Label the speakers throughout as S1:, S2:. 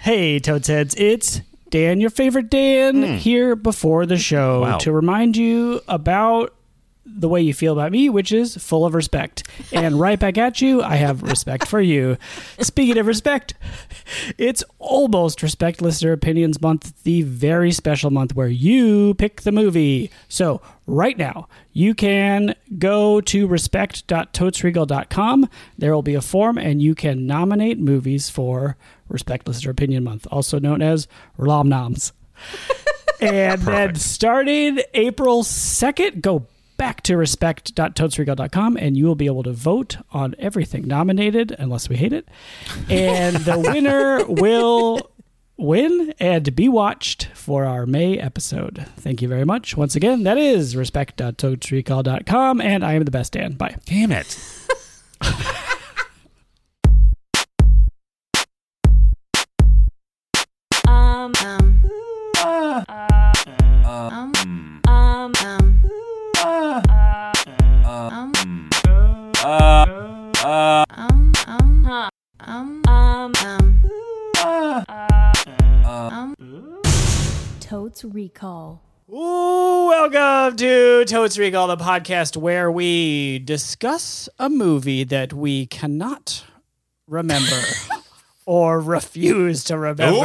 S1: Hey, Toad's Heads, it's Dan, your favorite Dan, here before the show
S2: Wow.
S1: to remind you about the way you feel about me, which is full of respect. And right back at you, I have respect for you. Speaking of respect, it's almost Respect Listener Opinions Month, the very special month where you pick the movie. So, right now, you can go to respect.totesregal.com. There will be a form, and you can nominate movies for Respect Listener Opinion Month, also known as Rom Noms. And then
S2: Perfect.
S1: starting April 2nd, go back to respect.toadsregal.com and you will be able to vote on everything nominated, unless we hate it. And the winner will win and be watched for our May episode. Thank you very much. Once again, that is respect.toadsregal.com. And I am the best Dan. Bye.
S2: Damn it.
S3: Um, um, um, um, um, um, um, um, huh, um, um, um, um.
S4: Totes Recall.
S1: Ooh, welcome to Totes Recall, the podcast where we discuss a movie that we cannot remember or refuse to remember.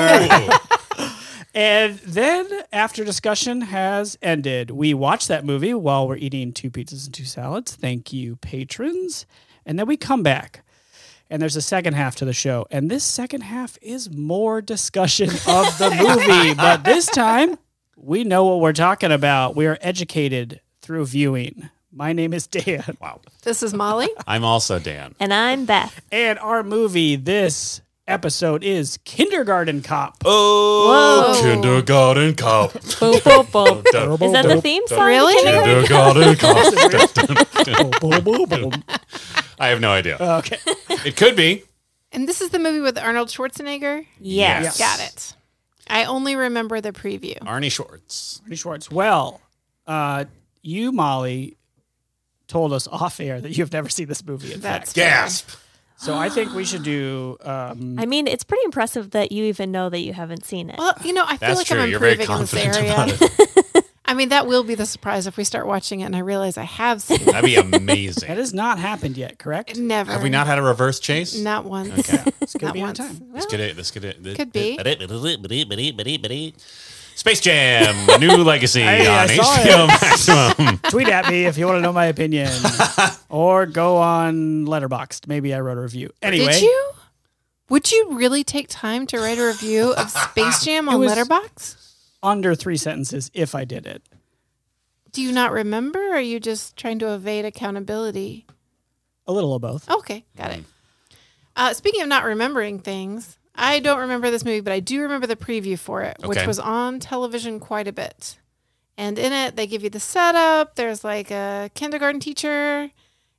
S1: And then, after discussion has ended, we watch that movie while we're eating two pizzas and two salads. Thank you, patrons. And then we come back. And there's a second half to the show. And this second half is more discussion of the movie. but this time, we know what we're talking about. We are educated through viewing. My name is Dan.
S2: Wow.
S5: This is Molly.
S2: I'm also Dan.
S3: And I'm Beth.
S1: And our movie this episode is Kindergarten Cop.
S2: Oh,
S5: Whoa.
S2: kindergarten cop.
S3: Boop, boop, boop.
S2: Dun,
S3: Is that the theme song?
S5: Really?
S3: Kindergarten?
S2: kindergarten cop.
S1: Boom, boom, boom.
S2: I have no idea.
S1: Okay.
S2: It could be.
S5: And this is the movie with Arnold Schwarzenegger.
S2: Yes.
S3: Yes.
S5: Got it. I only remember the preview.
S2: Arnie Schwartz.
S1: Ernie Schwartz. Well, uh, you, Molly, told us off air that you've never seen this movie, in
S5: That's
S1: fact.
S2: Gasp.
S1: So I think we should do. Um,
S3: I mean, it's pretty impressive that you even know that you haven't seen it.
S5: Well, you know, I feel
S2: That's
S5: like
S2: true.
S5: I'm
S2: You're very
S5: improving in this
S2: confident
S5: area.
S2: about it.
S5: I mean, that will be the surprise if we start watching it and I realize I have seen it.
S2: That'd be
S1: that
S2: amazing.
S1: has not happened yet, correct?
S5: Never.
S2: Have we not had a reverse chase?
S5: Not once.
S1: This could
S5: Not
S1: be our
S5: once.
S1: time.
S2: This could, this could, this
S5: Could be.
S2: Space Jam, A New Legacy
S1: Hey, I
S2: on
S1: saw
S2: HBO Maximum.
S1: Tweet at me if you want to know my opinion, or go on Letterboxd. Maybe I wrote a review. Anyway,
S5: Did you? Would you really take time to write a review of Space Jam on
S1: was-
S5: Letterbox?
S1: under three sentences, if I did it,
S5: Do you not remember? Or are you just trying to evade accountability?
S1: a little of both.
S5: Okay, got it. Uh, speaking of not remembering things, I don't remember this movie, but I do remember the preview for it, which
S2: Okay.
S5: was on television quite a bit. And in it, they give you the setup. There's like a kindergarten teacher,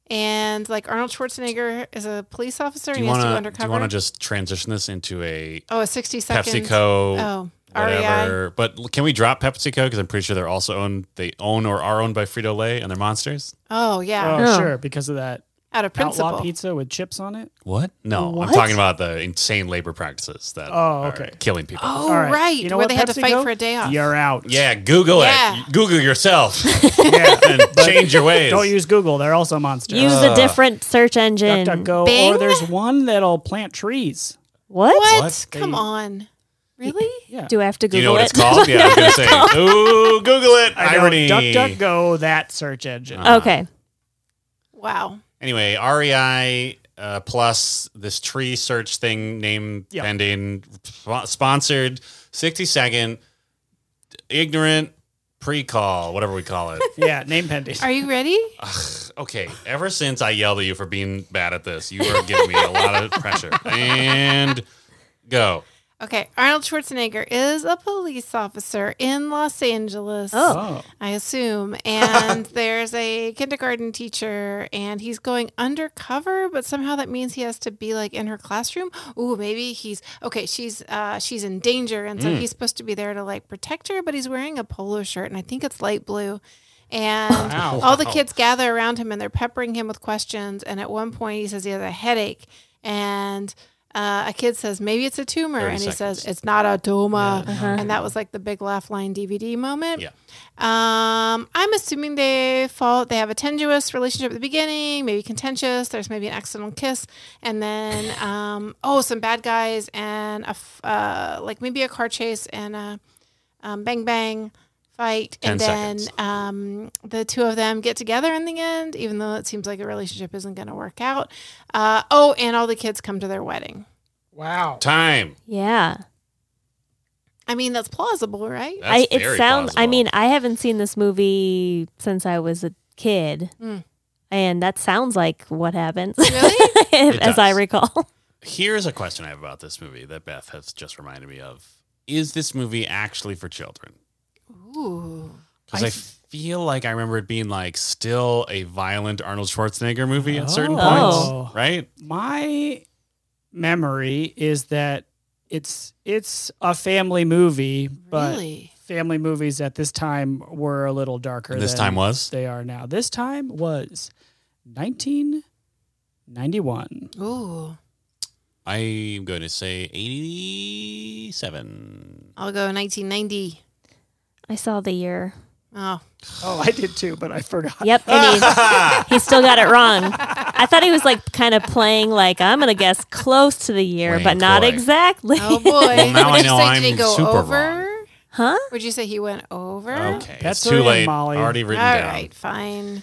S5: and like Arnold Schwarzenegger is a police officer.
S2: Do
S5: and
S2: you
S5: he has to go
S2: want to? Do
S5: undercover.
S2: you want to just transition this into a
S5: oh, a 60 second.
S2: PepsiCo?
S5: Oh, REI.
S2: whatever. But l- can we drop PepsiCo because I'm pretty sure they're also owned. They own or are owned by Frito Lay and they're monsters.
S5: Oh,
S1: Oh,
S5: yeah.
S3: Yeah.
S1: sure, because of that
S5: Out of
S1: outlaw
S5: principle.
S1: pizza with chips on it.
S2: What? No,
S3: What?
S2: I'm talking about the insane labor practices that
S1: Oh, okay.
S2: are killing people.
S5: Oh,
S1: All
S5: right.
S1: right, you know
S5: Where
S1: what,
S5: they had to fight
S1: PepsiCo?
S5: for a day off.
S1: You're out.
S2: Yeah, Google
S5: Yeah.
S2: it. Google yourself
S1: yeah.
S2: and change your ways.
S1: Don't use Google; they're also monsters. Uh,
S3: Use
S2: Uh,
S3: a different search engine.
S1: DuckDuckGo,
S5: Bing?
S1: or there's one that'll plant trees.
S3: What?
S5: What?
S2: What?
S5: Come on. Really?
S1: Yeah.
S3: Do I have to
S2: Do you
S3: Google
S2: know what
S3: it?
S2: it's called? Yeah, I was gonna say. Ooh, Google it.
S1: I know,
S2: Irony.
S1: DuckDuckGo, that search
S5: Ah.
S1: engine.
S3: Okay.
S5: Wow.
S2: Anyway, REI uh, plus this tree search thing name
S1: Yeah.
S2: pending sp- sponsored 60 second ignorant pre-call, whatever we call it.
S1: yeah, name pending.
S5: Are you ready?
S2: okay, ever since I yelled at you for being bad at this, you are giving me a lot of pressure. And go.
S5: Okay, Arnold Schwarzenegger is a police officer in Los Angeles.
S3: Oh.
S1: Oh,
S5: I assume. And there's a kindergarten teacher and he's going undercover, but somehow that means he has to be like in her classroom. Ooh, maybe he's okay, she's uh she's in danger and so
S1: Mm.
S5: he's supposed to be there to like protect her, but he's wearing a polo shirt and I think it's light blue. And
S1: Wow.
S5: all the kids gather around him and they're peppering him with questions and at one point he says he has a headache and uh, a kid says maybe it's a tumor,
S2: 30
S5: and he says
S2: seconds.
S5: it's not a tumor, and that was like the big laugh line DVD moment.
S2: Yeah.
S5: Um, I'm assuming they fall. They have a tenuous relationship at the beginning, maybe contentious. There's maybe an accidental kiss, and then um, oh, some bad guys and a f- uh, like maybe a car chase and a um, bang bang fight,
S2: Ten
S5: and then
S2: seconds.
S5: um, the two of them get together in the end, even though it seems like a relationship isn't going to work out. Uh, oh, and all the kids come to their wedding.
S1: Wow.
S2: Time.
S6: Yeah.
S5: I mean, that's plausible, right?
S2: That's
S6: I it
S2: very
S6: sounds I
S2: plausible.
S6: mean, I haven't seen this movie since I was a kid.
S5: Mm.
S6: And that sounds like what happens.
S5: Really?
S6: If- as I
S2: does.
S6: recall.
S2: Here's a question I have about this movie that Beth has just reminded me of. Is this movie actually for children?
S5: Ooh.
S2: Because I, feel like I remember it being like still a violent Arnold Schwarzenegger movie at certain
S6: Oh.
S2: points, right?
S1: My memory is that it's it's a family movie, but
S5: Really?
S1: family movies at this time were a little darker.
S2: And this
S1: than
S2: time was?
S1: they are now. This time was 1991.
S5: Ooh.
S2: I'm going to say 87.
S5: I'll go 1990.
S6: I saw the year.
S5: Oh,
S1: Oh, I did too, but I forgot.
S6: Yep, and he, he still got it wrong. I thought he was like kind of playing like I'm gonna guess close to the year,
S2: Playing
S6: but not
S2: coy.
S6: exactly.
S5: oh boy.
S2: Well, now I
S5: Would you
S2: know
S5: say,
S2: I'm
S5: did he go
S2: super
S5: over?
S6: huh?
S5: Would you say he went over?
S2: Okay.
S1: That's
S2: it's too
S1: Ryan
S2: late.
S1: Molly.
S2: Already
S5: All
S2: written
S5: right,
S2: down.
S5: fine.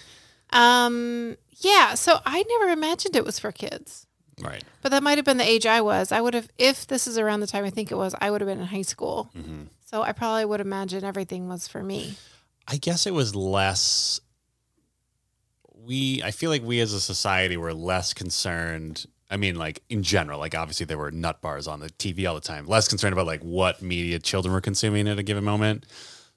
S5: Um, yeah, so I never imagined it was for kids.
S2: Right.
S5: But that might have been the age I was. I would have, if this is around the time I think it was, I would have been in high school.
S2: hmm
S5: So I probably would imagine everything was for me.
S2: I guess it was less. We, I feel like we as a society were less concerned. I mean, like in general, like obviously there were nut bars on the TV all the time. Less concerned about like what media children were consuming at a given moment.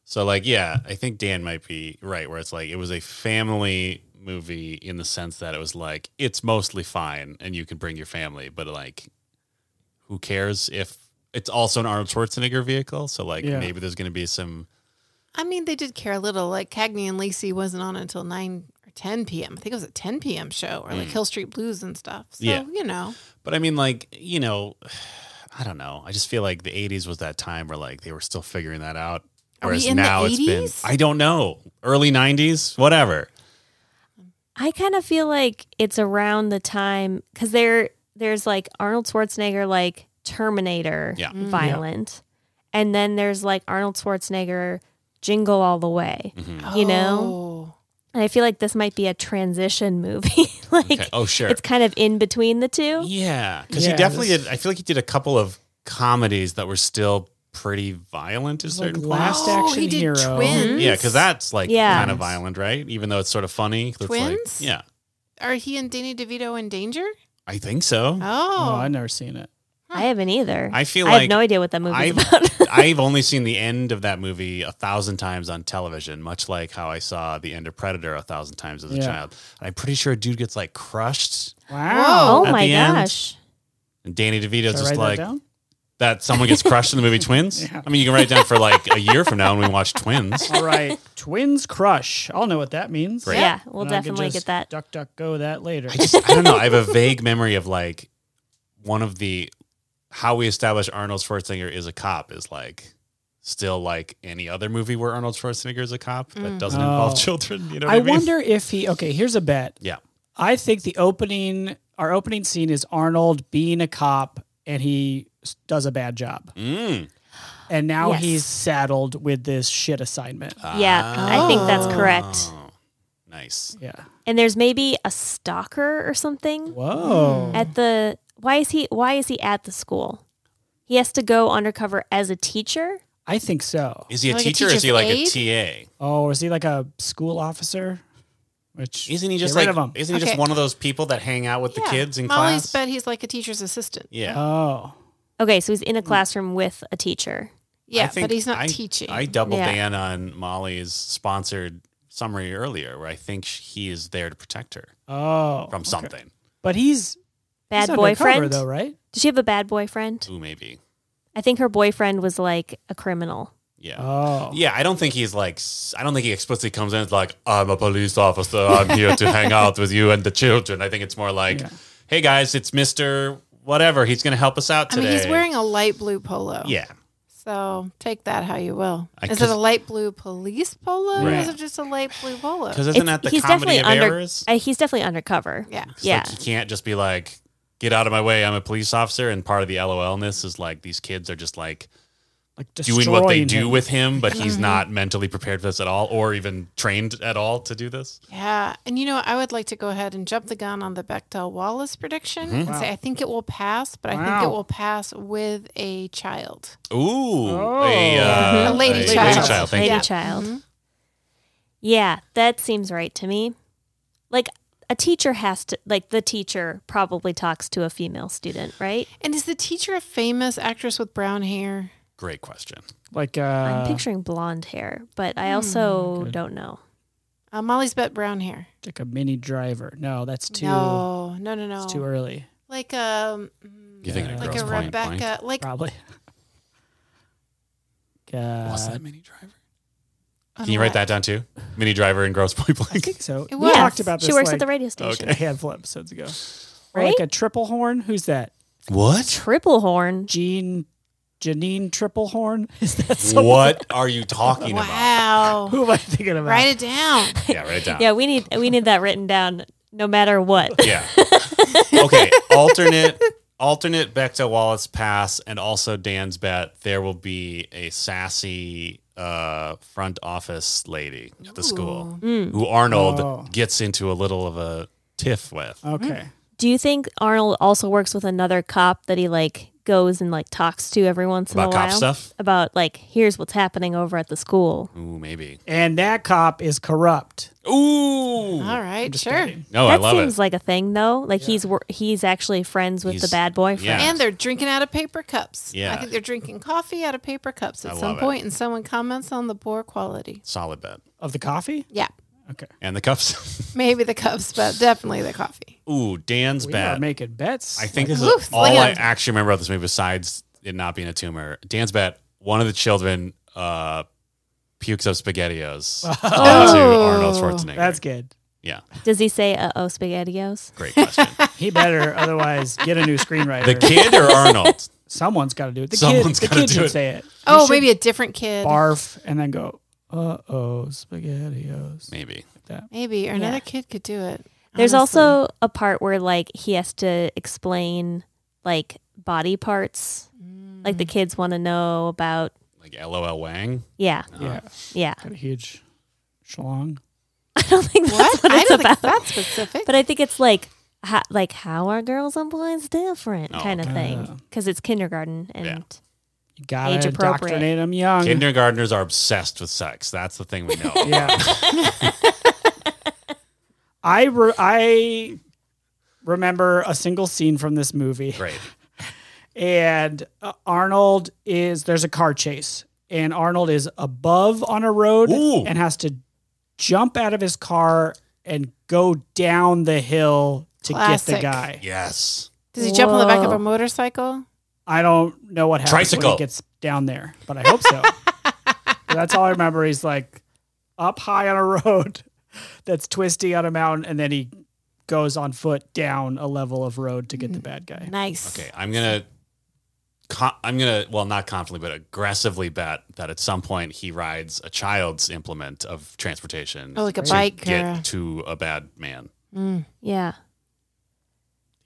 S2: So, like, yeah, I think Dan might be right, where it's like it was a family movie in the sense that it was like it's mostly fine and you can bring your family, but like, who cares if it's also an Arnold Schwarzenegger vehicle? So, like,
S1: Yeah.
S2: maybe there's going to be some.
S5: I mean, they did care a little. Like Cagney and Lacey wasn't on until 9 or 10 p.m. I think it was a 10 p.m. show or like Hill Street Blues and stuff. So,
S2: Mm. Yeah.
S5: you know,
S2: But I mean, like, you know, I don't know. I just feel like the 80s was that time where, like, they were still figuring that out.
S5: Are we in the
S2: it's
S5: 80s?
S2: been, I don't know, early 90s, whatever.
S6: I kind of feel like it's around the time because there there's like Arnold Schwarzenegger like Terminator
S2: Yeah. Mm.
S6: violent, and then there's like Arnold Schwarzenegger Jingle All the Way.
S5: Mm-hmm.
S6: You know,
S5: Oh.
S6: and I feel like this might be a transition movie. like
S2: Okay. Oh, sure.
S6: it's kind of in between the two.
S2: yeah. Because
S1: Yeah,
S2: he definitely
S1: this-
S2: did, I feel like he did a couple of comedies that were still pretty violent at
S1: Like
S2: certain points.
S1: Last
S5: Oh,
S1: Action
S5: he did
S1: Hero.
S5: Twins.
S2: Yeah. Because that's, like,
S6: Yeah.
S2: kind of violent, right? Even though it's sort of funny. 'cause it's like-
S5: Twins?
S2: yeah.
S5: Are he and Danny DeVito in danger?
S2: I think so.
S1: Oh,
S5: Oh,
S1: I've never seen it.
S6: I haven't either.
S2: I feel
S6: have
S2: like
S6: no idea what that movie's
S2: I've,
S6: about.
S2: I've only seen the end of that movie a thousand times on television, much like how I saw the end of Predator a thousand times as a
S1: Yeah.
S2: child. And I'm pretty sure a dude gets like crushed,
S1: Wow.
S6: oh
S2: At
S6: my
S2: the end,
S6: gosh!
S2: and Danny
S1: Should
S2: DeVito's
S1: I
S2: just
S1: write
S2: like
S1: that
S2: that,
S1: down?
S2: someone gets crushed in the movie Twins.
S1: Yeah.
S2: I mean, you can write it down for like a year from now when we watch Twins.
S1: All right. Twins Crush. I'll know what that means.
S2: Great.
S6: Yeah,
S1: And
S6: we'll
S1: I can
S6: definitely
S1: just
S6: get that.
S1: Duck, duck, go that later.
S2: I just I don't know. I have a vague memory of like one of the how we establish Arnold Schwarzenegger is a cop is like still like any other movie where Arnold Schwarzenegger is a cop that doesn't
S1: Oh.
S2: involve children. You know what I,
S1: I
S2: mean?
S1: wonder if he. Okay, here's a bet.
S2: Yeah.
S1: I think the opening, our opening scene is Arnold being a cop and he s- does a bad job.
S2: Mm.
S1: And now
S6: Yes.
S1: he's saddled with this shit assignment.
S2: Uh,
S6: Yeah, I think that's
S5: Oh.
S6: correct.
S2: Nice.
S1: Yeah.
S6: And there's maybe a stalker or something.
S1: Whoa.
S6: at the why is he why is he at the school? He has to go undercover as a teacher.
S1: I think so.
S2: Is he a
S5: Like a
S2: teacher or is he like
S5: teacher's
S2: a TA?
S1: Oh, is he like a school officer? Which
S2: Isn't he just
S1: get rid
S2: like
S1: of him.
S2: isn't he
S5: Okay.
S2: just one of those people that hang out with the kids in
S5: Molly's
S2: class?
S5: bet he's like a teacher's assistant.
S2: yeah.
S1: Oh,
S6: Okay, so he's in
S1: Hmm.
S6: a classroom with a teacher.
S2: I
S5: Yeah,
S2: think
S5: but he's not
S2: I-
S5: teaching.
S2: I double
S6: Yeah.
S2: Dan on Molly's sponsored summary earlier where I think sh- he is there to protect her
S1: oh,
S2: from
S1: okay.
S2: something.
S1: But he's he's
S6: Bad
S1: undercover,
S6: boyfriend.
S1: though, right?
S6: Did she have a bad boyfriend?
S2: Ooh, maybe.
S6: I think her boyfriend was like a criminal.
S2: Yeah.
S1: Oh,
S2: yeah, I don't think he's like s- I don't think he explicitly comes in and is like I'm a police officer. I'm here to hang out with you and the children. I think it's more like,
S1: Yeah.
S2: "Hey guys, it's Mr. whatever. He's going to help us out
S5: I
S2: today.
S5: mean, he's wearing a light blue polo.
S2: Yeah.
S5: So take that how you will.
S2: I-
S5: is it
S2: 'cause-
S5: a light blue police polo? Or
S2: Right.
S5: is it just a light blue polo?
S2: Because isn't
S6: It's-
S2: that the
S6: he's
S2: comedy
S6: definitely
S2: of
S6: under-
S2: errors?
S6: Uh, he's definitely undercover.
S5: Yeah.
S2: It's
S6: Yeah.
S2: Like you can't just be like, get out of my way. I'm a police officer. And part of the LOLness is like these kids are just like
S1: Like
S2: doing what they
S1: destroying
S2: do
S1: him.
S2: with him, but he's
S6: Mm-hmm.
S2: not mentally prepared for this at all or even trained at all to do this.
S5: Yeah. And you know, I would like to go ahead and jump the gun on the Bechtel Wallace prediction
S2: Mm-hmm.
S5: and say I think it will pass, but I think
S1: Wow.
S5: it will pass with a child.
S2: Ooh.
S1: Oh.
S2: A, uh,
S5: A lady child.
S2: Thank
S6: Lady
S2: you.
S5: Yeah.
S6: child.
S1: Mm-hmm.
S6: Yeah, that seems right to me. Like a teacher has to like the teacher probably talks to a female student, right?
S5: And is the teacher a famous actress with brown hair?
S2: Great question.
S1: Like uh,
S6: I'm picturing blonde hair, but I also don't know.
S5: Uh, Molly's bet brown hair.
S1: like a mini driver. No, that's too.
S5: no, no, no, no.
S1: It's too early,
S5: Like um,
S2: You're thinking of
S5: like
S2: girls
S5: a
S2: point
S5: Rebecca,
S2: blank.
S5: like
S1: probably. Uh,
S2: What's that
S1: God.
S2: mini driver?
S5: uh, I
S2: Can you
S5: don't
S2: write
S5: know.
S2: that down too? Mini driver and gross point
S1: I
S2: blank.
S1: think so.
S5: It
S1: We
S5: was.
S1: talked about this.
S6: She works
S1: like,
S6: at the radio station.
S1: a handful of episodes ago. Or
S6: Right?
S1: Like a triple horn. Who's that?
S2: What?
S6: Triple horn.
S1: Jean, Janine Triple Horn. Is that someone?
S2: What are you talking about?
S5: Wow.
S1: Who am I thinking about?
S5: Write it down.
S2: Yeah, write it down.
S6: Yeah, we need we need that written down no matter what.
S2: Yeah. okay. Alternate alternate Becta Wallace pass and also Dan's bet there will be a sassy uh, front office lady at the school
S6: Hmm.
S2: who Arnold
S1: Oh.
S2: gets into a little of a tiff with.
S1: Okay.
S6: Do you think Arnold also works with another cop that he like goes and like talks to every once in
S2: About
S6: a while
S2: cop stuff?
S6: about like here's what's happening over at the school?
S2: Ooh, maybe.
S1: And that cop is corrupt.
S2: Ooh.
S5: All right, sure.
S2: No, Oh, I
S6: that
S2: love
S6: seems
S2: it.
S6: like a thing though. Like he's wor- he's actually friends with the
S2: He's-
S6: bad boyfriend.
S2: yeah.
S5: And they're drinking out of paper cups.
S2: Yeah.
S5: I think they're drinking coffee out of paper cups
S2: I
S5: at some
S2: love it.
S5: point, and someone comments on the poor quality.
S2: Solid bet.
S1: Of the coffee?
S5: Yeah.
S1: Okay.
S2: And the cups.
S5: Maybe the cups, but definitely the coffee.
S2: Ooh, Dan's
S1: We
S2: bet.
S1: are making bets.
S2: I think this
S5: Oof,
S2: is
S5: it's
S2: all
S5: like
S2: I
S5: a-
S2: actually remember about this movie besides it not being a tumor. Dan's bet one of the children uh, pukes up SpaghettiOs onto Arnold Schwarzenegger.
S1: Oh. that's good.
S2: yeah,
S6: Does he say uh oh spaghettios?
S2: great question.
S1: He better otherwise get a new screenwriter.
S2: the kid or Arnold?
S1: Someone's got to do it. The
S2: Someone's
S1: kid, the kid
S2: gotta do
S1: should
S2: it.
S1: say it.
S5: Oh, maybe a different kid.
S1: Barf and then go, uh oh, SpaghettiOs.
S2: Maybe.
S5: Maybe. Or another
S6: Yeah.
S5: kid could do it.
S6: There's
S5: honestly.
S6: also a part where like he has to explain like body parts. Like
S5: Mm.
S6: the kids want to know about
S2: Like LOL Wang?
S6: yeah.
S1: Yeah.
S6: Yeah.
S1: Got a huge schlong.
S6: I don't think that's
S5: What?
S6: what,
S5: I
S6: it's
S5: don't
S6: about.
S5: think that's specific.
S6: But I think it's like how, like how are girls and boys different
S2: Oh,
S6: kind of
S1: okay.
S6: thing cuz it's kindergarten and
S2: Yeah.
S1: You gotta
S6: Age appropriate.
S1: indoctrinate them young.
S2: Kindergartners are obsessed with sex. That's the thing we know.
S1: Yeah. I re- I remember a single scene from this movie,
S2: Great.
S1: and uh, Arnold is there's a car chase, and Arnold is above on a road
S2: Ooh.
S1: and has to jump out of his car and go down the hill to get
S5: Classic.
S1: the guy.
S2: Yes.
S5: Does he jump on the back of
S6: Whoa.
S5: a motorcycle?
S1: I don't know what happens when
S2: Tricycle.
S1: he gets down there, but I hope so. But that's all I remember. He's like up high on a road that's twisty on a mountain, and then he goes on foot down a level of road to
S6: Mm.
S1: get the bad guy.
S5: Nice.
S2: Okay, I'm gonna. co I'm gonna well, not confidently, but aggressively bet that at some point he rides a child's implement of transportation.
S5: Oh, like a
S2: to
S5: bike or a-
S2: Get to a bad man,
S5: Mm.
S6: yeah.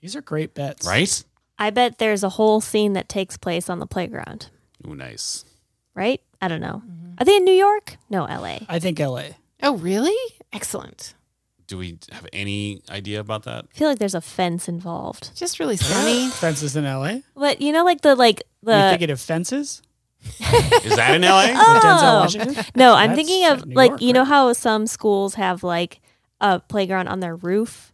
S1: These are great bets.
S2: right?
S6: I bet there's a whole scene that takes place on the playground,
S2: Ooh, nice.
S6: right? I don't know.
S5: Mm-hmm.
S6: Are they in New York? No, LA.
S1: I think LA.
S5: Oh, really? Excellent.
S2: Do we have any idea about that?
S6: I feel like there's a fence involved.
S5: Just really sunny.
S1: Fences in LA?
S6: But you know, like the like
S1: you
S6: the
S1: thinking of fences?
S2: Is that in LA?
S1: Like Denzel
S6: Oh.
S1: Washington?
S6: no. I'm
S1: That's
S6: thinking of
S1: New
S6: like
S1: York,
S6: you know
S1: right?
S6: how some schools have like a playground on their roof.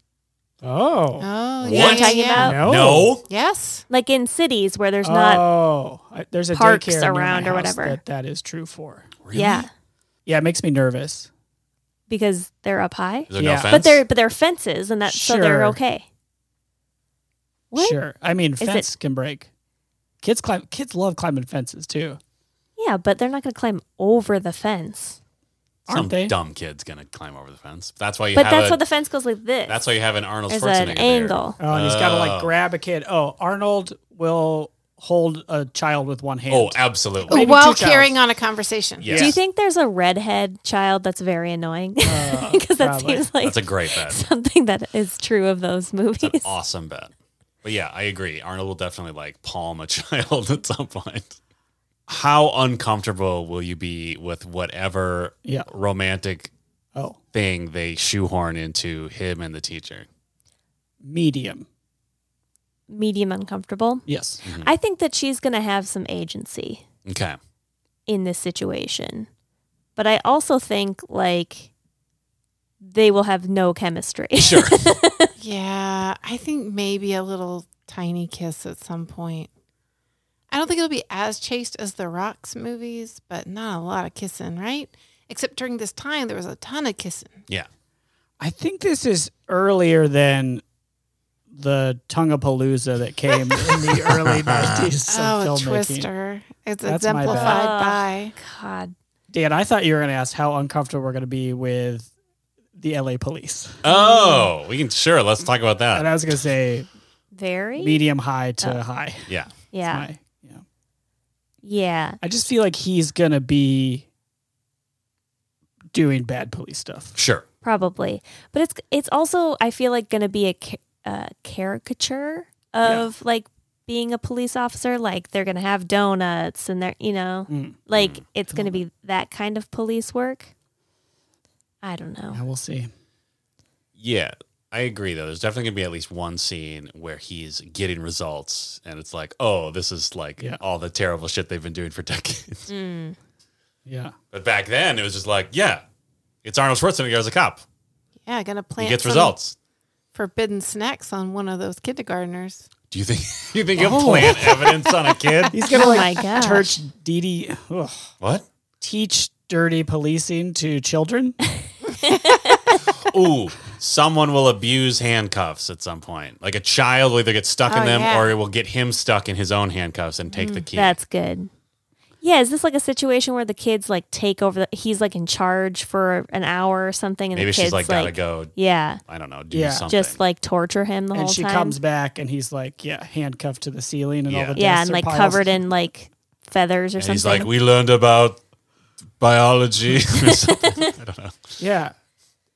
S1: Oh.
S5: Oh,
S2: What?
S5: yeah.
S2: I'm talking
S5: yeah, yeah.
S1: No.
S6: about?
S2: No.
S5: Yes.
S6: Like in cities where there's not,
S1: Oh, I- there's a
S6: parks
S1: daycare near my
S6: around or
S1: house
S6: whatever.
S1: That, that is true for.
S2: Really?
S6: yeah,
S1: Yeah, it makes me nervous.
S6: because they're up high.
S2: Is there
S1: Yeah.
S2: no
S1: But
S2: fence?
S6: But they're but they're fences, and that's so they're
S1: Sure.
S6: okay. What?
S1: Sure. I mean,
S6: it-
S1: fence can break. Kids climb. Kids love climbing fences too.
S6: Yeah, but they're not going to climb over the fence.
S1: Aren't
S2: Some
S1: they?
S2: dumb kid's gonna climb over the fence. That's why you
S6: But
S2: have
S6: that's
S2: a,
S6: what the fence goes like this.
S2: that's why you have an Arnold
S6: There's
S2: Schwarzenegger
S6: an
S2: there.
S6: angle.
S1: Oh, and he's got to
S2: Oh.
S1: like grab a kid. Oh, Arnold will hold a child with one hand.
S2: Oh, absolutely.
S1: Maybe
S5: while
S1: two cows.
S5: carrying on a
S1: Oh,
S5: conversation.
S2: Yeah.
S6: Do you
S2: Yes.
S6: think there's a redhead child that's very annoying? Because that
S1: Uh, probably.
S6: seems like
S2: Oh, That's a great bet.
S6: something that is true of those
S2: That's an
S6: movies.
S2: awesome bet. But yeah, I agree. Arnold will definitely like palm a child at some point. How uncomfortable will you be with whatever
S1: Yeah.
S2: romantic
S1: Oh,
S2: thing they shoehorn into him and the teacher?
S1: medium.
S6: Medium uncomfortable.
S1: Yes.
S6: I think that she's going to have some agency
S2: Okay.
S6: in this situation. But I also think like they will have no chemistry.
S2: Sure.
S5: Yeah, I think maybe a little tiny kiss at some point. I don't think it'll be as chaste as the Rocks movies, but not a lot of kissing, right? Except during this time, there was a ton of kissing.
S2: yeah.
S1: I think this is earlier than the Tungapalooza that came in the
S2: Oh,
S1: early 90s. of
S5: oh,
S1: filmmaking.
S5: Twister. It's
S1: That's my bad.
S5: exemplified
S6: Ugh.
S5: by.
S6: God.
S1: Dan, I thought you were going to ask how uncomfortable we're going to be with the LA police.
S2: Oh, we can sure. Let's talk about
S1: And
S2: that.
S1: I was going to say
S6: Very?
S1: medium high to
S6: Uh.
S1: high.
S2: Yeah.
S6: yeah.
S1: My- yeah.
S6: yeah.
S1: I just feel like he's going to be doing bad police stuff.
S2: Sure.
S6: Probably. But it's it's also I feel like going to be a ca- uh, caricature of like being a police officer like they're going to have donuts and they're, you know,
S1: Mm.
S6: like it's going to be that kind of police work. I don't know.
S1: Yeah, we'll see.
S2: Yeah. I agree though. There's definitely gonna be at least one scene where he's getting results and it's like, oh, this is like
S1: Yeah.
S2: all the terrible shit they've been doing for decades.
S1: Yeah.
S2: But back then, it was just like, yeah, it's Arnold Schwarzenegger as a cop.
S5: Yeah, gonna plant
S2: he gets
S5: some
S2: results.
S5: forbidden snacks on one of those kindergartners.
S2: Do you think you think he'll plant evidence on a kid?
S1: He's going to
S6: Oh
S1: like
S6: my gosh.
S1: church DD. ugh,
S2: What?
S1: teach dirty policing to children.
S2: Ooh, someone will abuse handcuffs at some point. Like a child will either get stuck in
S5: Oh,
S2: them
S5: yeah.
S2: or it will get him stuck in his own handcuffs and take the key.
S6: That's good. Yeah, is this like a situation where the kids like take over? The, he's like in charge for an hour or something, and
S2: Maybe
S6: the kids
S2: she's like, gotta go.
S6: Yeah,
S2: I don't know, do
S1: Yeah.
S2: something.
S6: just like torture him the
S1: and
S6: whole
S1: she
S6: time.
S1: comes back and he's like, yeah, handcuffed to the ceiling and
S2: Yeah.
S1: all the
S6: yeah,
S1: desks
S6: and
S1: are
S6: like
S1: piled-
S6: covered in like feathers or
S2: and
S6: something.
S2: he's like, we learned about biology. or something.
S1: Yeah.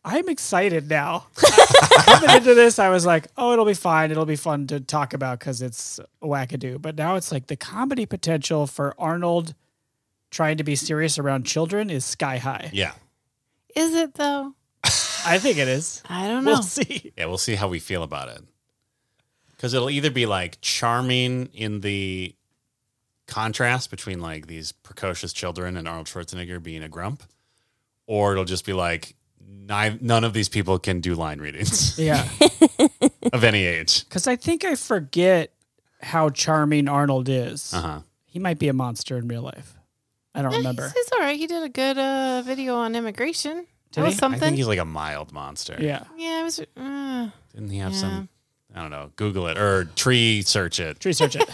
S1: I'm excited now. Coming into this, I was like, oh, it'll be fine. It'll be fun to talk about because it's wackadoo. But now it's like the comedy potential for Arnold trying to be serious around children is sky high.
S2: yeah.
S5: Is it though?
S1: I think it is.
S5: I don't know.
S1: We'll see.
S2: Yeah, we'll see how we feel about it. Because it'll either be like charming in the contrast between like these precocious children and Arnold Schwarzenegger being a grump, or it'll just be like ni- none of these people can do line readings
S1: Yeah.
S2: of any age.
S1: Because I think I forget how charming Arnold is.
S2: Uh huh.
S1: He might be a monster in real life. I don't
S5: Eh,
S1: remember.
S5: He's, he's all right. He did a good uh, video on immigration.
S1: Did
S5: that was
S1: he? I
S2: I think
S5: something.
S2: he's like a mild monster.
S1: Yeah.
S5: yeah, it was. Uh,
S2: Didn't he have some? I don't know. Google it or tree search it.
S1: Tree search it.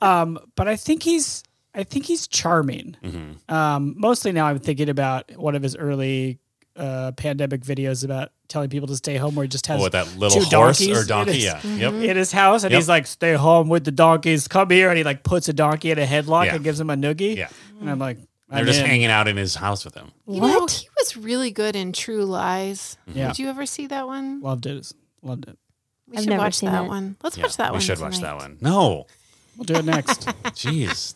S1: um, but I think he's I think he's charming.
S2: Mm-hmm.
S1: Um, mostly now I'm thinking about one of his early uh, pandemic videos about telling people to stay home where he just has
S2: Oh, with that little
S1: two
S2: horse
S1: donkeys
S2: or donkey.
S1: in his,
S2: Yeah.
S5: Mm-hmm.
S2: Yep.
S1: in his house and
S2: Yep.
S1: he's like, Stay home with the donkeys, come here and he like puts a donkey in a headlock
S2: Yeah.
S1: and gives him a noogie.
S2: Yeah.
S1: And I'm like,
S2: They're
S1: I'm
S2: just
S1: in.
S2: hanging out in his house with him.
S5: you know,
S6: what?
S5: he was really good in True Lies.
S1: Yeah.
S5: Did you ever see that one?
S1: Loved it. Loved it.
S5: We
S6: I've
S5: should
S6: never
S5: watch
S6: seen
S5: that
S6: it.
S5: one. Let's
S2: Yeah,
S5: watch that
S2: we
S5: one.
S2: should watch
S5: tonight.
S2: that one. No.
S1: We'll do it next.
S2: Jeez.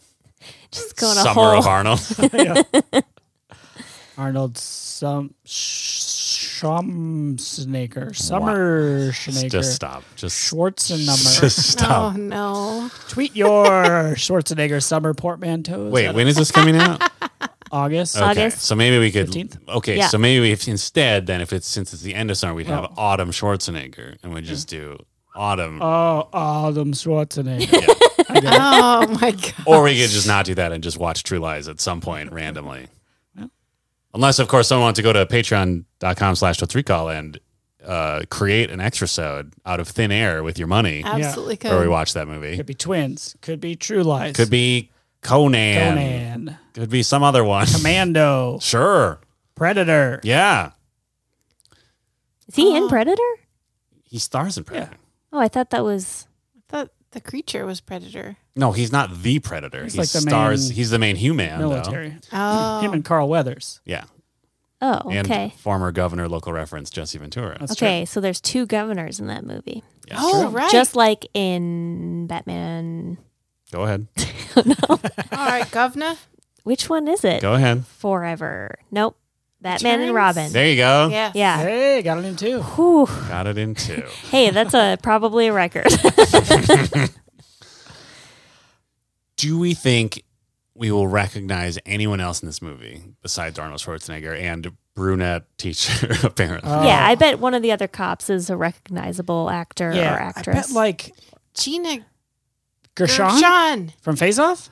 S6: Just going a
S2: Summer
S6: whole.
S2: of Arnold.
S1: Arnold some Schwarzenegger, Summer Schwarzenegger,
S2: Just stop. Just,
S1: Schwarzenegger.
S2: just stop.
S5: Oh no!
S1: Tweet your Schwarzenegger summer portmanteaus.
S2: Wait,
S1: at
S2: when is this coming out?
S1: August.
S2: Okay,
S6: Oh. August
S2: so maybe we could.
S1: 15th?
S2: Okay,
S6: Yeah.
S2: so maybe we, if instead, then if it's since it's the end of summer, we'd have Autumn Schwarzenegger, and we just do Autumn,
S1: Oh, Adam Schwarzenegger.
S5: Oh
S6: Ah.
S5: my god!
S2: or we could just not do that and just watch True Lies at some point randomly. Unless, of course, someone wants to go to Patreon.com/slash Totes Recall and uh, create an extrasode out of thin air with your money,
S5: Absolutely
S2: or we
S5: could.
S2: watch that movie.
S1: Could be twins. Could be True Lies.
S2: Could be Conan.
S1: Conan.
S2: Could be some other one.
S1: Commando.
S2: Sure.
S1: Predator.
S2: Yeah.
S6: Is he in Predator?
S2: He stars in Predator.
S6: Oh, I thought that was.
S5: thought the creature was predator.
S2: No, he's not the Predator.
S1: He's
S2: he
S1: like the
S2: stars.
S1: main
S2: he's the main human. though.
S1: Military.
S5: Oh,
S1: Him and Carl Weathers.
S2: Yeah.
S6: Oh,
S2: And
S6: okay.
S2: former governor, local reference, Jesse Ventura.
S1: That's true.
S6: Okay, so there's two governors in that movie.
S2: Yes.
S5: oh right.
S6: Just like in Batman.
S2: Go ahead.
S5: All right, governor.
S6: Which one is it?
S2: Go ahead.
S6: Forever. Nope. Batman
S5: Returns?
S6: and Robin.
S2: There you go.
S5: Yes.
S6: Yeah.
S1: Hey, got it in too.
S6: Whew.
S2: Got it in two.
S6: Hey, that's a probably a record.
S2: Do we think we will recognize anyone else in this movie besides Arnold Schwarzenegger and brunette teacher, apparently?
S1: Uh,
S6: yeah, I bet one of the other cops is a recognizable actor or
S1: I
S6: actress.
S1: bet like
S5: Gina
S1: Gershon,
S5: Gershon.
S1: from Face Off.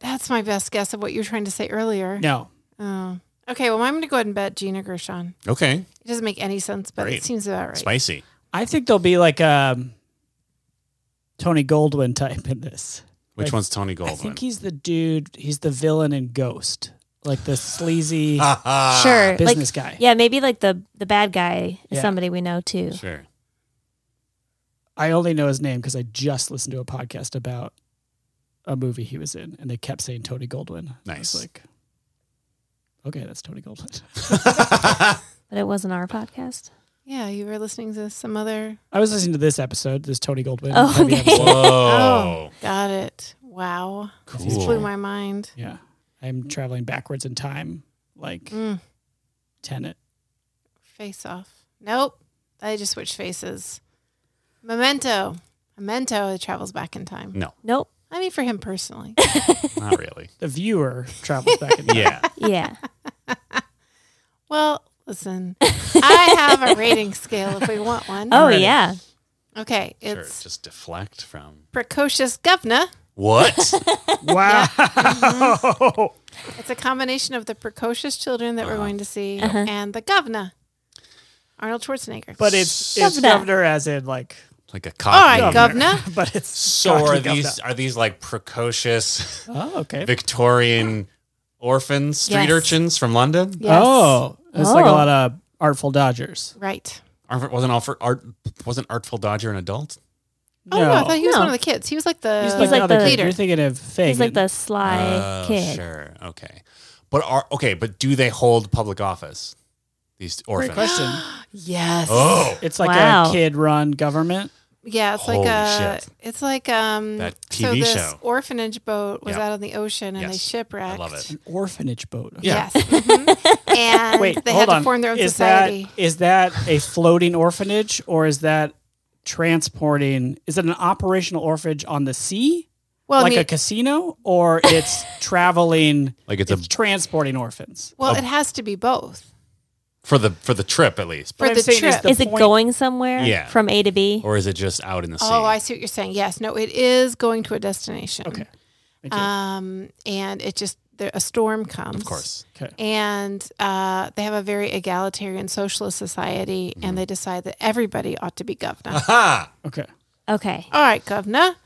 S5: That's my best guess of what you were trying to say earlier.
S1: No,
S5: Oh. Okay, well, I'm going to go ahead and bet Gina Gershon.
S2: okay.
S5: It doesn't make any sense, but
S2: Great.
S5: it seems about right.
S2: Spicy.
S1: I think there'll be like um Tony Goldwyn type in this.
S2: Which
S1: Like,
S2: one's Tony Goldwyn?
S1: I think he's the dude. He's the villain in Ghost, like the sleazy
S2: Ah,
S6: sure.
S1: business
S6: Uh, like,
S1: guy.
S6: Yeah, maybe like the the bad guy is
S1: Yeah.
S6: somebody we know too.
S2: Sure.
S1: I only know his name because I just listened to a podcast about a movie he was in, and they kept saying Tony Goldwyn. I was
S2: Nice.
S1: like, okay, that's Tony Goldwyn.
S6: But it wasn't our podcast.
S5: Yeah, you were listening to some other.
S1: I was listening to this episode, this Tony Goldwyn.
S6: Oh,
S1: heavy
S6: okay.
S1: episode.
S2: Whoa.
S5: Oh, Got it. Wow. This blew
S2: Cool.
S5: my mind.
S1: Yeah, I'm traveling backwards in time, like
S5: Mm.
S1: Tenet.
S5: Face off. Nope. I just switched faces. Memento. Memento it travels back in time.
S2: No,
S6: Nope.
S5: I mean, for him personally.
S2: not really.
S1: The viewer travels back in time.
S2: yeah.
S6: Yeah.
S5: well, listen, I have a rating scale if we want one.
S6: Oh
S1: ready.
S6: yeah.
S5: Okay,
S2: Sure.
S5: it's
S2: Just deflect from.
S5: precocious governor.
S2: What?
S1: Wow.
S5: It's a combination of the precocious children that we're going to see
S6: Uh-huh.
S5: and the governor, Arnold Schwarzenegger.
S1: But it's it's
S6: Governor.
S1: governor as in like,
S2: like a
S5: all
S2: coffee.
S5: right, governor.
S1: but it's
S2: So are
S1: cocky
S2: these are these like precocious
S1: governor. Oh, okay.
S2: Victorian orphans, street
S6: Yes.
S2: urchins from London?
S5: Yes.
S1: Oh, it's like a
S6: Oh.
S1: lot of artful dodgers.
S5: Right.
S2: Arf- wasn't Alfred, art wasn't Artful Dodger an adult?
S5: Oh no, I thought he was
S6: No.
S5: one of the kids. He was like the
S1: He's
S6: like
S1: like
S6: the-
S1: the
S5: leader.
S1: You're thinking of Fagin.
S6: He's like the sly
S2: Oh,
S6: kid.
S2: Sure. Okay. But are okay, but do they hold public office? These
S1: Great
S2: orphans.
S1: question.
S5: yes.
S2: Oh.
S1: It's like
S6: Wow.
S1: a kid-run government.
S5: Yeah, it's
S2: Holy
S5: like a
S2: shit.
S5: it's like um
S2: That
S5: so
S2: TV
S5: this
S2: show.
S5: orphanage boat was
S2: Yeah.
S5: out on the ocean and they
S2: Yes.
S5: shipwrecked.
S2: I love it.
S1: An orphanage boat. Okay.
S2: Yeah.
S5: Yes. mhm. and
S1: Wait,
S5: they
S1: hold
S5: had
S1: on.
S5: to form their own
S1: is
S5: society.
S1: that is that a floating orphanage or is that transporting? Is it an operational orphanage on the sea,
S5: well, I
S1: like
S5: mean,
S1: a casino, or it's traveling?
S2: Like it's,
S1: It's
S2: a
S1: transporting orphans.
S5: well, it has to be both.
S2: for the for the trip at least.
S5: For
S1: What I'm
S5: the
S1: saying
S5: trip.
S1: the
S6: is it
S1: point-
S6: going somewhere?
S2: Yeah.
S6: From A to B?
S2: Or is it just out in the sea?
S5: Oh, I see what you're saying. Yes, no, it is going to a destination.
S1: Okay. Thank you.
S5: Um, and it just there, a storm comes.
S2: of course.
S1: okay.
S5: and uh, they have a very egalitarian socialist society,
S1: Mm-hmm.
S5: and they decide that everybody ought to be governor.
S2: Ha!
S1: Okay.
S6: Okay.
S5: all right, governor,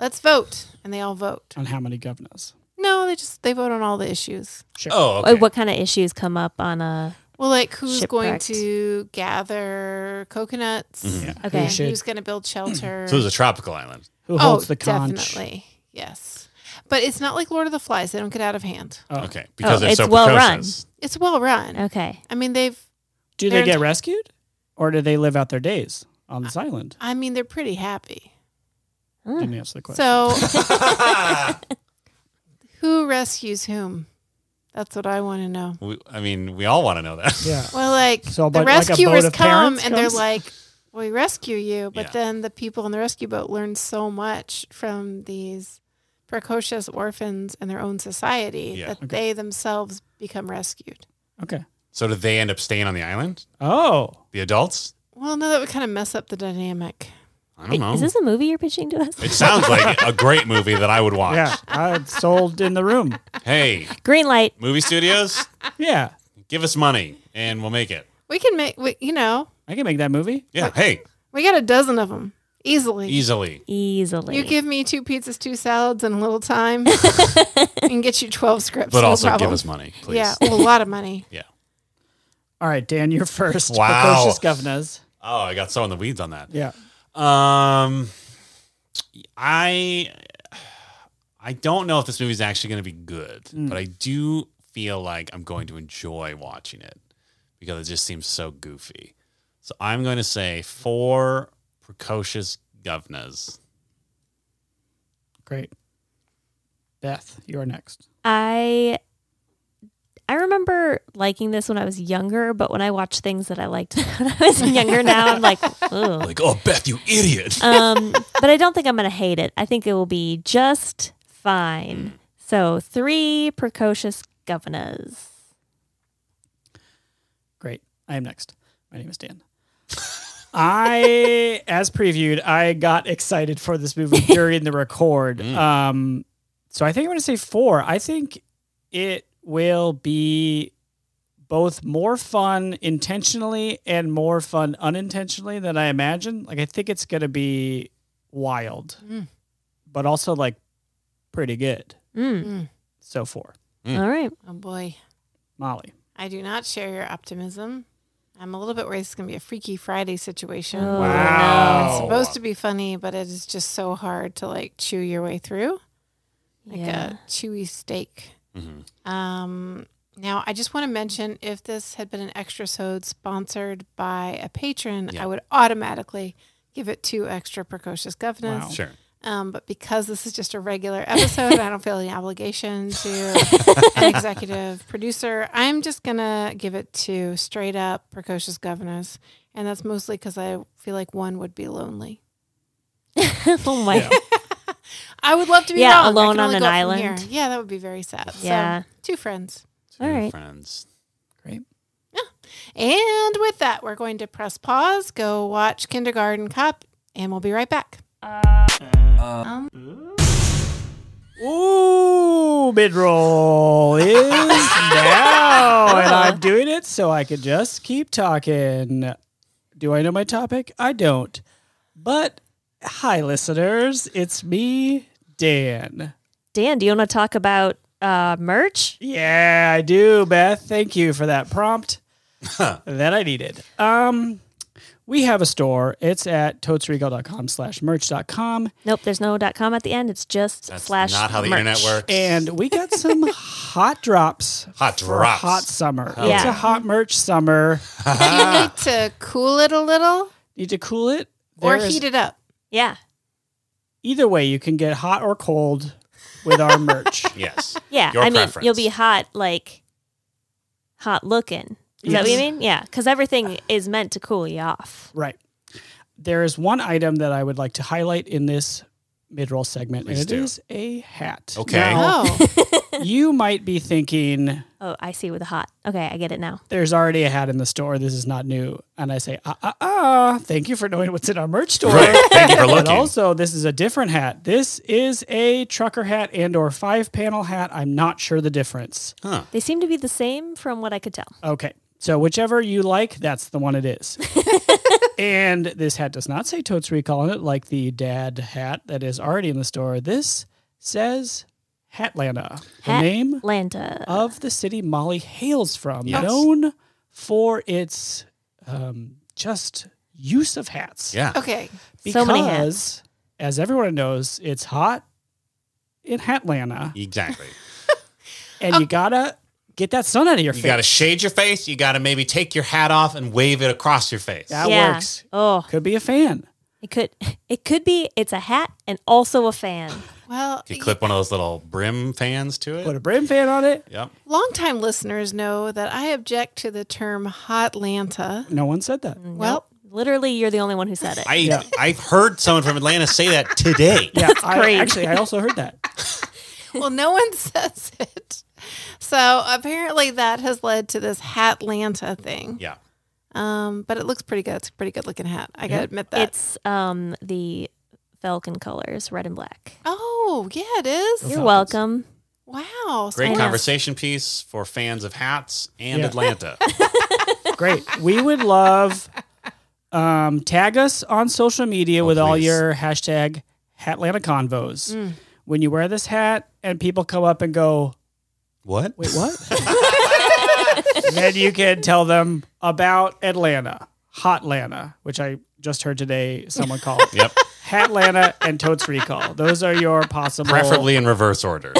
S5: let's vote, and they all vote.
S1: On how many governors?
S5: No, they just they vote on all the issues.
S1: Sure.
S2: Oh,
S6: Uh,
S2: okay.
S6: What kind of issues come up on a
S5: Well, like who's going
S6: Shipwrecked.
S5: to gather coconuts?
S6: Okay.
S1: Who should-
S5: Who's going to build shelter?
S2: So it was a tropical island.
S1: who holds
S5: oh,
S1: the conch?
S5: definitely yes. But it's not like Lord of the Flies; they don't get out of hand.
S1: Oh.
S2: Okay. Because they're
S6: it's
S2: so
S6: well run.
S2: precocious.
S5: It's well run.
S6: Okay.
S5: I mean, they've.
S1: Do they
S5: They're
S1: get
S5: enti-
S1: rescued, or do they live out their days on
S5: Uh,
S1: this island?
S5: I mean, they're pretty happy.
S1: Didn't answer the question.
S5: hmm. So, who rescues whom? That's what I want to know.
S2: We, I mean, we all want to know that.
S1: yeah.
S5: Well, like
S1: So,
S5: the
S1: but like a boat
S5: rescuers
S1: of
S5: come
S1: parents
S5: and they're
S1: comes?
S5: like, "We rescue you," but
S2: Yeah.
S5: then the people in the rescue boat learn so much from these precocious orphans and their own society
S2: Yeah.
S5: that they themselves become rescued.
S1: Okay.
S2: So did they end up staying on the island?
S1: Oh,
S2: The adults?
S5: Well, no, that would kind of mess up the dynamic.
S2: I don't know.
S6: Is this a movie you're pitching to us?
S2: Oh. it sounds like a great movie that I would watch.
S1: yeah. I sold in the room.
S2: Hey,
S6: Green light.
S2: movie studios,
S1: Yeah.
S2: give us money and we'll make it.
S5: We can make, we, you know,
S1: I can make that movie.
S2: Yeah. Hey,
S5: we got a dozen of them. easily.
S2: Easily.
S6: Easily.
S5: You give me two pizzas, two salads, and a little time, and get you twelve scripts.
S2: But
S5: no
S2: also
S5: problem.
S2: give us money, please.
S5: Yeah, well, a lot of money.
S2: Yeah.
S1: All right, Dan, you're first.
S2: Wow.
S1: Precocious governors.
S2: Oh, I got so in the weeds on that.
S1: Yeah.
S2: Um, I I don't know if this movie's actually going to be good,
S6: Mm.
S2: but I do feel like I'm going to enjoy watching it because it just seems so goofy. So I'm going to say four precocious govnas.
S1: Great. Beth, you are next.
S6: I I remember liking this when I was younger, but when I watch things that I liked when I was younger now, I'm like, ooh.
S2: Like, oh, Beth, you idiot.
S6: Um, but I don't think I'm gonna hate it. I think it will be just
S2: Mm.
S6: fine. So three precocious governors.
S1: Great. I am next. My name is Dan. I, as previewed, I got excited for this movie during the record. Um, so I think I'm going to say four. I think it will be both more fun intentionally and more fun unintentionally than I imagine. Like, I think it's going to be wild,
S5: Mm.
S1: but also like pretty good.
S6: Mm.
S5: Mm.
S1: So, four.
S2: Mm.
S6: All right.
S5: Oh boy,
S1: Molly.
S5: I do not share your optimism. I'm a little bit worried it's going to be a Freaky Friday situation.
S6: Oh,
S1: Wow.
S5: It's supposed to be funny, but it is just so hard to like chew your way through, like
S6: Yeah.
S5: a chewy steak.
S2: hmm
S5: Um, now, I just want to mention if this had been an extra sode sponsored by a patron,
S2: Yeah.
S5: I would automatically give it two extra precocious governors.
S1: Wow.
S6: Oh.
S2: Sure.
S5: Um, but because this is just a regular episode, I don't feel any obligation to an executive producer. I'm just gonna give it to straight up precocious governors, and that's mostly because I feel like one would be lonely.
S6: oh my.
S5: I would love to be
S6: Yeah,
S5: wrong. I
S6: alone
S5: can
S6: on
S5: only
S6: an
S5: go from
S6: island.
S5: here. Yeah, that would be very sad.
S6: Yeah.
S5: so, two friends.
S2: Two
S6: All right.
S2: friends.
S1: Great.
S5: And with that, we're going to press pause, go watch Kindergarten Cop, and we'll be right back.
S1: Ooh, mid roll is now, and I'm doing it so I could just keep talking. Do I know my topic? I don't. But hi, listeners, it's me, Dan.
S6: Dan, do you want to talk about uh, merch?
S1: Yeah, I do, Beth. Thank you for that prompt that I needed. Um, we have a store. It's at totesregal.com slash merch.com.
S6: Nope, there's no dot com at the end. It's just
S2: That's
S6: slash.
S2: not how the
S6: merch.
S2: internet works.
S1: And we got some hot drops.
S2: Hot
S1: for
S2: drops.
S1: Hot summer.
S6: Hell
S1: It's
S6: yeah.
S1: a hot merch summer.
S5: you need to cool it a little
S1: Need to cool it
S5: or
S1: There is-
S5: heat it up.
S6: Yeah.
S1: Either way, you can get hot or cold with our merch.
S2: yes.
S6: Yeah,
S2: Your
S6: I mean,
S2: preference.
S6: you'll be hot, like hot looking. Is that what you mean? Yeah, because everything is meant to cool you off.
S1: Right. There is one item that I would like to highlight in this mid roll segment,
S2: Please
S1: and it
S2: do.
S1: is a hat.
S2: Okay.
S1: Now,
S5: Oh,
S1: you might be thinking
S6: Oh, I see with the hot. Okay, I get it now.
S1: there's already a hat in the store. This is not new. And I say, ah, ah, ah, thank you for knowing what's in our merch store.
S2: Right. Thank you for
S1: But
S2: looking.
S1: also, this is a different hat. This is a trucker hat and or five panel hat. I'm not sure the difference.
S2: Huh.
S6: They seem to be the same from what I could tell.
S1: Okay. So whichever you like, that's the one it is. and this hat does not say totes recall on it like the dad hat that is already in the store. This says Hatlanta, the name
S6: Atlanta.
S1: of the city Molly hails from,
S2: Yes.
S1: known for its um, just use of hats.
S2: Yeah.
S5: okay.
S1: Because,
S6: So many
S1: as everyone knows, it's hot in Hatlanta,
S2: Exactly.
S1: and
S6: Oh.
S1: you gotta get that sun out of your
S2: You
S1: face.
S2: got to shade your face. You got to maybe take your hat off and wave it across your face.
S1: that
S6: yeah.
S1: works.
S6: Oh,
S1: Could be a fan.
S6: it could. It could be. It's a hat and also a fan.
S5: Well,
S2: You clip one of those little brim fans to it.
S1: Put a brim fan on it.
S2: Yep.
S5: longtime listeners know that I object to the term hotlanta.
S1: No one said that.
S6: Mm.
S5: Well,
S6: Literally, you're the only one who said it.
S2: I I've heard someone from Atlanta say that today.
S1: Yeah, I,
S6: great.
S1: actually, I also heard that.
S5: well, no one says it. So apparently that has led to this hatlanta thing.
S2: Yeah.
S5: Um, but it looks pretty good. It's a pretty good looking hat. I gotta admit that.
S6: it's um the falcon colors, red and black.
S5: oh yeah, it is.
S6: You're welcome.
S5: Wow. So
S2: Great
S6: Yeah.
S2: conversation piece for fans of hats and
S1: Yeah.
S2: Atlanta.
S1: Great. We would love Um, tag us on social media
S2: Oh,
S1: with all
S2: please.
S1: your hashtag Hatlanta Convos. When you wear this hat and people come up and go,
S2: What?
S1: wait, what? then you can tell them about Atlanta, Hotlanta, which I just heard today someone call it.
S2: Yep.
S1: Hatlanta and Totes Recall. Those are your possible
S2: Preferably in reverse order.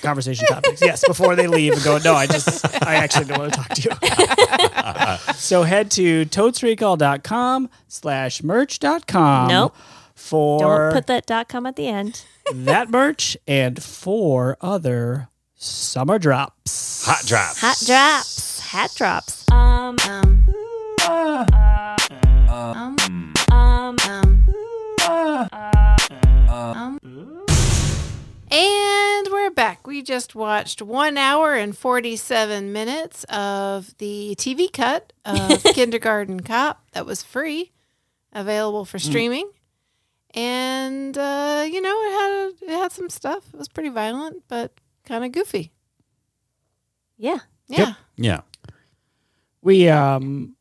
S1: conversation topics. Yes, before they leave and go, no, I just, I actually don't want to talk to you. so head to totesrecall.com slash merch.com
S6: Nope.
S1: for
S6: Don't put that dot com at the end.
S1: that merch and four other summer drops.
S2: Hot drops.
S6: Hot drops. Hat drops.
S3: Um,
S5: Um,
S3: um, um,
S5: um, um. And we're back. We just watched one hour and 47 minutes of the TV cut of Kindergarten Cop that was free, available
S2: Mm.
S5: for streaming. And, uh, you know, it had, it had some stuff. It was pretty violent, but kind of goofy.
S6: Yeah.
S5: Yeah.
S2: Yeah.
S1: We, um,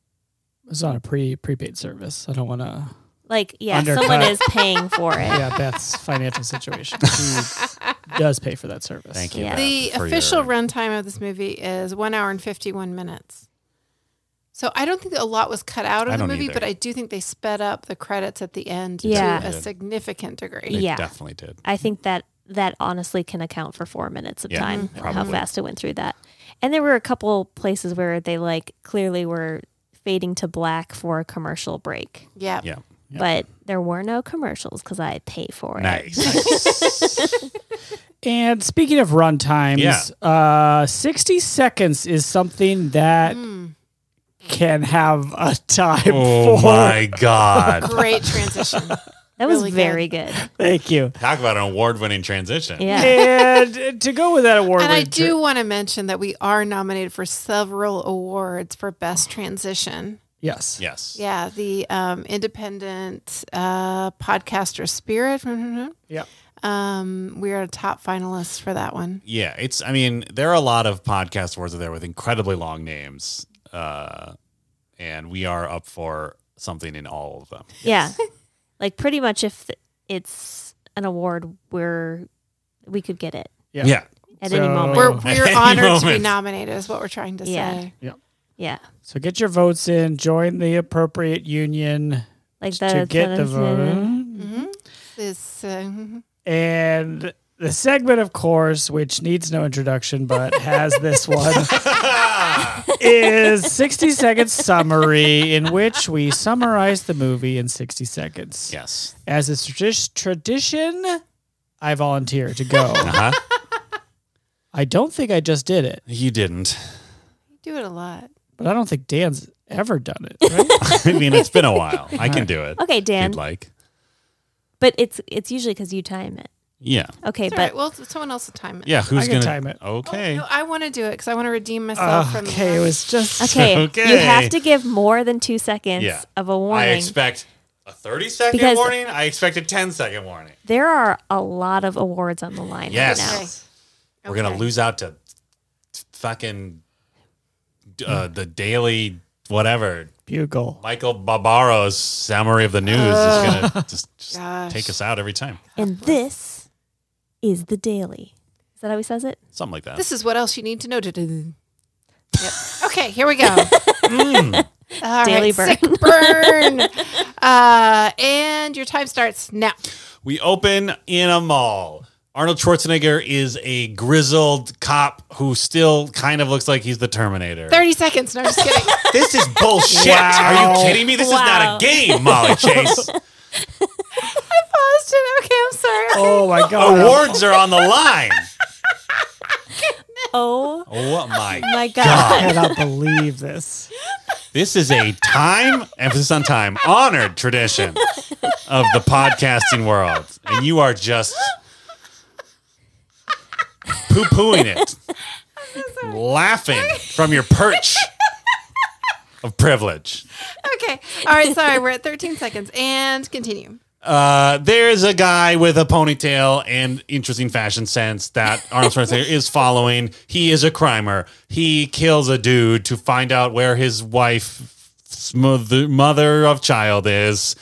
S1: it's on a pre prepaid service. I don't want to.
S6: Like, yeah,
S1: Undercut.
S6: someone is paying for it.
S1: Yeah, Beth's financial situation. She does pay for that service.
S2: Thank you.
S6: Yeah.
S2: Beth,
S5: The
S2: for
S5: official
S2: your-
S5: runtime of this movie is one hour and 51 minutes. So I don't think that a lot was cut out
S2: I
S5: of the
S2: don't
S5: movie,
S2: either.
S5: but I do think they sped up the credits at the end
S6: Yeah.
S5: to
S2: They
S5: a
S2: did.
S5: significant degree.
S2: They
S6: Yeah.
S2: definitely did.
S6: I think that that honestly can account for four minutes of
S2: Yeah,
S6: time, how
S2: probably.
S6: fast it went through that. And there were a couple places where they like clearly were fading to black for a commercial break,
S5: Yeah.
S2: Yeah.
S6: but there were no commercials because I pay for it.
S2: Nice.
S1: And speaking of run times,
S2: Yeah.
S1: uh, 60 seconds is something that
S5: Hmm.
S1: can have a time
S2: oh
S1: for.
S2: my God.
S5: Great transition.
S6: That was
S5: Really good.
S6: very good.
S1: Thank you.
S2: Talk about an award winning transition.
S6: Yeah.
S1: and to go with that award,
S5: and I
S1: winning
S5: do
S1: tr-
S5: want to mention that we are nominated for several awards for best transition.
S1: yes.
S2: Yes.
S5: Yeah, the um, independent uh, podcaster Spirit.
S1: Yep.
S5: Um, we are top finalists for that one.
S2: Yeah, it's. I mean, there are a lot of podcast awards out there with incredibly long names, uh, and we are up for something in all of them.
S6: Yeah. Like pretty much if th- it's an award where we could get it
S1: Yeah.
S6: at any moment.
S5: We're,
S1: Oh.
S5: we're
S2: Any
S5: honored to be
S2: moment.
S5: nominated, is what we're trying to
S6: Yeah.
S5: say.
S6: yeah.
S1: So get your votes in, join the appropriate union
S6: Like that.
S1: to get the vote.
S5: This, uh,
S1: And the segment, of course, which needs no introduction but has this one, is 60 Second Summary, in which we summarize the movie in 60 seconds.
S2: Yes.
S1: As is tradi- tradition, I volunteer to go.
S2: Uh huh.
S1: I don't think I just did it,
S2: you didn't.
S5: you do it a lot.
S1: but I don't think Dan's ever done it, right?
S2: I mean, it's been a while. I can do it.
S6: Okay,
S2: if
S6: Dan.
S2: You'd like?
S6: But it's it's usually because you time it.
S2: Yeah.
S6: Okay,
S5: It's all
S6: but
S5: right. Well, someone else will time it. Oh,
S2: Yeah. Who's
S1: I can
S2: gonna
S1: time it.
S6: Oh,
S2: Okay.
S5: No, I want to do it because I want to redeem myself
S1: Ugh,
S5: from. the
S1: Ah, okay, it
S5: last-
S1: was just.
S6: Okay. You
S2: Okay.
S6: have to give more than two seconds
S2: Yeah.
S6: of a
S2: I
S6: warning.
S2: expect a thirty-second
S6: Because-
S2: warning. I expect a 10-second warning.
S6: there are a lot of awards on the line
S2: Yes.
S6: right now.
S5: Okay.
S2: We're gonna
S5: Okay.
S2: lose out to fucking uh,
S6: Hmm.
S2: the daily whatever
S1: Bugle.
S2: Michael Barbaro's summary of the news is going to just, just
S5: Gosh.
S2: take us out every time.
S6: And this is the daily. Is that how he says it?
S2: Something like that.
S5: This is what else you need to know. to Yep. Okay, here we go.
S2: Mm.
S5: All
S6: Daily
S5: right, sick burn. uh, and your time starts now.
S2: we open in a mall. Arnold Schwarzenegger is a grizzled cop who still kind of looks like he's the Terminator.
S5: Thirty seconds. No, I'm just kidding.
S2: This is bullshit. Are you kidding me? This
S6: Wow.
S2: is not a game, Molly Chase.
S5: I paused it. Okay, I'm sorry.
S1: Oh my God.
S2: Awards are on the line.
S6: Oh
S2: Oh my
S6: my
S1: I
S6: god.
S1: cannot believe this.
S2: This is a time, emphasis on time, honored tradition of the podcasting world. And you are just poo pooing it, laughing from your perch of privilege.
S5: Okay. All right. Sorry. We're at 13 seconds and continue.
S2: Uh, there's a guy with a ponytail and interesting fashion sense that Arnold Schwarzenegger is following. He is a crimer. He kills a dude to find out where his wife mother, mother of child is.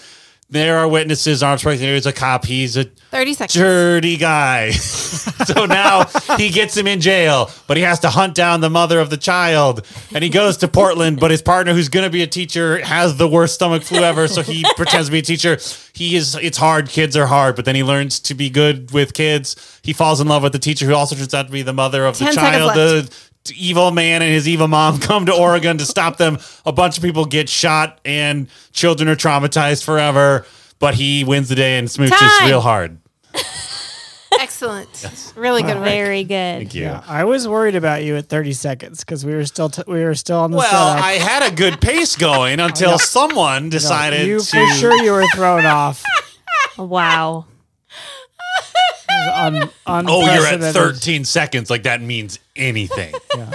S2: There are witnesses. Armstrong is a cop. He's a
S5: 30 seconds.
S2: dirty guy. so now he gets him in jail, but he has to hunt down the mother of the child. And he goes to Portland, but his partner, who's going to be a teacher, has the worst stomach flu ever. So he pretends to be a teacher. He is, it's hard. Kids are hard, but then he learns to be good with kids. He falls in love with the teacher, who also turns out to be the mother of the
S5: Ten seconds
S2: child. The evil man and his evil mom come to Oregon to stop them. A bunch of people get shot, and children are traumatized forever. But he wins the day and smooches
S5: Time.
S2: real hard.
S5: Excellent. Really good work.
S6: Very good.
S2: Thank you.
S1: Yeah, I was worried about you at 30 seconds because we were still t- we were still on the
S2: Well,
S1: setup.
S2: I had a good pace going until someone decided
S1: you
S2: to.
S1: for sure you were thrown off.
S6: Wow.
S1: Un-
S2: Oh, you're at
S1: unprecedented.
S2: 13 seconds. Like that means anything.
S6: And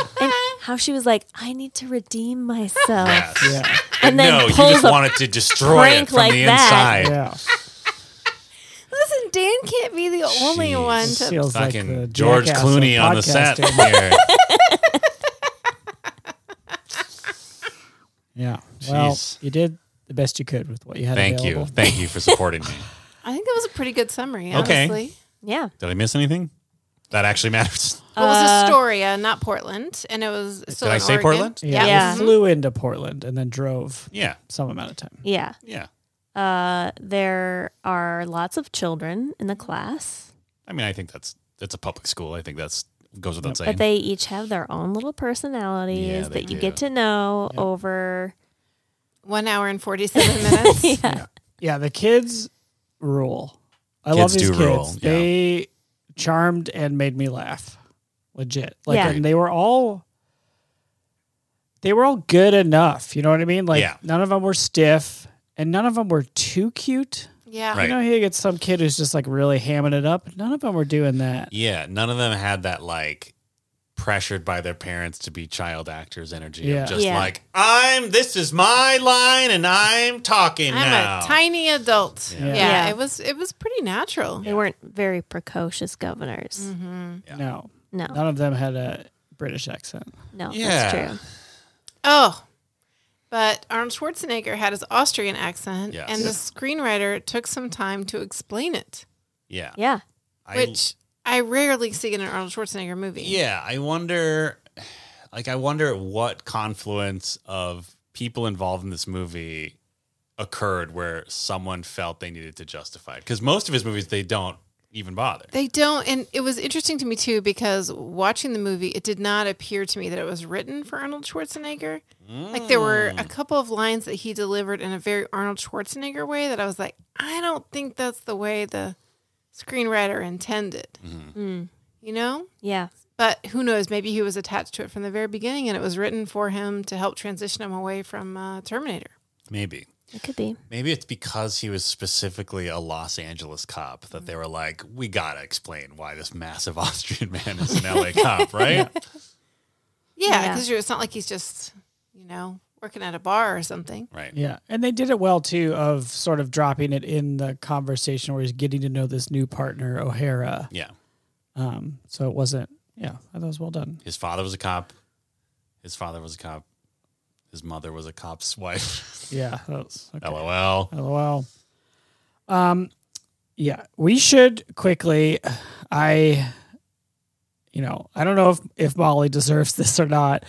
S6: how she was like, I need to redeem myself.
S2: Yes.
S1: Yeah,
S6: And then
S2: no, you
S6: pulls
S2: just
S6: a
S2: wanted to destroy it
S6: prank
S2: from
S6: like
S2: the
S6: that.
S2: inside.
S1: yeah.
S5: Listen, Dan can't be the only
S2: Jeez.
S5: one
S1: This
S5: to.
S1: feels like
S2: Fucking
S1: the
S2: George
S1: Jackass
S2: Clooney
S1: of
S2: on the set
S1: podcasting.
S2: here.
S1: Yeah. Well,
S2: Jeez.
S1: you did the best you could with what you had
S2: Thank you.
S1: available.
S2: Thank you for supporting me.
S5: I think that was a pretty good summary,
S2: Okay.
S5: honestly.
S6: Yeah.
S2: Did I miss anything? That actually matters.
S5: Well, it was
S6: Uh,
S5: Astoria, not Portland, and it was. Still
S2: Did I
S5: in
S2: say
S5: Oregon.
S2: Portland?
S1: Yeah,
S5: Yeah.
S6: Yeah.
S1: We flew into Portland and then drove
S2: Yeah.
S1: some amount of time.
S6: Yeah.
S2: Yeah.
S6: Uh, there are lots of children in the class,
S2: I mean, I think that's that's a public school. I think that's goes without saying.
S6: but they each have their own little personalities
S2: Yeah, they
S6: that you
S2: do.
S6: get to know over.
S5: One hour and 47 minutes.
S1: Yeah, the kids rule. I
S2: Kids
S1: love these
S2: do
S1: kids.
S2: rule, yeah.
S1: They charmed and made me laugh. Legit. Like
S6: Yeah.
S1: and they were all they were all good enough. You know what I mean? Like
S2: Yeah.
S1: none of them were stiff and none of them were too cute.
S5: Yeah.
S2: Right.
S1: You know, here you get some kid who's just like really hamming it up. None of them were doing that.
S2: Yeah, none of them had that like pressured by their parents to be child actors energy.
S1: Yeah.
S2: Of just
S6: Yeah.
S2: like I'm this is my line and I'm talking
S5: I'm
S2: now.
S5: a tiny adult.
S2: Yeah.
S5: Yeah.
S6: Yeah.
S5: It was it was pretty natural.
S6: They weren't very precocious governors.
S2: Yeah.
S1: No.
S6: No,
S1: None of them had a British accent.
S6: no,
S2: Yeah.
S6: that's true.
S5: Oh. But Arnold Schwarzenegger had his Austrian accent
S2: Yes.
S5: and the
S2: Yeah.
S5: screenwriter took some time to explain it,
S2: yeah.
S6: Yeah,
S2: I-
S5: which I, rarely see in an Arnold Schwarzenegger movie.
S2: yeah, I wonder like I wonder what confluence of people involved in this movie occurred where someone felt they needed to justify it. Because most of his movies they don't even bother.
S5: They don't and it was interesting to me too because watching the movie it did not appear to me that it was written for Arnold Schwarzenegger. Like there were a couple of lines that he delivered in a very Arnold Schwarzenegger way that I was like, I don't think that's the way the screenwriter intended. You know?
S6: yeah,
S5: But who knows? Maybe he was attached to it from the very beginning, and it was written for him to help transition him away from uh, Terminator.
S2: Maybe.
S6: it could be.
S2: Maybe it's because he was specifically a Los Angeles cop that they were like, we gotta explain why this massive Austrian man is an LA cop, right?
S5: Yeah,
S6: Yeah.
S5: because it's not like he's just, you know, working at a bar or something.
S2: Right.
S1: Yeah, and they did it well too, of sort of dropping it in the conversation where he's getting to know this new partner, O'Hara.
S2: Yeah.
S1: Um, so it wasn't. Yeah, that was well done.
S2: His father was a cop. His father was a cop. His mother was a cop's wife.
S1: Yeah, that was okay.
S2: LOL.
S1: LOL. Um, yeah, we should quickly. I, you know, I don't know if if Molly deserves this or not,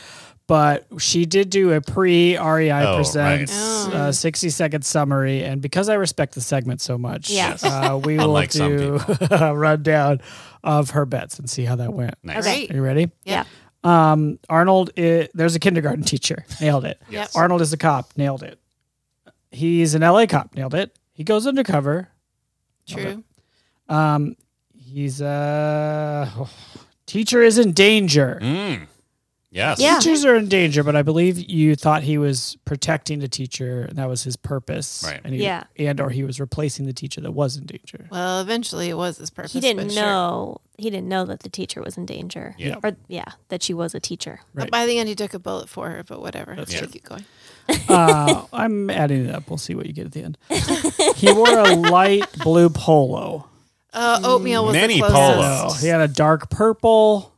S1: but she did do a pre REI
S2: Oh, right.
S1: presents
S5: Oh.
S1: uh, sixty second summary, and because I respect the segment so much,
S6: Yeah. Yes.
S1: uh, we will
S2: Unlike some
S1: do a rundown of her bets and see how that went.
S2: Nice.
S5: Okay.
S1: Are you ready?
S5: Yeah.
S1: Um, Arnold, i there's a kindergarten teacher. Nailed it.
S5: Yes.
S1: Arnold is a cop. Nailed it. He's an LA cop. Nailed it. He goes undercover.
S5: True.
S1: Um, he's a teacher is in danger.
S2: Mm. Yes.
S6: Yeah.
S1: Teachers are in danger, but I believe you thought he was protecting the teacher, and that was his purpose.
S2: Right.
S1: And he,
S6: Yeah.
S1: And or he was replacing the teacher that was in danger.
S5: Well, eventually it was his purpose.
S6: He
S5: but
S6: didn't
S5: sure.
S6: know. He didn't know that the teacher was in danger.
S2: Yeah.
S6: or yeah, that she was a teacher.
S1: Right.
S5: By the end, he took a bullet for her, but whatever. Let's
S2: true.
S5: keep going.
S1: Uh, I'm adding it up. We'll see what you get at the end. he wore a light blue polo.
S6: Hmm.
S5: Uh, oatmeal was
S2: Many
S5: the closest.
S2: polos.
S1: Oh, he had a dark purple.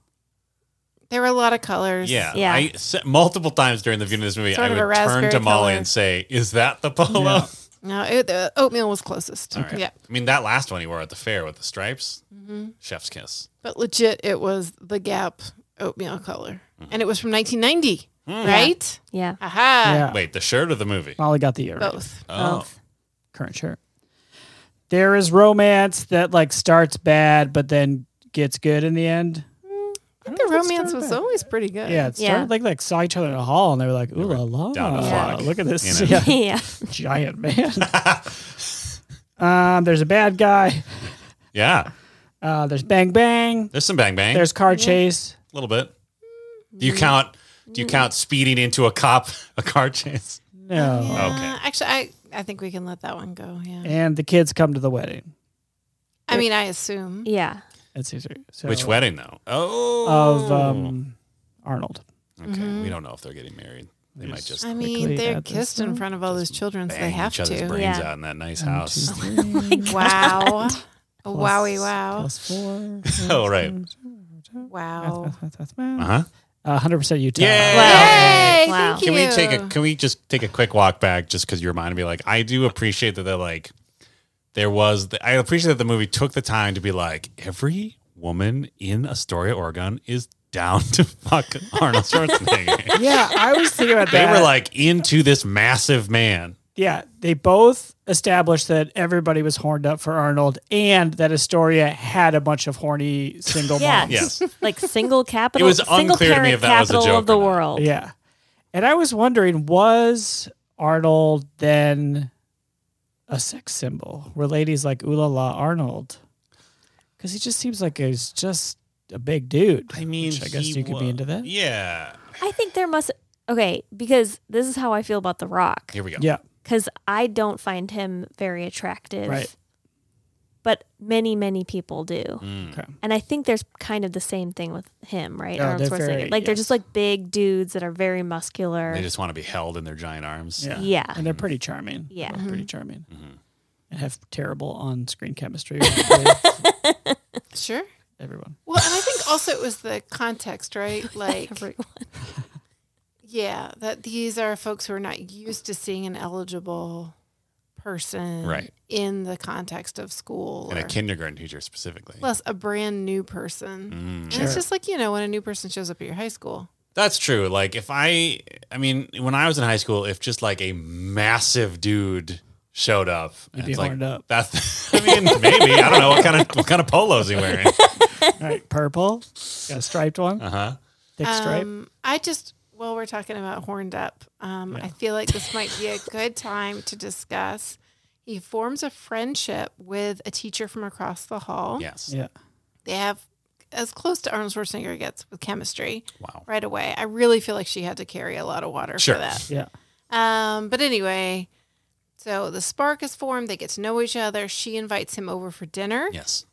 S5: There were a lot of colors.
S2: Yeah,
S6: Yeah.
S2: I s multiple times during the viewing of this movie,
S5: Sort
S2: I
S5: of a
S2: would turn
S5: raspberry
S2: to Molly
S5: color.
S2: and say, "Is that the polo?"
S1: Yeah.
S5: No, it, the oatmeal was closest.
S2: All right.
S5: Yeah.
S2: I mean, that last one he wore at the fair with the stripes,
S5: Mm-hmm.
S2: chef's kiss.
S5: But legit, it was the Gap oatmeal color.
S2: Mm-hmm.
S5: And it was from 1990,
S2: Hmm.
S5: right?
S6: Yeah.
S5: Aha.
S1: Yeah.
S2: Wait, the shirt or the movie? Oh.
S1: Molly got the earring.
S5: Both.
S6: Both.
S1: current shirt. There is romance that like starts bad but then gets good in the end.
S5: I think the romance was always pretty good.
S1: Yeah, it started
S6: Yeah.
S1: like like saw each other in a hall and they were like, ooh la la,
S2: down a
S6: block,
S1: look at this
S2: you know.
S1: yeah,
S6: yeah.
S1: giant man. um, there's a bad guy.
S2: Yeah,
S1: Uh, there's bang bang.
S2: there's some bang bang.
S1: There's car chase.
S2: a little bit. Do you count? Do you count speeding into a cop, a car chase?
S1: No.
S5: Yeah, Actually, I, I think we can let that one go. Yeah.
S1: And the kids come to the wedding.
S5: I mean, I assume.
S6: Yeah.
S1: That's Caesar. So,
S2: Which wedding though? Oh,
S1: Of um, Mm-hmm. Arnold.
S2: okay. We don't know if they're getting married. They might just
S5: I
S1: quickly
S5: mean, they're
S1: add this
S5: kissed in front of all those children, so they
S2: bang
S5: have
S2: each other's
S5: to.
S2: brains
S6: Yeah.
S2: out in that nice house.
S5: Wow. A wowie wow.
S1: Plus four.
S2: oh right.
S5: Wow.
S2: Uh huh.
S1: Uh, 100% Utah.
S2: Yeah.
S6: Wow.
S5: Yay,
S6: Wow.
S5: thank
S2: Can we take a
S5: you.
S2: can we just take a quick walk back just because you reminded me like I do appreciate that they're like there was the, I appreciate that the movie took the time to be like every woman in Astoria Oregon is down to fuck Arnold Schwarzenegger.
S1: Yeah, I was thinking about
S2: they
S1: that.
S2: were like into this massive man.
S1: yeah, they both established that everybody was horned up for Arnold and that Astoria had a bunch of horny single
S6: Yeah.
S1: moms.
S2: Yes.
S6: Like single capital.
S2: was
S6: single
S2: unclear to me
S6: parent
S2: if that was a
S6: capital
S2: joke
S6: of the
S2: or not.
S6: world.
S1: Yeah. And I was wondering, was Arnold then a sex symbol? Were ladies like, ooh la la, Arnold? Because he just seems like he's just a big dude. which I guess you could be into that.
S2: Yeah.
S6: I think there must. Okay, because this is how I feel about The Rock.
S2: Here we go.
S1: Yeah.
S6: Because I don't find him very attractive.
S1: Right.
S6: But many, many people do.
S2: Mm.
S1: Okay.
S6: And I think there's kind of the same thing with him, right?
S1: Oh,
S6: Arnold
S1: they're
S6: Schwarzenegger.
S1: very-
S6: like they're
S1: yes.
S6: just like big dudes that are very muscular.
S2: They just want to be held in their giant arms.
S1: Yeah. Mm-hmm.
S6: Yeah.
S1: And they're pretty charming.
S6: Yeah.
S1: They're Pretty charming. And have terrible on screen chemistry with
S5: Sure.
S1: everyone.
S5: Well, and I think also it was the context, right? Like, yeah, that these are folks who are not used to seeing an eligible person
S2: Right.
S5: in the context of school.
S2: And a
S5: or-
S2: kindergarten teacher specifically.
S5: Plus, a brand new person. and it's just like, you know, when a new person shows up at your high school.
S2: That's true. Like if I I mean, when I was in high school, if just like a massive dude showed up, and
S1: be
S2: it's like
S1: horned up.
S2: that's I mean, maybe. I don't know what kind of what kind of polo is he wearing.
S1: All right. Purple. Got a striped one.
S2: Uh-huh.
S1: Thick stripe.
S5: Um, I just, while we're talking about horned up, um, I feel like this might be a good time to discuss. He forms a friendship with a teacher from across the hall.
S2: Yes.
S1: yeah.
S5: they have as close to Arnold Schwarzenegger gets with chemistry
S2: Wow.
S5: right away. I really feel like she had to carry a lot of water
S2: Sure.
S5: for that.
S1: Yeah.
S5: Um, but anyway, so the spark is formed. They get to know each other. She invites him over for dinner.
S2: Yes.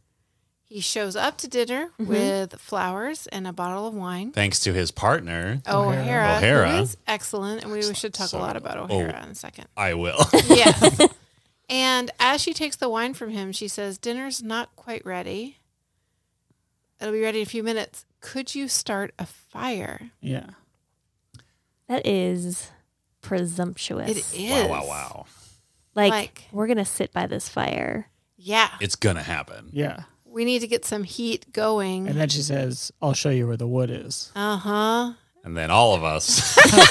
S5: He shows up to dinner
S1: Mm-hmm.
S5: with flowers and a bottle of wine.
S2: Thanks to his partner,
S5: O'Hara, who
S2: O'Hara.
S5: is excellent, and we should talk
S2: So- oh.
S5: a lot about O'Hara in a second.
S2: I will.
S5: Yes. and as she takes the wine from him, she says, Dinner's not quite ready. It'll be ready in a few minutes. Could you start a fire?
S1: Yeah.
S6: That is presumptuous.
S5: It is.
S2: wow, wow, wow.
S6: Like,
S5: Like-
S6: we're gonna sit by this fire.
S5: Yeah.
S2: It's gonna happen.
S1: Yeah.
S5: We need to get some heat
S1: And
S5: going.
S1: then she says, I'll show you where the wood is.
S5: Uh huh.
S2: And then all of us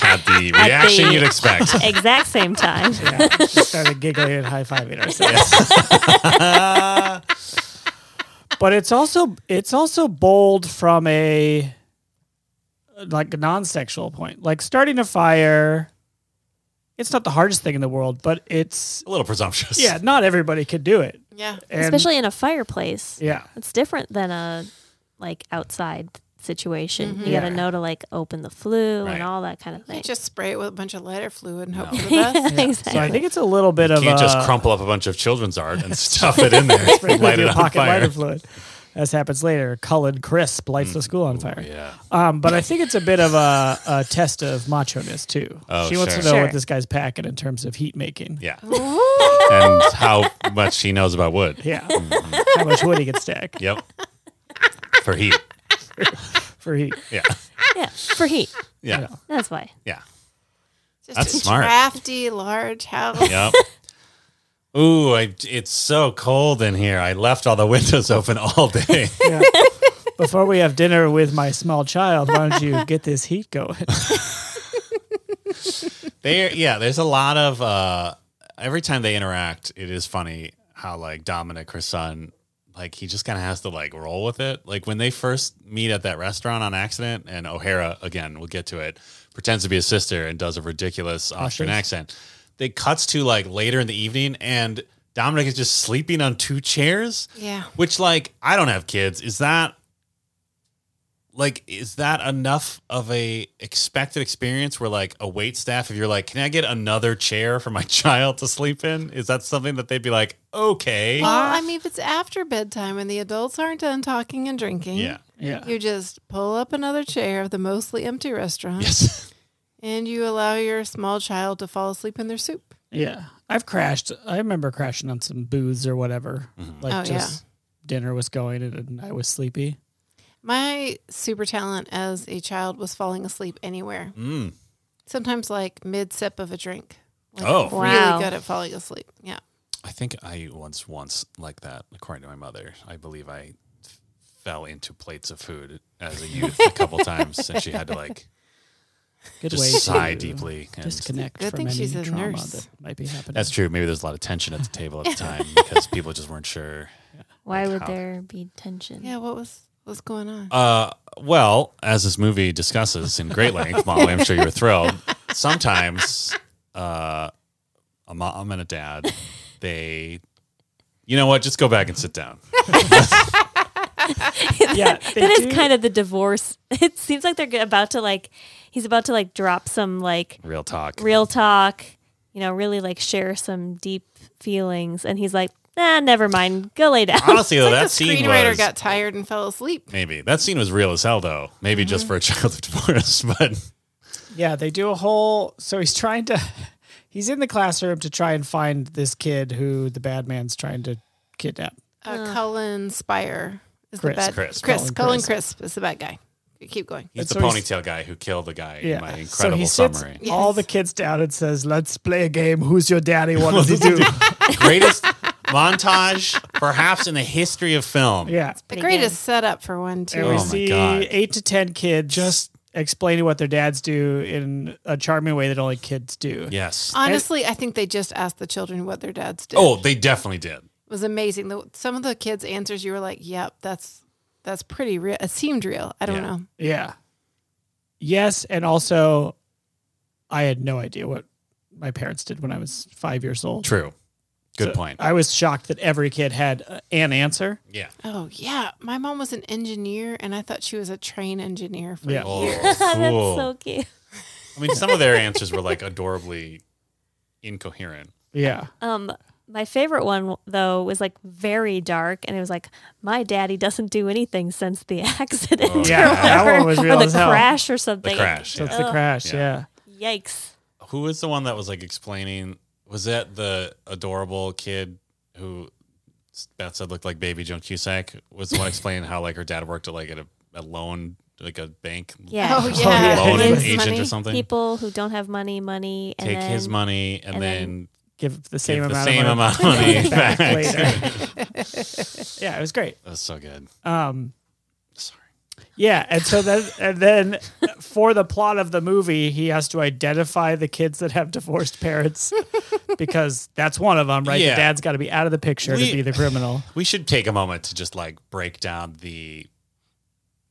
S2: had the reaction
S6: the-
S2: you'd expect.
S6: Exact same time.
S1: Yeah. she started giggling and high fiving herself. but it's also it's also bold from a like non sexual point. Like starting a fire, it's not the hardest thing in the world, but it's
S2: A little presumptuous.
S1: yeah, not everybody could do it.
S5: Yeah.
S1: And-
S6: Especially in a fireplace.
S1: yeah.
S6: It's different than a like outside situation. You
S1: Yeah.
S6: gotta know to like open the flue
S2: Right.
S6: and all that kind of
S5: You
S6: thing.
S5: Mm-hmm. just spray it with a bunch of lighter fluid and hope for the best.
S6: exactly.
S1: So I think it's a little bit
S2: You
S1: of uh,
S2: can't
S1: a,
S2: just crumple up a bunch of children's art and stuff it in there.
S1: with
S2: light
S1: your
S2: it on
S1: pocket
S2: fire.
S1: lighter fluid. As happens later, Cullen Crisp lights the school on fire.
S2: Mm-hmm. Yeah.
S1: Um, but I think it's a bit of a, a test of macho ness too.
S2: Oh,
S1: she wants
S2: sure.
S1: to know
S6: Sure.
S1: what this guy's packing in terms of heat making.
S2: Yeah. and how much he knows about wood. Mm-hmm.
S1: Yeah. How much wood he can stack
S2: Yep. For heat.
S1: for heat.
S2: Yeah.
S6: yeah, for heat.
S2: Yeah.
S6: That's why.
S2: Yeah.
S5: Just
S2: That's
S5: a
S2: smart.
S5: drafty, large house.
S2: Yep. Ooh, I, it's so cold in here. I left all the windows open all day.
S1: Yeah. Before we have dinner with my small child, why don't you get this heat going?
S2: There, yeah, there's a lot of uh every time they interact, it is funny how like Dominic, her son, like he just kind of has to like roll with it. Like when they first meet at that restaurant on accident, and O'Hara again, we'll get to it, pretends to be his sister and does a ridiculous Austrian accent. They cuts to like later in the evening, and Dominic is just sleeping on two chairs.
S5: Yeah.
S2: Which, like, I don't have kids. Is that like is that enough of a expected experience where like a wait staff if you're like can i get another chair for my child to sleep in is that something that they'd be like okay
S5: Well, I mean, if it's after bedtime and the adults aren't done talking and drinking,
S2: yeah
S1: Yeah.
S5: you just pull up another chair of the mostly empty restaurant
S2: yes
S5: and you allow your small child to fall asleep in their soup.
S1: Yeah. I've crashed. I remember crashing on some booths or whatever.
S2: Mm-hmm.
S1: Like
S5: Oh,
S1: just dinner was going and- and I was sleepy.
S5: My super talent as a child was falling asleep anywhere.
S2: mm.
S5: Sometimes like mid sip of a drink. Like,
S2: Oh.
S5: really
S6: Wow.
S5: good at falling asleep. Yeah.
S2: i think i once once like that according to my mother i believe i f- fell into plates of food as a youth a couple times and she had to like
S1: Good
S2: just
S1: way
S2: sigh
S1: to
S2: deeply and
S1: disconnect
S5: Good
S1: from
S5: thing
S1: any
S5: she's a
S1: trauma
S5: nurse.
S1: that might be happening.
S2: that's true maybe there's a lot of tension at the table at the time because people just weren't sure
S6: Why would
S2: how-
S6: there be tension?
S5: Yeah. What was what's going on?
S2: Uh, well, as this movie discusses in great length, Molly, I'm sure you were thrilled. Sometimes, uh, a mom and a dad, they, you know what? Just go back and sit down.
S1: Yeah,
S6: that is kind of the divorce. It seems like they're g- about to like, he's about to like drop some like
S2: Real talk.
S6: real talk, you know, really like share some deep feelings, and he's like, nah, never mind, go lay down.
S2: Honestly, though,
S5: It's like
S2: that
S5: the
S2: scene
S5: screenwriter
S2: was
S5: got tired and fell asleep.
S2: maybe that scene was real as hell, though. Maybe
S5: Mhm.
S2: just for a child of divorce, but
S1: Yeah, they do a whole. So he's trying to. He's in the classroom to try and find this kid who the bad man's trying to kidnap.
S5: Uh, Cullen Spire is
S1: Chris.
S5: the bad
S2: Crisp.
S5: Chris.
S1: Cullen
S5: Cullen
S1: Crisp.
S5: Crisp is the bad guy. Keep going.
S2: he's
S1: And
S2: the
S1: so he's-
S2: ponytail guy who killed the guy in my
S1: So
S2: incredible
S1: he sits
S2: summary.
S1: all the kids down and says, "Let's play a game. Who's your daddy? What does he do?"
S2: Greatest montage, perhaps in the history of film.
S1: yeah,
S5: The greatest setup for one too.
S1: and we
S2: Oh my
S1: see
S2: God.
S1: eight to ten kids just explaining what their dads do in a charming way that only kids do.
S5: Uh,
S2: Yes.
S5: Honestly, I think they just asked the children what their dads did.
S2: Oh, they definitely did.
S5: It was amazing. The, some of the kids' answers, you were like, "Yep, that's that's pretty real." It seemed real. I don't
S2: Yeah.
S5: know.
S1: Yeah. Yes, and also, I had no idea what my parents did when I was five years old.
S2: True. Good point.
S1: I was shocked that every kid had uh, an answer.
S2: yeah.
S5: Oh yeah, my mom was an engineer, and I thought she was a train engineer. For
S1: Yeah.
S2: Oh,
S6: That's
S2: cool.
S6: so cute.
S2: I mean, some of their answers were like adorably incoherent.
S1: Yeah.
S6: Um, my favorite one though was like very dark, and it was like, my daddy doesn't do anything since the accident.
S2: Oh,
S6: or
S2: yeah.
S1: That
S6: whatever,
S1: one was real
S6: or the
S1: as hell.
S6: crash or
S2: The
S6: something.
S2: crash.
S1: So
S2: yeah.
S1: it's the crash.
S2: Yeah.
S1: Yeah.
S6: Yikes.
S2: Who was the one that was like explaining? Was that the adorable kid who Beth said looked like Baby Joan Cusack? Was the one explaining how like her dad worked at like at a, a loan, like a bank
S6: Yeah.
S5: Oh
S1: yeah.
S5: yeah,
S2: loan
S1: His
S2: agent or
S5: money.
S2: something?
S6: people who don't have money money and
S2: Take
S6: then,
S2: his money and,
S6: and then
S2: then,
S1: Give the
S2: same
S1: same
S2: give the
S1: amount of
S2: same
S1: money.
S2: amount of money back.
S1: later. yeah, it was great.
S2: That's so good.
S1: Um,
S2: Sorry.
S1: yeah, and so then and then for the plot of the movie, he has to identify the kids that have divorced parents because that's one of them, right?
S2: Yeah.
S1: The dad's got to be out of the picture
S2: We-
S1: to be the criminal.
S2: We should take a moment to just like break down the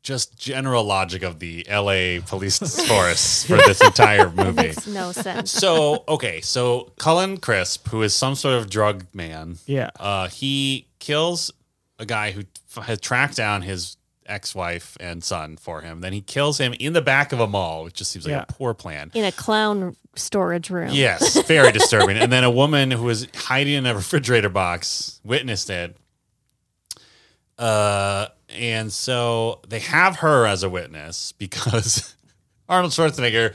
S2: just general logic of the LA police force for this entire
S6: it
S2: movie.
S6: makes no sense
S2: So, okay, so Cullen Crisp, who is some sort of drug man,
S1: Yeah.
S2: uh, he kills a guy who f- had tracked down his ex wife and son for him. Then he kills him in the back of a mall, which just seems like
S1: Yeah.
S2: a poor plan.
S6: in a clown storage room
S2: Yes, very disturbing. And then a woman who was hiding in a refrigerator box witnessed it. Uh, and so they have her as a witness because Arnold Schwarzenegger,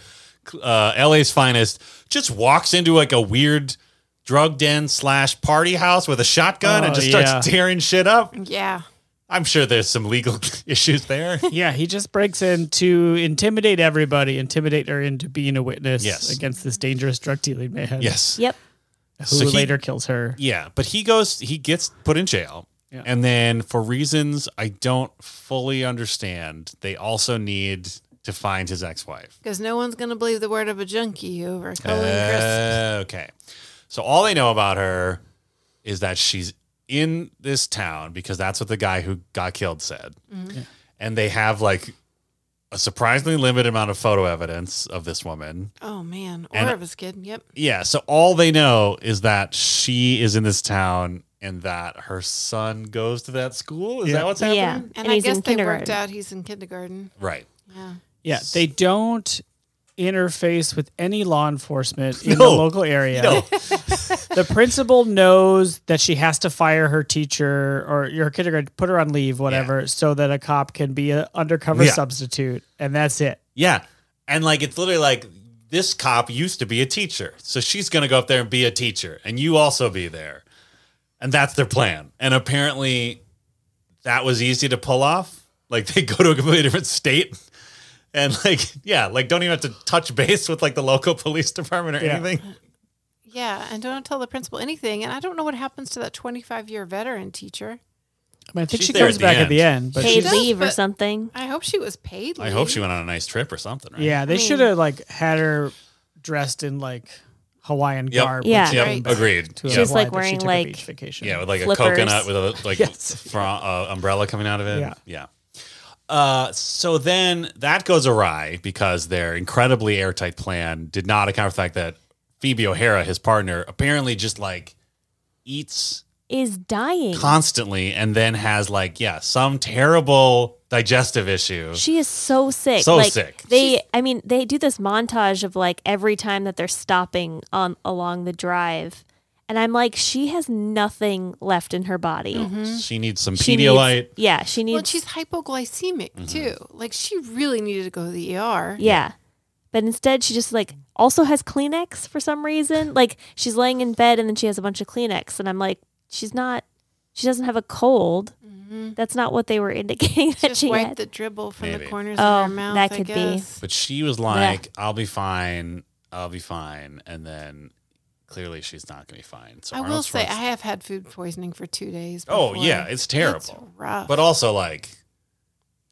S2: uh, LA's finest, just walks into like a weird drug den slash party house with a shotgun and
S1: Oh,
S2: just starts
S1: yeah.
S2: tearing shit up.
S5: Yeah,
S2: I'm sure there's some legal issues there.
S1: Yeah, he just breaks in to intimidate everybody, intimidate her into being a witness
S2: Yes.
S1: against this dangerous drug dealing man.
S2: yes.
S6: Yep.
S1: Who
S2: So he-
S1: later kills her.
S2: Yeah, but he goes, he gets put in jail.
S1: Yeah.
S2: And then for reasons I don't fully understand, they also need to find his ex wife.
S5: Because no one's going to believe the word of a junkie over Colin Crisp.
S2: Uh, okay. So all they know about her is that she's in this town because that's what the guy who got killed said. And they have like a surprisingly limited amount of photo evidence of this woman.
S5: Oh, man. Or
S2: And-
S5: of his kid. Yep.
S2: Yeah. So all they know is that she is in this town and that her son goes to that school. Is
S1: Yeah.
S2: that what's happening?
S6: Yeah.
S5: And, I
S6: he's
S5: guess
S6: in
S5: they worked
S6: kindergarten.
S5: out he's in kindergarten.
S2: Right.
S5: Yeah.
S1: Yeah, they don't interface with any law enforcement in
S2: No.
S1: the local area.
S2: No.
S1: the principal knows that she has to fire her teacher or her kindergarten, put her on leave, whatever, so that a cop can be an undercover
S2: Yeah.
S1: substitute, and that's it.
S2: Yeah. And like it's literally like this cop used to be a teacher. So she's going to go up there and be a teacher and you also be there. And that's their plan. And apparently that was easy to pull off. Like they go to a completely different state and like yeah, like don't even have to touch base with like the local police department or
S1: Yeah.
S2: anything.
S5: Yeah. And don't tell the principal anything. And I don't know what happens to that 25 year veteran teacher.
S1: I, mean, I think
S2: She's
S1: she
S2: there
S1: comes
S2: at the
S1: back at
S2: end.
S1: the end, but
S6: Paid
S1: she's-
S6: leave or
S5: but-
S6: something.
S5: I hope she was paid.
S2: I hope she went on a nice trip or something, right?
S1: yeah, they
S5: mean-
S1: should have like had her dressed in like Hawaiian
S2: Yep.
S1: garb.
S6: Yeah.
S2: Yep,
S5: Right.
S2: agreed.
S1: to
S2: Yeah.
S6: She's,
S1: imply that
S6: like,
S1: she
S6: wearing,
S1: took a
S6: like-
S1: beach vacation.
S2: Yeah, with like
S6: Flippers.
S2: a coconut with a like
S1: Yes.
S2: fra- uh, umbrella coming out of it.
S1: Yeah.
S2: Yeah. Uh, so then that goes awry because their incredibly airtight plan did not account for the fact that Phoebe O'Hara, his partner, apparently just like eats
S6: Is dying.
S2: constantly and then has like, yeah, some terrible digestive issue.
S6: She is so sick.
S2: So
S6: like,
S2: sick.
S6: They, I mean, they do this montage of like every time that they're stopping on along the drive, and I'm like, she has nothing left in her body.
S2: She needs some
S6: Mm-hmm. She needs-
S2: Pedialyte.
S6: yeah, she
S5: Mm-hmm.
S6: needs.
S5: Well, she's hypoglycemic
S2: Mm-hmm.
S5: too. Like she really needed to go to the ER.
S6: yeah, but instead she just like also has Kleenex for some reason. Like she's laying in bed and then she has a bunch of Kleenex, and I'm like, she's not. She doesn't have a cold. That's not what they were indicating that
S5: Mm-hmm. Just
S6: she
S5: wipe
S6: had.
S5: the dribble from
S2: Maybe.
S5: the corners
S6: Oh,
S5: of her mouth.
S6: that
S5: I
S6: could be.
S5: guess.
S2: But she was like, I'll be fine. I'll be fine. And then clearly she's not going to be fine. So
S5: I will
S2: Arnold
S5: say I
S2: Schwarzenegger-
S5: have had food poisoning for two days.
S2: Oh
S5: before.
S2: yeah, it's terrible.
S5: rough.
S2: But also like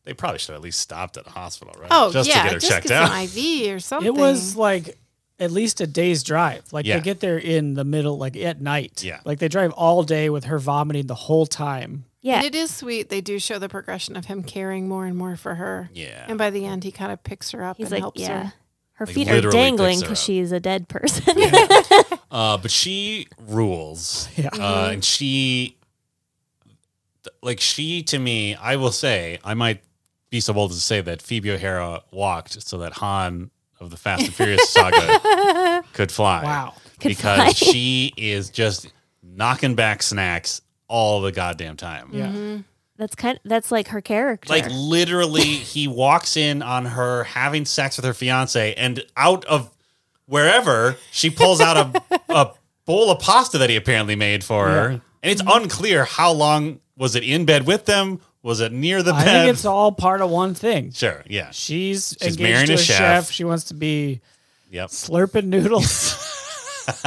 S2: they probably should have at least stopped at the hospital, right?
S5: oh
S2: just
S5: yeah,
S2: to get her
S5: just
S2: checked
S5: get
S2: out.
S5: some IV or something.
S1: It was like at least a day's drive. Like
S2: Yeah.
S1: they get there in the middle, like at night.
S2: Yeah.
S1: Like they drive all day with her vomiting the whole time.
S6: yeah,
S5: And it is sweet. They do show the progression of him caring more and more for her.
S2: Yeah.
S5: And by the end, he kind of picks her up
S6: he's
S5: and
S6: like,
S5: helps
S6: yeah.
S5: her.
S6: Her
S2: Like,
S6: feet are
S2: literally picks
S6: dangling
S2: her
S6: because
S2: up.
S6: she's a dead person.
S2: Uh, but she rules.
S1: Yeah.
S6: Mm-hmm.
S2: Uh, and she, th- like she to me, I will say, I might be so bold to say that Phoebe O'Hara walked so that Han of the Fast and Furious saga could fly.
S1: Wow.
S6: Could
S2: because
S6: fly.
S2: she is just knocking back snacks all the goddamn time.
S1: Yeah.
S5: Mm-hmm.
S6: That's kind. that's like her character.
S2: Like literally, he walks in on her having sex with her fiance, and out of wherever she pulls out a, a bowl of pasta that he apparently made for her,
S1: Yeah.
S2: and it's unclear how long was it in bed with them. Was it near the
S1: I
S2: bed?
S1: think it's all part of one thing.
S2: sure. Yeah.
S1: She's, engaged
S2: marrying
S1: to
S2: a
S1: a
S2: chef.
S1: chef. She wants to be
S2: Yep.
S1: slurping noodles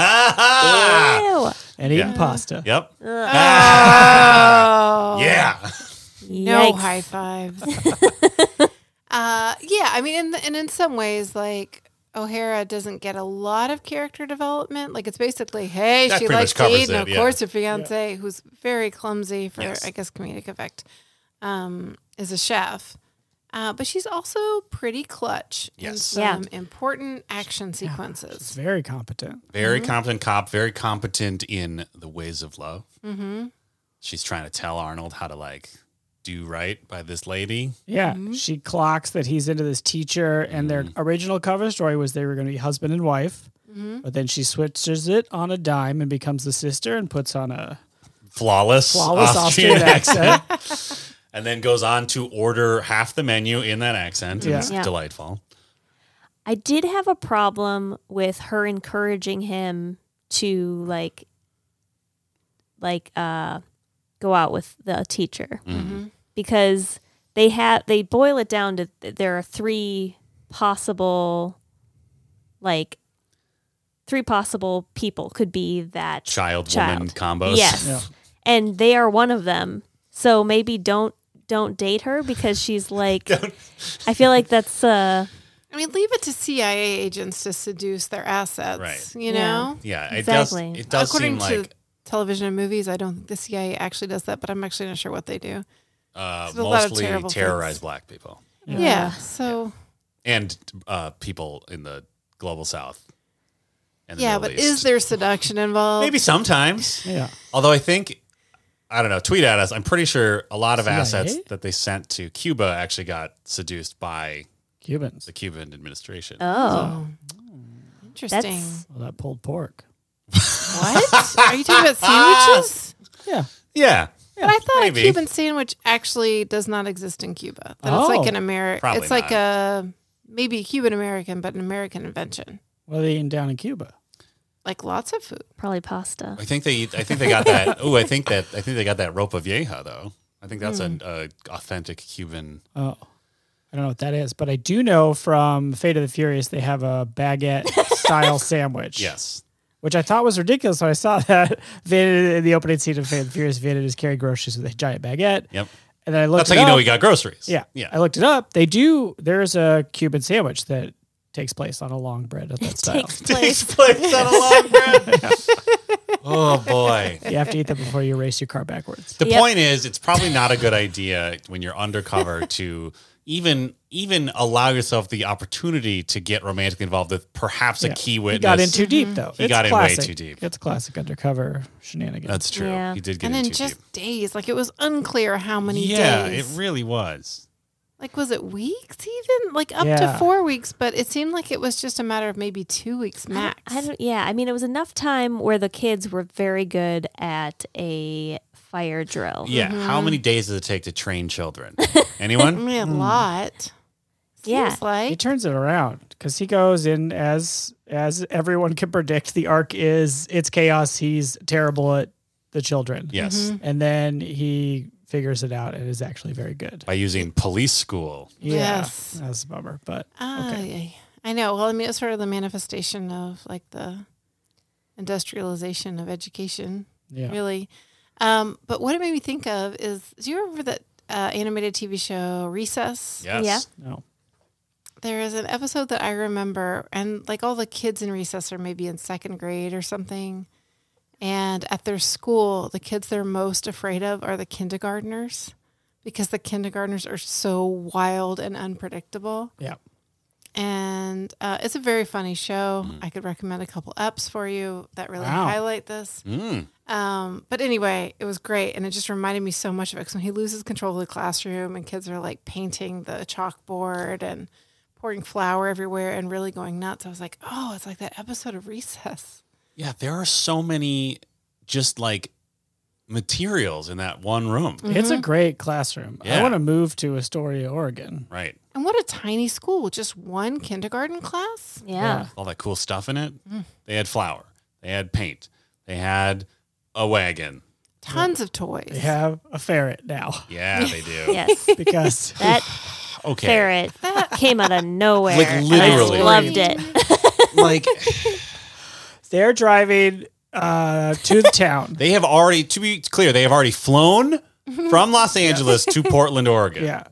S2: ah!
S6: Ew.
S1: and eating
S2: Yeah.
S1: pasta.
S2: Yep. Ah,
S5: Oh.
S2: Yeah.
S5: No
S6: Yikes.
S5: high fives. uh, yeah, I mean, in the, and in some ways, like O'Hara doesn't get a lot of character development. Like it's basically, hey,
S2: That
S5: she
S2: pretty much
S5: likes to
S2: covers
S5: eat, and
S2: it,
S5: of
S2: yeah.
S5: course, her fiance, who's very clumsy for,
S2: Yes.
S5: I guess, comedic effect, um, is a chef. Uh, but she's also pretty clutch in
S2: Yes.
S6: Yeah.
S5: some important action
S1: She's
S5: sequences.
S1: very competent.
S2: Very competent cop, very competent in the ways of love.
S1: Mm-hmm.
S2: She's trying to tell Arnold how to like do right by this lady.
S1: Yeah.
S6: Mm-hmm.
S1: She clocks that he's into this teacher, and their
S2: Mm-hmm.
S1: original cover story was they were going to be husband and wife.
S6: Mm-hmm.
S1: But then she switches it on a dime and becomes the sister and puts on a
S2: Flawless,
S1: flawless Austrian, accent.
S2: and then goes on to order half the menu in that accent. And
S1: Yeah.
S2: It's
S6: Yeah.
S2: delightful.
S6: I did have a problem with her encouraging him to like, like, uh, go out with the teacher. because they have they boil it down to th- there are three possible like three possible people could be that
S2: Child, woman
S6: child.
S2: combos.
S6: Yes.
S1: Yeah.
S6: And they are one of them. So maybe don't don't date her because she's like I feel like that's uh
S5: I mean, leave it to CIA agents to seduce their assets.
S2: Right.
S5: You
S6: Yeah.
S5: know?
S2: Yeah, it
S6: Exactly.
S2: does. It does
S5: According
S2: seem like
S5: to television and movies, I don't think the CIA actually does that, but I'm actually not sure what they do.
S2: uh,
S5: there's a lot of
S2: mostly
S5: terrible
S2: terrorize
S5: things.
S2: black people
S5: Yeah. so
S2: and uh, people in the global south. And the
S5: yeah,
S2: Middle
S5: but
S2: East.
S5: is there seduction involved?
S2: maybe sometimes?
S1: Yeah.
S2: Although I think I don't know. Tweet at us. I'm pretty sure a lot of
S1: CIA?
S2: assets that they sent to Cuba actually got seduced by
S1: Cubans.
S2: the Cuban administration.
S6: oh
S5: Interesting.
S6: that's
S1: Well, that pulled pork.
S5: What? Are you talking about sandwiches?
S1: Yeah.
S2: yeah,
S5: But I thought
S2: Maybe.
S5: a Cuban sandwich actually does not exist in Cuba. That it's like
S1: Oh.
S5: an American.
S2: Probably
S5: It's like
S2: not.
S5: a maybe Cuban American, but an American invention.
S1: What are they eating down in Cuba?
S5: Like lots of food.
S6: probably pasta.
S2: I think they. I think they got that. oh, I think that. I think they got that ropa vieja though. I think that's
S1: Hmm.
S2: an a authentic Cuban.
S1: Oh, I don't know what that is, but I do know from Fate of the Furious they have a baguette style sandwich.
S2: Yes,
S1: Which I thought was ridiculous when I saw that Vin in the opening scene of Fate of the Furious, Vin just carried groceries with a giant baguette.
S2: Yep.
S1: And then I looked
S2: That's how
S1: it
S2: you know
S1: up.
S2: we got groceries.
S1: Yeah.
S2: Yeah.
S1: I looked it up. They do there's a Cuban sandwich that takes place on a long bread of that style.
S6: Takes place.
S2: place on a long bread. oh boy.
S1: you have to eat them before you race your car backwards.
S2: The
S6: Yep.
S2: point is, it's probably not a good idea when you're undercover to even even allow yourself the opportunity to get romantically involved with perhaps a
S1: Yeah.
S2: key
S1: He
S2: witness.
S1: got in too
S5: Mm-hmm.
S1: deep though.
S2: He
S1: it's
S2: got in way
S1: classic.
S2: too deep. Uh,
S1: It's classic undercover shenanigans.
S2: That's true.
S6: Yeah.
S2: He did get
S5: And
S2: in
S5: then
S2: too
S5: just
S2: deep.
S5: days. Like it was unclear how many
S2: yeah,
S5: days.
S2: it really was.
S5: like was it weeks even? Like up
S1: Yeah.
S5: to four weeks, but it seemed like it was just a matter of maybe two weeks
S6: I
S5: max.
S6: don't- I don't, yeah, I mean, it was enough time where the kids were very good at a fire drill.
S2: Yeah. How many days does it take to train children?
S1: Mm-hmm.
S2: Anyone?
S5: I mean, a lot.
S6: Yeah.
S5: Seems like
S1: he turns it around because he goes in as as everyone can predict the arc is it's chaos he's terrible at the children
S2: yes.
S5: Mm-hmm.
S1: and then he figures it out and is actually very good
S2: By using police school.
S1: yeah
S5: Yes.
S1: that's a bummer but
S5: Ah,
S1: okay
S5: yeah, yeah. I know. Well, I mean, it's sort of the manifestation of like the industrialization of education,
S1: yeah
S5: really. Um, but what it made me think of is, do you remember that uh, animated TV show Recess?
S2: Yes.
S6: Yeah.
S1: no
S5: There is an episode that I remember, and like all the kids in Recess are maybe in second grade or something. And at their school, the kids they're most afraid of are the kindergartners because the kindergartners are so wild and unpredictable
S1: yeah
S5: and uh, it's a very funny show. I could recommend a couple apps for you that really
S1: Wow.
S5: highlight this.
S2: Mm.
S5: Um, but anyway, it was great, and it just reminded me so much of it. 'cause when he loses control of the classroom, and kids are like painting the chalkboard and pouring flour everywhere and really going nuts, I was like, oh, it's like that episode of Recess.
S2: Yeah, there are so many just like materials in that one room.
S5: Mm-hmm.
S1: it's a great classroom i
S2: Yeah.
S1: want to move to astoria oregon
S2: Right.
S5: And what a tiny school! Just one kindergarten class.
S6: Yeah.
S2: all that cool stuff in it. They had flour. They had paint. They had a wagon.
S5: Tons of toys.
S1: they have a ferret now
S2: Yeah, they do.
S6: Yes.
S1: because
S6: That
S2: Okay.
S6: ferret came out of nowhere.
S2: Like,
S6: and
S2: literally.
S6: I just loved it.
S2: Like
S1: they're driving uh to the town
S2: they have already to be clear, they have already flown from Los Angeles to Portland, Oregon.
S1: yeah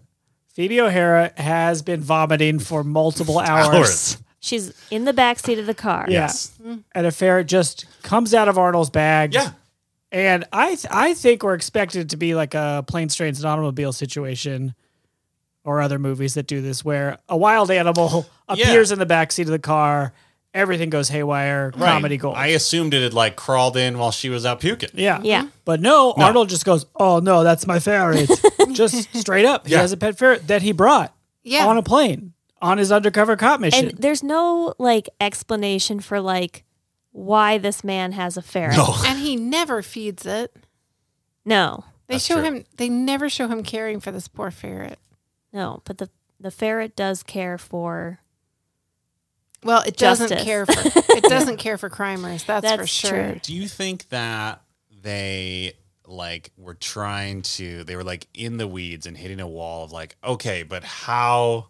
S1: phoebe o'hara has been vomiting for multiple hours.
S2: Hours.
S6: She's in the back seat of the car.
S1: Yeah.
S2: Yes.
S1: and a ferret just comes out of Arnold's bag.
S2: Yeah.
S1: And I th- I think we're expected it to be like a planes, trains, and automobile situation or other movies that do this where a wild animal
S2: Yeah.
S1: appears in the backseat of the car, everything goes haywire,
S2: Right.
S1: comedy gold.
S2: I assumed it had like crawled in while she was out puking.
S1: yeah.
S6: Yeah.
S1: But no, Arnold just goes, Oh no, that's my ferret. just straight up. He
S2: Yeah.
S1: has a pet ferret that he brought
S5: Yeah.
S1: on a plane on his undercover cop mission.
S6: And there's no like explanation for like why this man has a ferret.
S2: No.
S5: and he never feeds it.
S6: No.
S5: They
S2: That's
S5: show
S2: true.
S5: him. They never show him caring for this poor ferret.
S6: No. But the the ferret does care for
S5: Well, it doesn't
S6: Justice.
S5: care for it doesn't care for crimers. That's, for
S6: That's
S5: sure.
S6: true.
S2: Do you think that they like were trying to they were like in the weeds and hitting a wall of like okay but how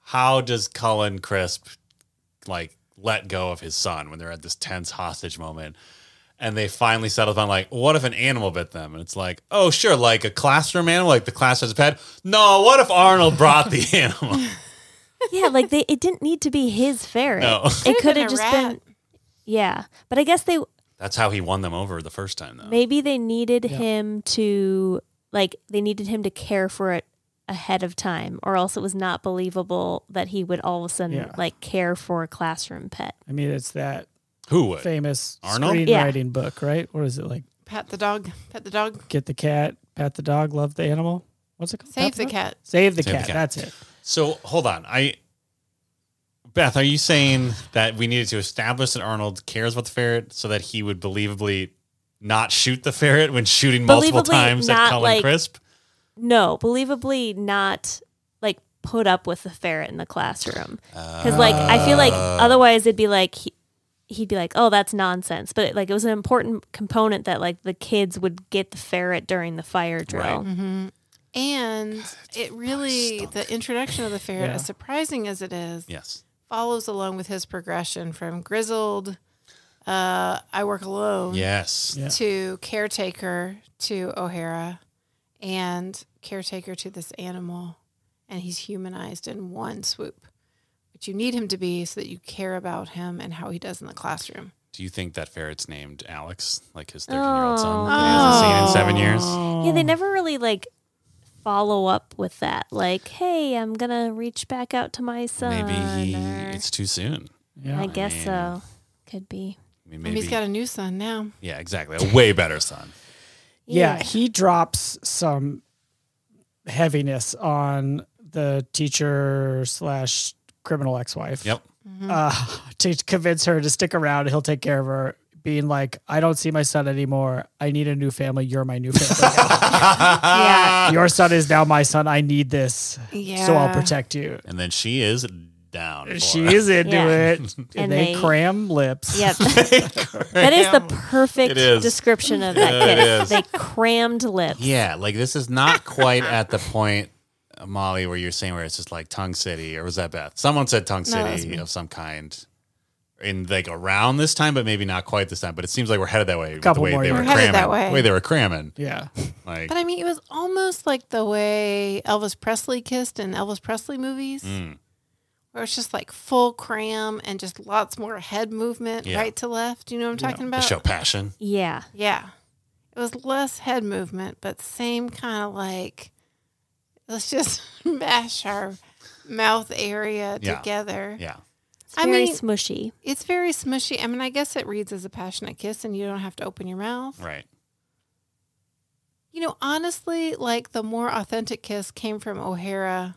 S2: how does cullen crisp like let go of his son when they're at this tense hostage moment and they finally settled on like what if an animal bit them and it's like oh sure like a classroom animal like the class has a pet no what if arnold brought the animal
S6: yeah, like they it didn't need to be his ferret.
S2: No.
S5: Could've
S6: It could
S5: been
S6: have
S5: a
S6: just
S5: rat.
S6: been Yeah. But I guess they
S2: that's how he won them over the first time though
S6: maybe they needed him to like they needed him to care for it ahead of time or else it was not believable that he would all of a sudden
S1: Yeah.
S6: like care for a classroom pet.
S1: I mean, it's that
S2: who would
S1: famous
S2: Arnold?
S1: screenwriting book, right? What is it like?
S5: Pat the dog. Pet the dog.
S1: Get the cat, pat the dog, love the animal. What's it called?
S5: Save
S1: Pat
S5: the
S1: dog?
S5: cat.
S1: Save the
S2: Save the
S1: cat.
S2: cat.
S1: That's it.
S2: So hold on, I. Beth, are you saying that we needed to establish that Arnold cares about the ferret so that he would believably not shoot the ferret when shooting multiple
S6: Believably
S2: times at
S6: not,
S2: Cullen
S6: like-
S2: Crisp?
S6: No, believably not like put up with the ferret in the classroom. Cuz like I feel like otherwise it'd be like he, he'd be like, "Oh, that's nonsense." But it, like it was an important component that like the kids would get the ferret during the fire drill.
S5: And it really, the introduction of the ferret,
S1: Yeah.
S5: as surprising as it is,
S2: Yes.
S5: follows along with his progression from grizzled, uh, I work alone,
S2: Yes.
S1: Yeah.
S5: to caretaker to O'Hara, and caretaker to this animal, and he's humanized in one swoop, which you need him to be so that you care about him and how he does in the classroom.
S2: Do you think that ferret's named Alex, like his 13 year old son that he hasn't
S5: Oh.
S2: seen in seven years?
S6: Oh. Yeah, they never really like follow up with that. Like, hey, I'm gonna reach back out to my son.
S2: Maybe he,
S6: or-
S2: it's too soon.
S1: Yeah.
S6: I guess
S2: mean-
S6: so. Could be.
S2: I mean,
S5: And
S2: maybe.
S5: he's got a new son now.
S2: yeah, exactly. A way better son.
S1: yeah, he drops some heaviness on the teacher slash criminal ex-wife
S2: Yep.
S1: uh, to convince her to stick around he'll take care of her being like i don't see my son anymore i need a new family you're my new family
S2: Ah!
S6: Yeah.
S1: your son is now my son i need this
S5: Yeah.
S1: so i'll protect you
S2: And then she is down. for
S1: she
S2: it.
S1: is into
S6: Yeah.
S1: it and,
S6: And
S1: they,
S6: they-
S1: cram lips
S6: Yep. that is the perfect
S2: It is.
S6: description of that
S2: Yeah, it is.
S6: kiss. They crammed lips.
S2: Yeah, like this is not quite at the point, uh, Molly, where you're saying where it's just like Tongue City, or was that Beth? Someone said Tongue City of some kind, in like around this time, but maybe not quite this time. But it seems like we're headed that way. with
S1: Couple
S2: the way
S1: more
S2: they
S1: years.
S2: were
S1: We're
S2: cramming,
S5: headed that way.
S2: the way they were cramming,
S1: yeah
S2: like
S5: But I mean, it was almost like the way Elvis Presley kissed in Elvis Presley movies,
S2: Mm.
S5: where it's just like full cram and just lots more head movement
S2: Yeah.
S5: right to left. You know what I'm talking
S2: to
S5: about?
S2: show passion.
S6: Yeah.
S5: Yeah. It was less head movement, but same kind of like, let's just mash our mouth area
S2: Yeah.
S5: together.
S2: Yeah,
S6: It's
S5: I
S6: very
S5: mean-
S6: smushy.
S5: It's very smushy. I mean, I guess it reads as a passionate kiss and you don't have to open your mouth.
S2: right.
S5: You know, honestly, like the more authentic kiss came from O'Hara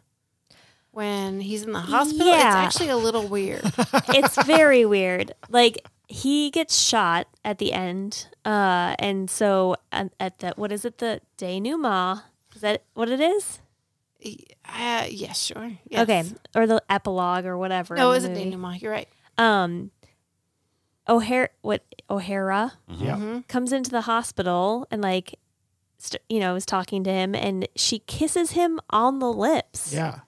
S5: when he's in the hospital. It's
S6: Yeah.
S5: actually a little weird.
S6: it's very weird. Like he gets shot at the end, uh, and so at, at the what is it? The denouement is that what it is?
S5: uh, yeah, sure. Yes.
S6: Okay, or the epilogue or whatever.
S5: No, it
S6: in
S5: was
S6: the
S5: a
S6: movie.
S5: denouement. You're right.
S6: Um, O'Hara, what O'Hara
S1: yeah
S5: Mm-hmm.
S6: comes into the hospital and like, st- you know, is talking to him, and she kisses him on the lips.
S1: yeah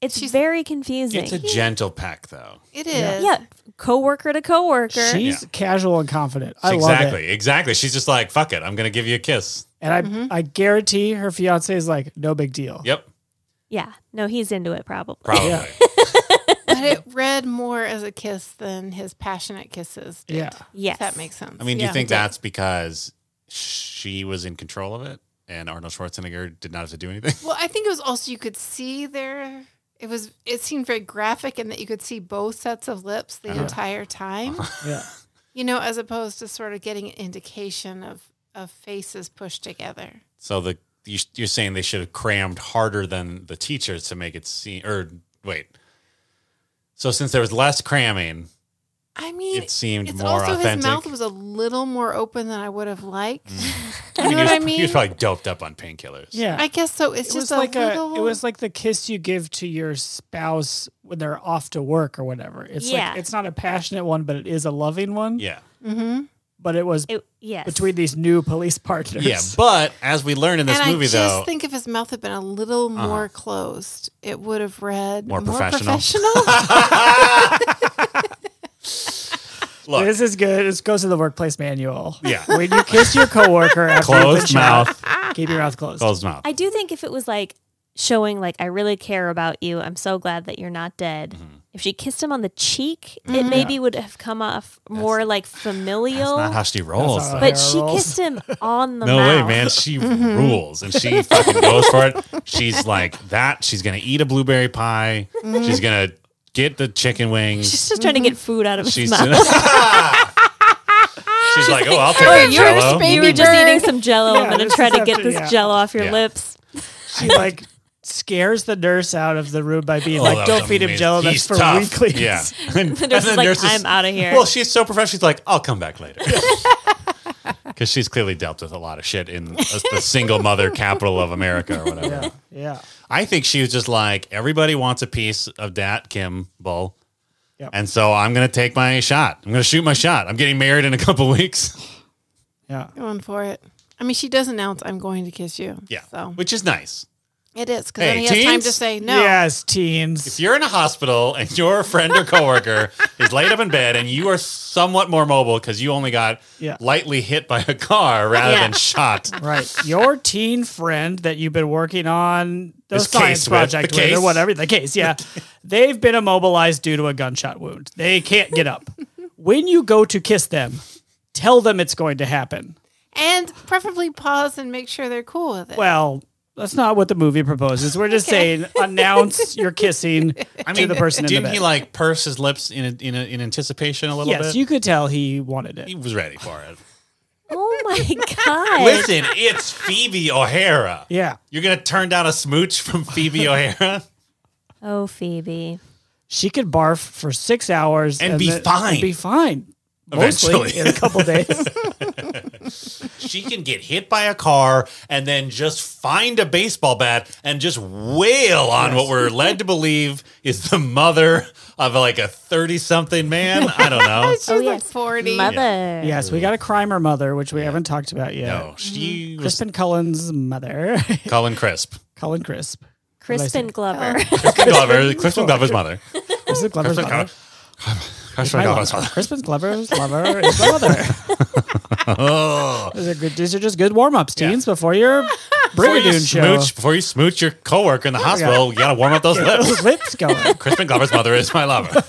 S6: it's
S5: She's-
S6: very confusing.
S2: It's a gentle peck, though.
S5: It
S1: Yeah.
S5: is.
S6: yeah, coworker to coworker.
S1: she's casual and confident i love it
S2: exactly, exactly. She's just like, "Fuck it, I'm gonna give you a kiss."
S1: and i
S5: Mm-hmm.
S1: i guarantee her fiance is like no big deal
S2: Yep,
S6: yeah, no, he's into it probably.
S2: probably.
S1: Yeah.
S5: But it read more as a kiss than his passionate kisses did.
S1: Yeah.
S6: Yes,
S5: If that makes sense.
S2: I mean, do you
S5: Yeah.
S2: think that's because she was in control of it and Arnold Schwarzenegger did not have to do anything?
S5: Well, I think it was also you could see there. It was. It seemed very graphic in that you could see both sets of lips
S2: Uh-huh.
S5: the entire time.
S1: yeah
S5: You know, as opposed to sort of getting an indication of of faces pushed together.
S2: So the you, you're saying they should have crammed harder than the teachers to make it seem. Or wait, so since there was less cramming,
S5: I mean,
S2: It seemed
S5: it's
S2: more
S5: also
S2: authentic.
S5: his mouth was a little more open than I would have liked.
S2: Mm. I
S5: you
S2: mean, he,
S5: know what
S2: was,
S5: I
S2: he
S5: mean?
S2: was probably doped up on painkillers.
S1: yeah
S5: I guess so. It's
S1: it
S5: just
S1: was
S5: a
S1: like
S5: little.
S1: a it was like the kiss you give to your spouse when they're off to work or whatever. It's
S6: Yeah.
S1: like it's not a passionate one, but it is a loving one.
S2: yeah.
S5: hmm
S1: but it was
S6: It, yes.
S1: between these new police partners.
S2: Yeah, but as we learn in this
S5: and
S2: movie,
S5: I just
S2: though, Uh-huh.
S5: think if his mouth had been a little more closed, it would have read
S2: More professional."
S5: professional.
S2: look,
S1: This is good. This goes to the workplace manual.
S2: Yeah.
S1: When you kiss your coworker after you've been
S2: closed
S1: shot,
S2: mouth,
S1: keep your mouth closed.
S2: closed mouth.
S6: I do think if it was like showing like I really care about you, I'm so glad that you're not dead.
S2: Mm-hmm.
S6: If she kissed him on the cheek, it maybe would have come off more like
S2: That's
S6: familial.
S2: not how she
S1: That's
S2: rolls. though.
S1: not
S6: but
S1: Hair
S6: she
S1: rolls.
S6: kissed him on the
S2: No
S6: mouth.
S2: way, man. She
S5: Mm-hmm.
S2: rules and she fucking goes for it. She's like that. She's gonna eat a blueberry pie.
S5: Mm-hmm.
S2: She's gonna get the chicken wings.
S6: She's just trying to get food out of his
S2: She's
S6: mouth.
S2: she's like, oh, I'll take
S5: "Oh,
S2: that
S5: you're a
S2: jello.
S5: spade-
S6: You were just
S5: Bird.
S6: eating some jello.
S1: Yeah,
S6: I'm gonna
S1: this
S6: try
S1: is
S6: to get
S1: after-
S6: this
S1: yeah.
S6: jello off your
S2: Yeah.
S6: lips.
S1: She like scares the nurse out of the room by being
S2: Oh,
S1: like,
S2: that
S1: "Don't
S2: was
S1: feed him
S2: amazing.
S1: jello. That's
S2: He's
S1: for
S2: tough.
S1: weekly."
S2: Yeah. And,
S6: The nurse is like, I'm out of here.
S2: Well, she's so professional. She's like, I'll come back later. Because she's clearly dealt with a lot of shit in the single mother capital of America or whatever.
S1: yeah, yeah.
S2: I think she was just like, everybody wants a piece of that Kim Bull.
S1: Yep.
S2: And so I'm going to take my shot. I'm going to shoot my shot. I'm getting married in a couple weeks.
S1: yeah.
S5: Going for it. I mean, she does announce, "I'm going to kiss you."
S2: Yeah.
S5: so
S2: Which is nice.
S5: it is because
S2: Hey,
S5: then he has time
S2: teens?
S5: to say no.
S1: Yes,
S2: If
S1: teens.
S2: you're in a hospital and your friend or coworker is laid up in bed and you are somewhat more mobile because you only got
S1: Yeah.
S2: lightly hit by a car rather
S6: Yeah.
S2: than shot.
S1: Right, your teen friend that you've been working on the
S2: This
S1: science
S2: case with-
S1: project
S2: the
S1: with, or
S2: case?
S1: whatever the case, yeah, they've been immobilized due to a gunshot wound. They can't get up. when you go to kiss them, tell them it's going to happen.
S5: and preferably pause and make sure they're cool with it.
S1: Well, that's not what the movie proposes. We're just saying announce you're kissing to the person in the
S2: didn't
S1: bed.
S2: he like purse his lips in in, in anticipation a little
S1: yes,
S2: bit?
S1: you could tell he wanted it.
S2: he was ready for it.
S6: oh my god!
S2: Listen, it's Phoebe O'Hara.
S1: Yeah.
S2: You're gonna turn down a smooch from Phoebe O'Hara
S6: Oh Phoebe,
S1: She could barf for six hours
S2: And be
S1: then-
S2: fine.
S1: and be fine. Mostly
S2: Eventually.
S1: in a couple days.
S2: she can get hit by a car and then just find a baseball bat and just wail on what we're led to believe is the mother of like a 30 something man. I don't know.
S5: she's
S6: Oh,
S5: like
S6: yes.
S5: forty.
S6: mother.
S1: yes, we got a crimer mother, which we haven't talked about yet.
S2: No, she was
S1: Crispin Cullen's mother,
S2: Colin Crisp.
S1: Cullen Crisp.
S6: Crispin Glover.
S2: Crispin Glover, Crispin Glover's mother.
S1: This is Glover's
S2: Crispin
S1: mother.
S2: Glover. Crispin
S1: My
S2: Glover's
S1: lover.
S2: mother.
S1: Crispin Glover's lover is my mother.
S2: Oh.
S1: These are, good, these are just good warm ups,
S2: Yeah.
S1: teens, before your
S2: Before you Oh
S1: Brigadoon show.
S2: smooch, before you smooch your coworker in the hospital, you gotta warm up those lips.
S1: Those lips going.
S2: Crispin Glover's mother is my lover.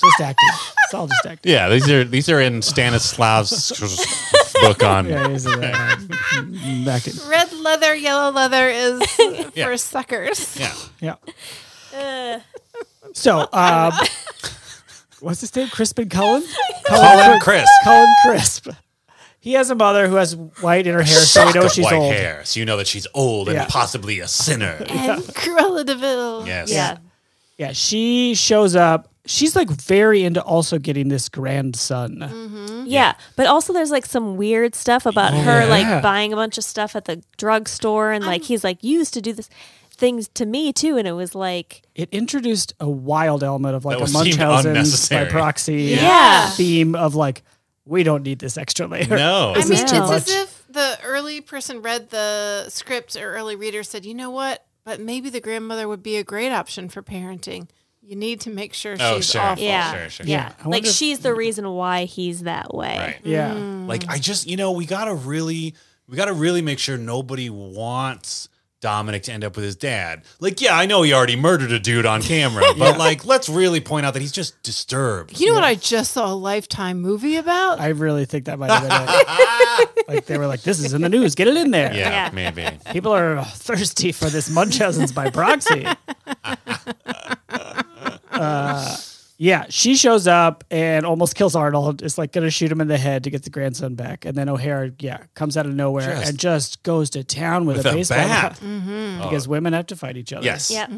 S1: just acting. It's all just acting.
S2: Yeah, these are these are in Stanislav's book on.
S1: Yeah, it is, uh, mm, acting.
S5: Red leather, yellow leather is
S2: Yeah.
S5: for suckers.
S2: Yeah.
S1: Yeah. Uh. So, um, what's his name? Crispin Cullen?
S2: Colin
S1: Crisp.
S2: Crisp.
S1: Cullen Crisp. He has a mother who has white in her hair, so we
S2: Shock
S1: know
S2: of
S1: she's
S2: white
S1: old.
S2: hair, so you know that she's old
S1: Yeah.
S2: and possibly a sinner.
S5: And Cruella Deville.
S2: Yes.
S6: yeah.
S1: Yeah, she shows up. She's like very into also getting this grandson.
S6: yeah, But also, there's like some weird stuff about her
S1: Yeah.
S6: like buying a bunch of stuff at the drugstore, and like he's like, you used to do this things to me too, and it was like,
S1: It introduced a wild element of like
S2: That
S1: a
S2: was- seemed
S1: Munchausen by
S2: unnecessary.
S1: proxy
S6: Yeah.
S1: theme of like, we don't need this extra layer.
S2: No.
S5: I mean,
S6: is
S5: it's
S6: too
S5: as
S1: much.
S5: if the early person read the script or early reader said, you know what? But maybe the grandmother would be a great option for parenting. You need to make sure
S2: Oh,
S5: she's
S2: sure.
S5: awful.
S6: yeah,
S2: sure, sure.
S1: Yeah, I
S6: yeah, like
S1: wonder if- Mm-hmm.
S6: she's the reason why he's that way.
S2: Right.
S1: Yeah.
S2: Like I just, you know, we gotta really, we gotta really make sure nobody wants Dominic to end up with his dad. Like, yeah, I know he already murdered a dude on camera, but like, let's really point out that he's just disturbed.
S5: You know what I just saw a Lifetime movie about?
S1: I really think that might have been it. like they were like, "This is in the news. Get it in there."
S2: Yeah,
S6: Yeah.
S2: maybe.
S1: People are thirsty for this Munchausen's by proxy. Uh, yeah, she shows up and almost kills Arnold. Is like gonna shoot him in the head to get the grandson back, and then O'Hara, yeah, comes out of nowhere
S2: Just-
S1: and just goes to town with,
S2: With
S1: a
S2: a
S1: baseball
S2: bat. Uh,
S1: bat
S6: Mm-hmm.
S1: because women have to fight each other.
S2: Yes.
S6: Yep.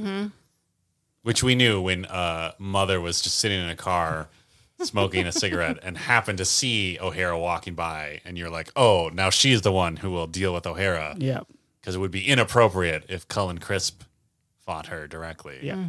S2: Which we knew when uh, mother was just sitting in a car smoking a cigarette and happened to see O'Hara walking by, and you're like, oh, now she's the one who will deal with O'Hara
S1: Yeah.
S2: because it would be inappropriate if Cullen Crisp fought her directly.
S1: Yeah.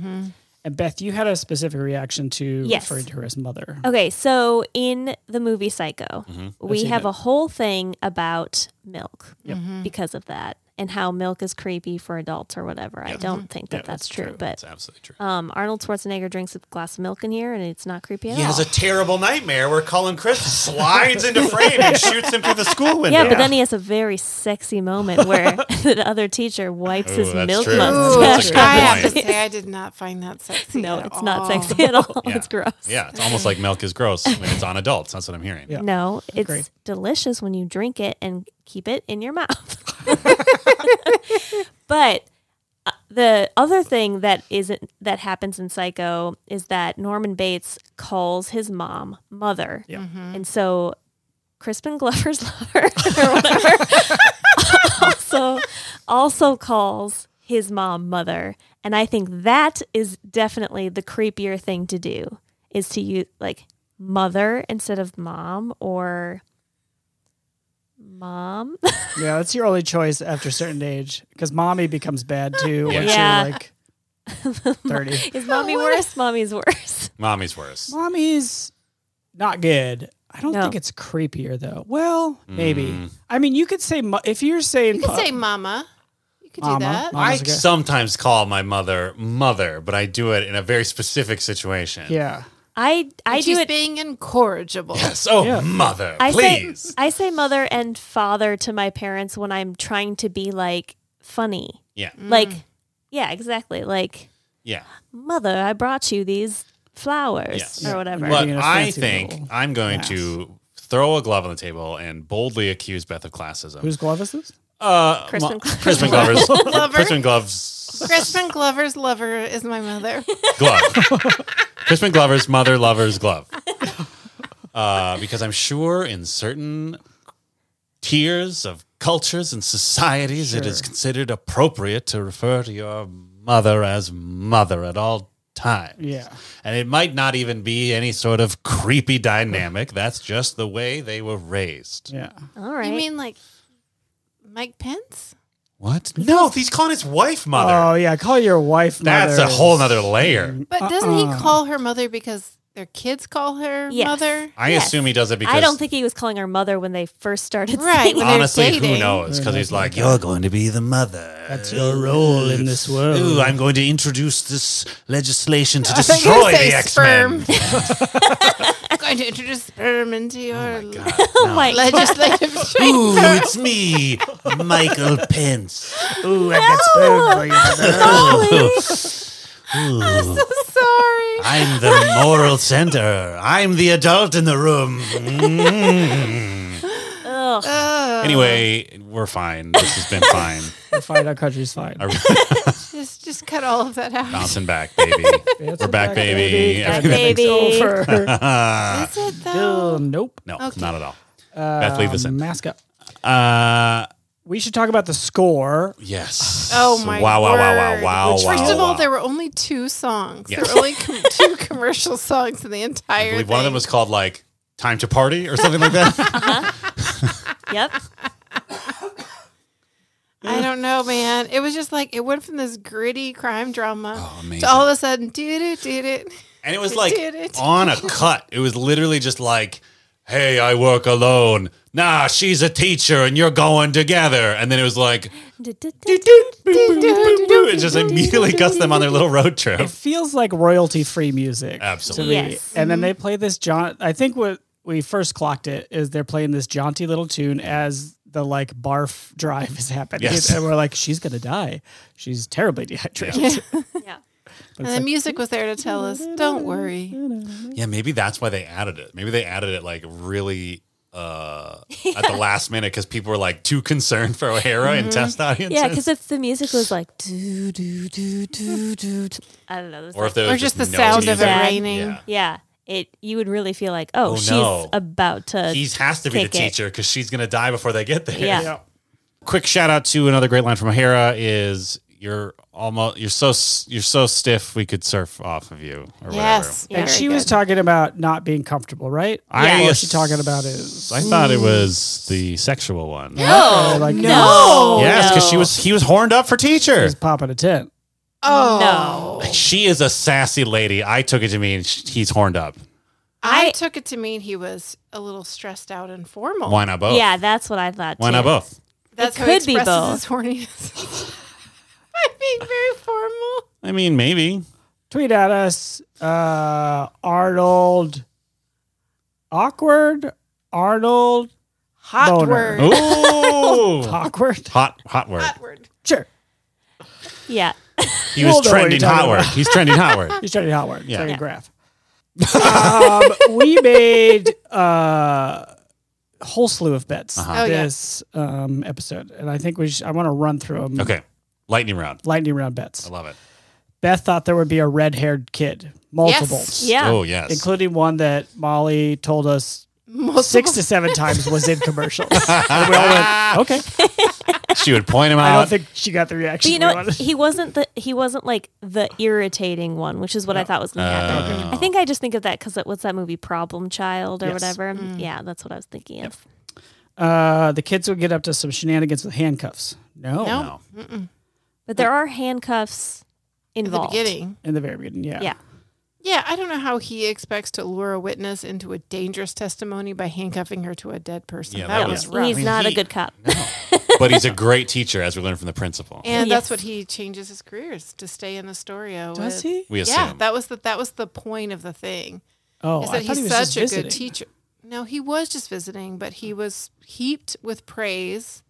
S1: And Beth, you had a specific reaction to
S6: Yes. Oh.
S1: referring to her as mother.
S6: Okay, so in the movie Psycho, we
S1: seen
S6: have
S1: it.
S6: a whole thing about milk
S1: Mm-hmm.
S6: because of that and how milk is creepy for adults or whatever. I
S1: Mm-hmm.
S6: don't think that
S1: Yeah,
S6: that's, true,
S2: That's
S6: but
S2: absolutely true.
S6: um, Arnold Schwarzenegger drinks a glass of milk in here and it's not creepy at
S2: He
S6: all.
S2: has a terrible nightmare where Colin Crisp slides into frame and shoots him through the school window.
S6: yeah, but then he has a very sexy moment where the other teacher wipes his
S2: Ooh, that's
S6: milk
S2: true.
S5: Ooh,
S2: That's
S6: mustache.
S2: a
S5: I have
S2: point.
S5: to say, I did not find that sexy.
S6: No,
S5: at
S6: it's not
S5: all.
S6: sexy at all.
S2: Yeah.
S6: It's gross.
S2: yeah, it's almost like milk is gross when it's on adults. That's what I'm hearing.
S1: Yeah.
S6: No, it's
S1: Agree.
S6: delicious when you drink it and keep it in your mouth. but uh, the other thing that isn't that happens in Psycho is that Norman Bates calls his mom mother,
S1: Yeah.
S6: and so Crispin Glover's lover or whatever also also calls his mom mother, and I think that is definitely the creepier thing to do is to use like mother instead of mom or mom.
S1: Yeah, that's your only choice after a certain age because mommy becomes bad too once
S6: Yeah.
S1: you're like 30.
S6: is mommy worse? Mommy's worse.
S2: Mommy's worse.
S1: Mommy's not good. I don't
S6: No.
S1: think it's creepier though. Well, maybe.
S2: Mm.
S1: I mean, you could say mo- if you're saying
S5: You could
S1: mo-
S5: say mama. You could
S1: Mama.
S5: do that.
S1: Mama.
S2: I
S1: Mama's okay.
S2: sometimes call my mother mother, but I do it in a very specific situation.
S1: yeah.
S6: I I
S5: And she's
S6: do it.
S5: being incorrigible.
S2: Yes. Oh,
S1: Yeah.
S2: mother,
S6: I
S2: please.
S6: say I say mother and father to my parents when I'm trying to be like funny.
S2: yeah.
S6: Like yeah, exactly. Like
S2: Yeah.
S6: mother, I brought you these flowers
S2: Yes.
S6: or whatever.
S1: Well,
S2: But
S1: Being a
S2: I
S1: fancy
S2: think
S1: little
S2: I'm going to throw a glove on the table and boldly accuse Beth of classism.
S1: Whose glove is this?
S2: uh,
S6: Crispin
S2: mo-
S6: Glover.
S2: Crispin Glover's
S5: Glover.
S2: Crispin Glove's
S5: Crispin Glover's lover is my mother.
S2: glove. Crispin Glover's mother lover's glove. Uh, because I'm sure in certain tiers of cultures and societies, it is
S1: Sure.
S2: considered appropriate to refer to your mother as mother at all times.
S1: Yeah.
S2: And it might not even be any sort of creepy dynamic. That's just the way they were raised.
S1: Yeah.
S6: All right.
S5: You mean like Mike Pence?
S2: What? No, he's calling his wife mother.
S1: Oh yeah, call your wife.
S2: That's
S1: mother.
S2: a whole nother layer.
S5: But doesn't he
S1: Uh-uh.
S5: call her mother because their kids call her
S6: Yes.
S5: mother?
S2: I
S6: Yes.
S2: assume he does it because
S6: I don't think he was calling her mother when they first started
S5: Right.
S6: seeing
S5: when they're
S2: honestly, who
S5: dating.
S2: knows? Because he's like,
S1: They're
S2: you're going to be the mother.
S1: That's your role in this world."
S2: Ooh, I'm going to introduce this legislation to
S5: I think I
S2: destroy
S5: say
S2: the X Men.
S5: I'm going to introduce sperm into your
S6: Oh my
S5: legislative tree.
S2: Ooh, it's me, Michael Pence.
S1: Ooh, I've got spoon for you. mother.
S2: Ooh,
S5: Sorry.
S2: I'm the moral center. I'm the adult in the room. Mm.
S6: Ugh.
S5: Oh,
S2: Anyway, we're fine. This has been fine.
S1: We're fine. Our country's fine.
S2: Our-
S5: just just cut all of that out.
S2: Bouncing back, baby.
S1: It's
S2: We're back, baby.
S1: Back,
S6: Everything's
S1: baby.
S5: Is it though?
S1: Oh, nope.
S2: No,
S5: Okay.
S2: not at all.
S1: Uh,
S2: Beth, leave this in.
S1: Mascot.
S2: Uh,
S1: We should talk about the score.
S2: yes.
S5: Oh my
S2: Wow! Wow! Wow! Wow!
S5: word.
S2: Wow!
S5: Which,
S2: wow,
S5: First of all,
S2: wow.
S5: there were only two songs. There
S2: Yes.
S5: were only com- two commercial songs in the entire.
S2: I believe one of them
S5: thing.
S2: was called like "Time to Party" or something like that.
S6: Yep.
S5: I don't know, man. It was just like it went from this gritty crime drama
S2: Oh, amazing.
S5: to all of a sudden, did it, did it.
S2: and it was like
S5: did it.
S2: on a cut. It was literally just like, "Hey, I work alone." Nah, she's a teacher, and you're going together. And then it was like, it just immediately cuts them on their little road trip.
S1: It feels like royalty-free music.
S2: Absolutely.
S1: to me.
S6: Yes. Mm-hmm.
S1: And then they play this jaunt. I think what we first clocked it is they're playing this jaunty little tune as the like barf drive is happening,
S2: Yes.
S1: and we're like, she's gonna die. She's terribly dehydrated.
S6: yeah.
S5: And the music was there to tell us, don't worry.
S2: Yeah, maybe that's why they added it. Maybe they added it like really uh at the last minute because people were like too concerned for O'Hara
S5: Mm-hmm.
S2: and test audiences.
S6: Yeah, because if the music was like do do do do do, do, I don't know. there's
S2: or if
S6: like-
S2: there was
S5: Or just the
S2: no
S5: sound of it
S2: music.
S5: raining.
S2: Yeah.
S6: yeah, it you would really feel like oh,
S2: Oh,
S6: she's
S2: no.
S6: about to.
S2: He has to be the
S6: Take it.
S2: teacher because she's gonna die before they get there.
S6: Yeah.
S2: Quick shout out to another great line from O'Hara is you're almost you're so s- you're so stiff we could surf off of you or
S5: Yes.
S1: And
S5: very
S1: she was
S5: good.
S1: talking about not being comfortable, right?
S2: whatever.
S1: Or
S2: I
S1: was she talking about is
S2: I thought it was the sexual one.
S1: Oh, like,
S6: Mm. no.
S2: Yes, because she
S6: No.
S2: was he was horned up for teacher.
S1: She's popping a tent.
S5: Oh.
S2: She is a sassy lady. I took it to mean sh- he's horned up.
S5: I,
S6: I-
S5: took it to mean he was a little stressed out and
S1: Oh.
S5: formal.
S2: Why not both?
S6: Yeah, that's what I thought.
S2: Why
S6: too.
S2: not both?
S5: That's
S6: It
S5: how he
S6: could be
S5: expresses
S6: both.
S5: his horniness. I'm being very formal.
S2: I mean, maybe.
S1: Tweet at us, uh, Arnold. Awkward, Arnold.
S5: Hot
S1: Boner.
S5: word.
S2: Ooh.
S1: Awkward.
S2: hot, hot word.
S5: Hot word.
S1: Sure,
S6: Yeah.
S2: He
S1: We'll
S2: was
S1: know what you're
S2: trending hot
S1: talking
S2: word.
S1: about.
S2: He's trending hot word.
S1: he's trying to Howard.
S2: Yeah.
S1: Yeah.
S2: Yeah.
S1: graph. um, we made uh, whole slew of bets
S2: Uh-huh.
S5: Oh, yeah.
S1: this um, episode, and I think we. Should, I want to run through them.
S2: Okay. Lightning round.
S1: Lightning round bets.
S2: I love it.
S1: Beth thought there would be a red-haired kid, multiple,
S6: Yeah.
S2: Oh, yes.
S1: including one that Molly told us
S5: Multiple.
S1: six to seven times was in commercials. and we all went, okay.
S2: she would point him
S1: I
S2: out.
S1: don't think she got the
S6: But
S1: reaction.
S6: you know,
S1: we
S6: what?
S1: wanted.
S6: he wasn't the he wasn't like the irritating one, which is what I thought was going to happen.
S2: Oh,
S6: I think I just think of that because what's that movie, Problem Child or
S1: Yes.
S6: whatever? Yeah, that's what I was thinking of.
S1: uh, the kids would get up to some shenanigans with handcuffs. No,
S5: No.
S2: no.
S6: But there are handcuffs
S5: At the
S6: involved.
S5: beginning.
S1: in the very beginning. Yeah.
S6: Yeah.
S5: Yeah, I don't know how he expects to lure a witness into a dangerous testimony by handcuffing her to a dead person.
S2: Yeah,
S5: that,
S2: that
S5: was
S2: was-
S5: rough.
S6: He's
S2: I mean,
S6: not a
S2: he-
S6: good cop.
S2: But he's a great teacher, as we learned from the principal.
S5: and that's
S6: Yes.
S5: what he changes his careers to stay in Astoria.
S1: Does
S5: with-
S1: he?
S2: we assume.
S5: Yeah, that was the that was the point of the thing.
S1: Oh,
S5: is
S1: I
S5: that
S1: thought
S5: he's
S1: he was
S5: such
S1: just
S5: a
S1: visiting.
S5: good teacher. No, he was just visiting, but he was heaped with praise.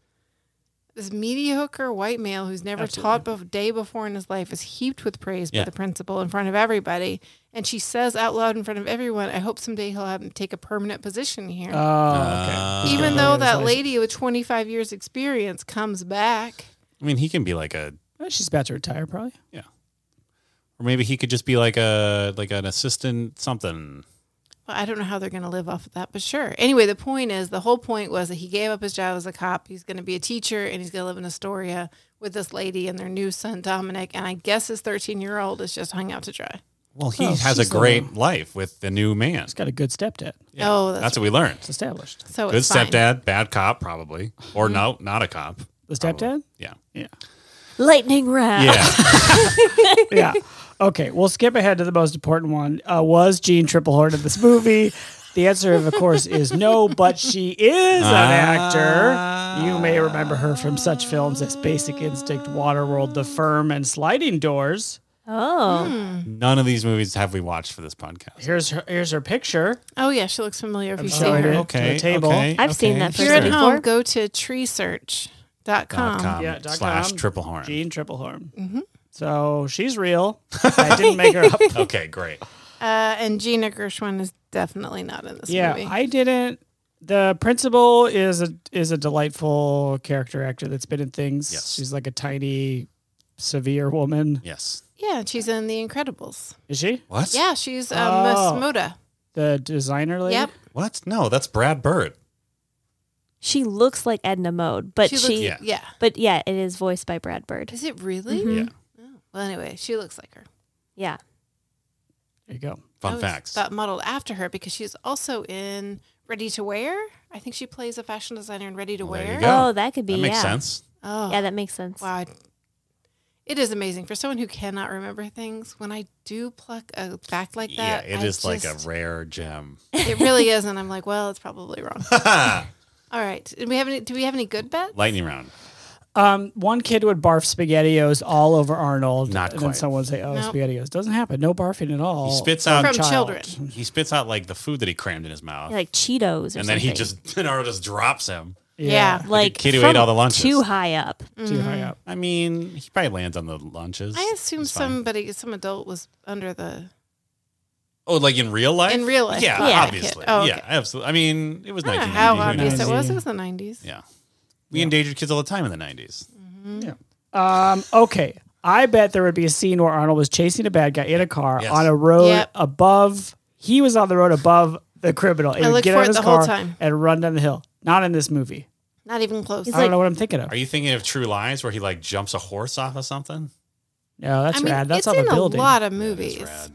S5: This mediocre white male who's never taught a day before in his life is heaped with praise
S2: Yeah.
S5: by the principal in front of everybody. And she says out loud in front of everyone, I hope someday he'll have take a permanent position here.
S1: Oh,
S2: Uh,
S1: okay.
S5: Even
S1: Okay.
S5: though
S1: His
S5: that
S1: license-
S5: lady with 25 years experience comes back.
S2: I mean, he can be like a,
S1: Uh, she's about to retire, probably.
S2: or maybe he could just be like a, like an assistant something.
S5: Well, I don't know how they're going to live off of that, but sure. Anyway, the point is the whole point was that he gave up his job as a cop. He's going to be a teacher and he's going to live in Astoria with this lady and their new son, Dominic. And I guess his 13 year old is just hung out to dry.
S2: Well, he
S1: Oh,
S2: has a
S1: she's a-
S2: great life with the new man.
S1: He's got a good stepdad.
S2: Yeah,
S5: Oh,
S2: that's,
S5: that's
S2: what we learned.
S1: It's established.
S5: So
S2: Good
S5: it's fine.
S2: stepdad, bad cop, probably. Or no, not a cop.
S1: The stepdad?
S2: Yeah.
S1: Yeah.
S6: Lightning round.
S2: Yeah.
S1: yeah. Okay, we'll skip ahead to the most important one. Uh, was Jean Triplehorn in this movie? The answer, of course, is no, but she is an Ah. actor. You may remember her from such films as Basic Instinct, Waterworld, The Firm, and Sliding Doors.
S6: Oh.
S2: None of these movies have we watched for this podcast.
S1: Here's her, here's her picture.
S5: Oh, yeah. She looks familiar if you see
S1: sorry, Oh,
S5: her.
S1: to dude.
S2: Okay.
S1: the table.
S2: okay,
S6: I've seen
S2: okay,
S6: that
S5: If you're at
S6: Sure.
S5: home,
S6: Before?
S5: go to treesearch.com.
S2: Dot com
S1: Yeah, dot
S2: slash
S1: com.
S2: triple horn.
S1: Jean Triplehorn. So she's real. I didn't make her up.
S2: Okay, great.
S5: Uh, and Gina Gershwin is definitely not in this
S1: Yeah,
S5: movie.
S1: I didn't. The principal is a is a delightful character actor that's been in things.
S2: Yes.
S1: She's like a tiny, severe woman.
S2: Yes.
S5: yeah, she's in The Incredibles.
S1: Is she
S2: What?
S5: Yeah, she's um,
S1: Oh.
S5: Miss Moda.
S1: the designer lady?
S5: Yep.
S2: What? No, that's Brad Bird.
S6: She looks like Edna Mode, but she,
S5: looks,
S2: Yeah.
S5: yeah.
S6: but yeah, it is voiced by Brad Bird.
S5: Is it really?
S6: Mm-hmm.
S2: Yeah.
S5: Oh, well, anyway, she looks like her.
S6: Yeah.
S1: There you go.
S5: I
S2: Fun
S5: was
S2: facts.
S5: Thought modeled after her because she's also in Ready to Wear. I think she plays a fashion designer in Ready to
S2: Well, there you
S5: Wear.
S2: go. Yeah.
S6: Oh, that could be
S2: that makes
S6: yeah.
S2: sense.
S5: Oh,
S6: Yeah, that makes sense.
S5: wow. It is amazing for someone who cannot remember things. When I do pluck a fact like that,
S2: yeah, it
S5: I
S2: is like a
S5: just-
S2: rare gem.
S5: it really is, and I'm like, well, it's probably wrong. All right, do we have any? Do we have any good bets?
S2: Lightning round.
S1: Um, one kid would barf spaghettios all over Arnold.
S2: Not
S1: and
S2: quite.
S1: then someone would say, "Oh,
S5: Nope.
S1: spaghettios doesn't happen. No barfing at all."
S2: He spits
S5: From
S2: out.
S1: child.
S5: children,
S2: He spits out like the food that he crammed in his mouth,
S6: Like Cheetos or
S2: and then he just
S6: something.
S2: Pinaro just drops him.
S5: yeah.
S6: like
S2: kid who
S6: from
S2: ate all the lunches.
S6: too high up.
S5: Mm-hmm.
S1: Too high up.
S2: I mean, he probably lands on the lunches.
S5: I assume
S2: It's fine.
S5: somebody, some adult was under the.
S2: Oh, like in real life?
S5: In real life.
S2: Yeah,
S6: Yeah.
S2: obviously.
S5: Oh,
S2: Yeah,
S5: okay.
S2: absolutely. I mean, it was
S5: I don't know
S2: 1990.
S5: how
S2: Who
S5: obvious
S2: knows?
S5: it was. It was the 90s.
S2: Yeah. We endangered kids all the time in the 90s.
S5: Mm.
S1: Um, okay. I bet there would be a scene where Arnold was chasing a bad guy in a car
S2: Yes.
S1: on a road
S5: Yep.
S1: above. He was on the road above the criminal. He
S5: I
S1: would
S5: looked
S1: get
S5: for
S1: out
S5: it
S1: of his
S5: the whole
S1: car
S5: time.
S1: and run down the hill. Not in this movie.
S5: Not even close.
S6: He's
S1: I don't
S6: like-
S1: know what I'm thinking of.
S2: Are you thinking of True Lies where he like jumps a horse off of something?
S1: no, that's
S5: I mean,
S1: rad. That's
S5: it's
S1: off
S5: in
S1: a building.
S5: a lot of
S2: That
S5: movies
S2: is rad.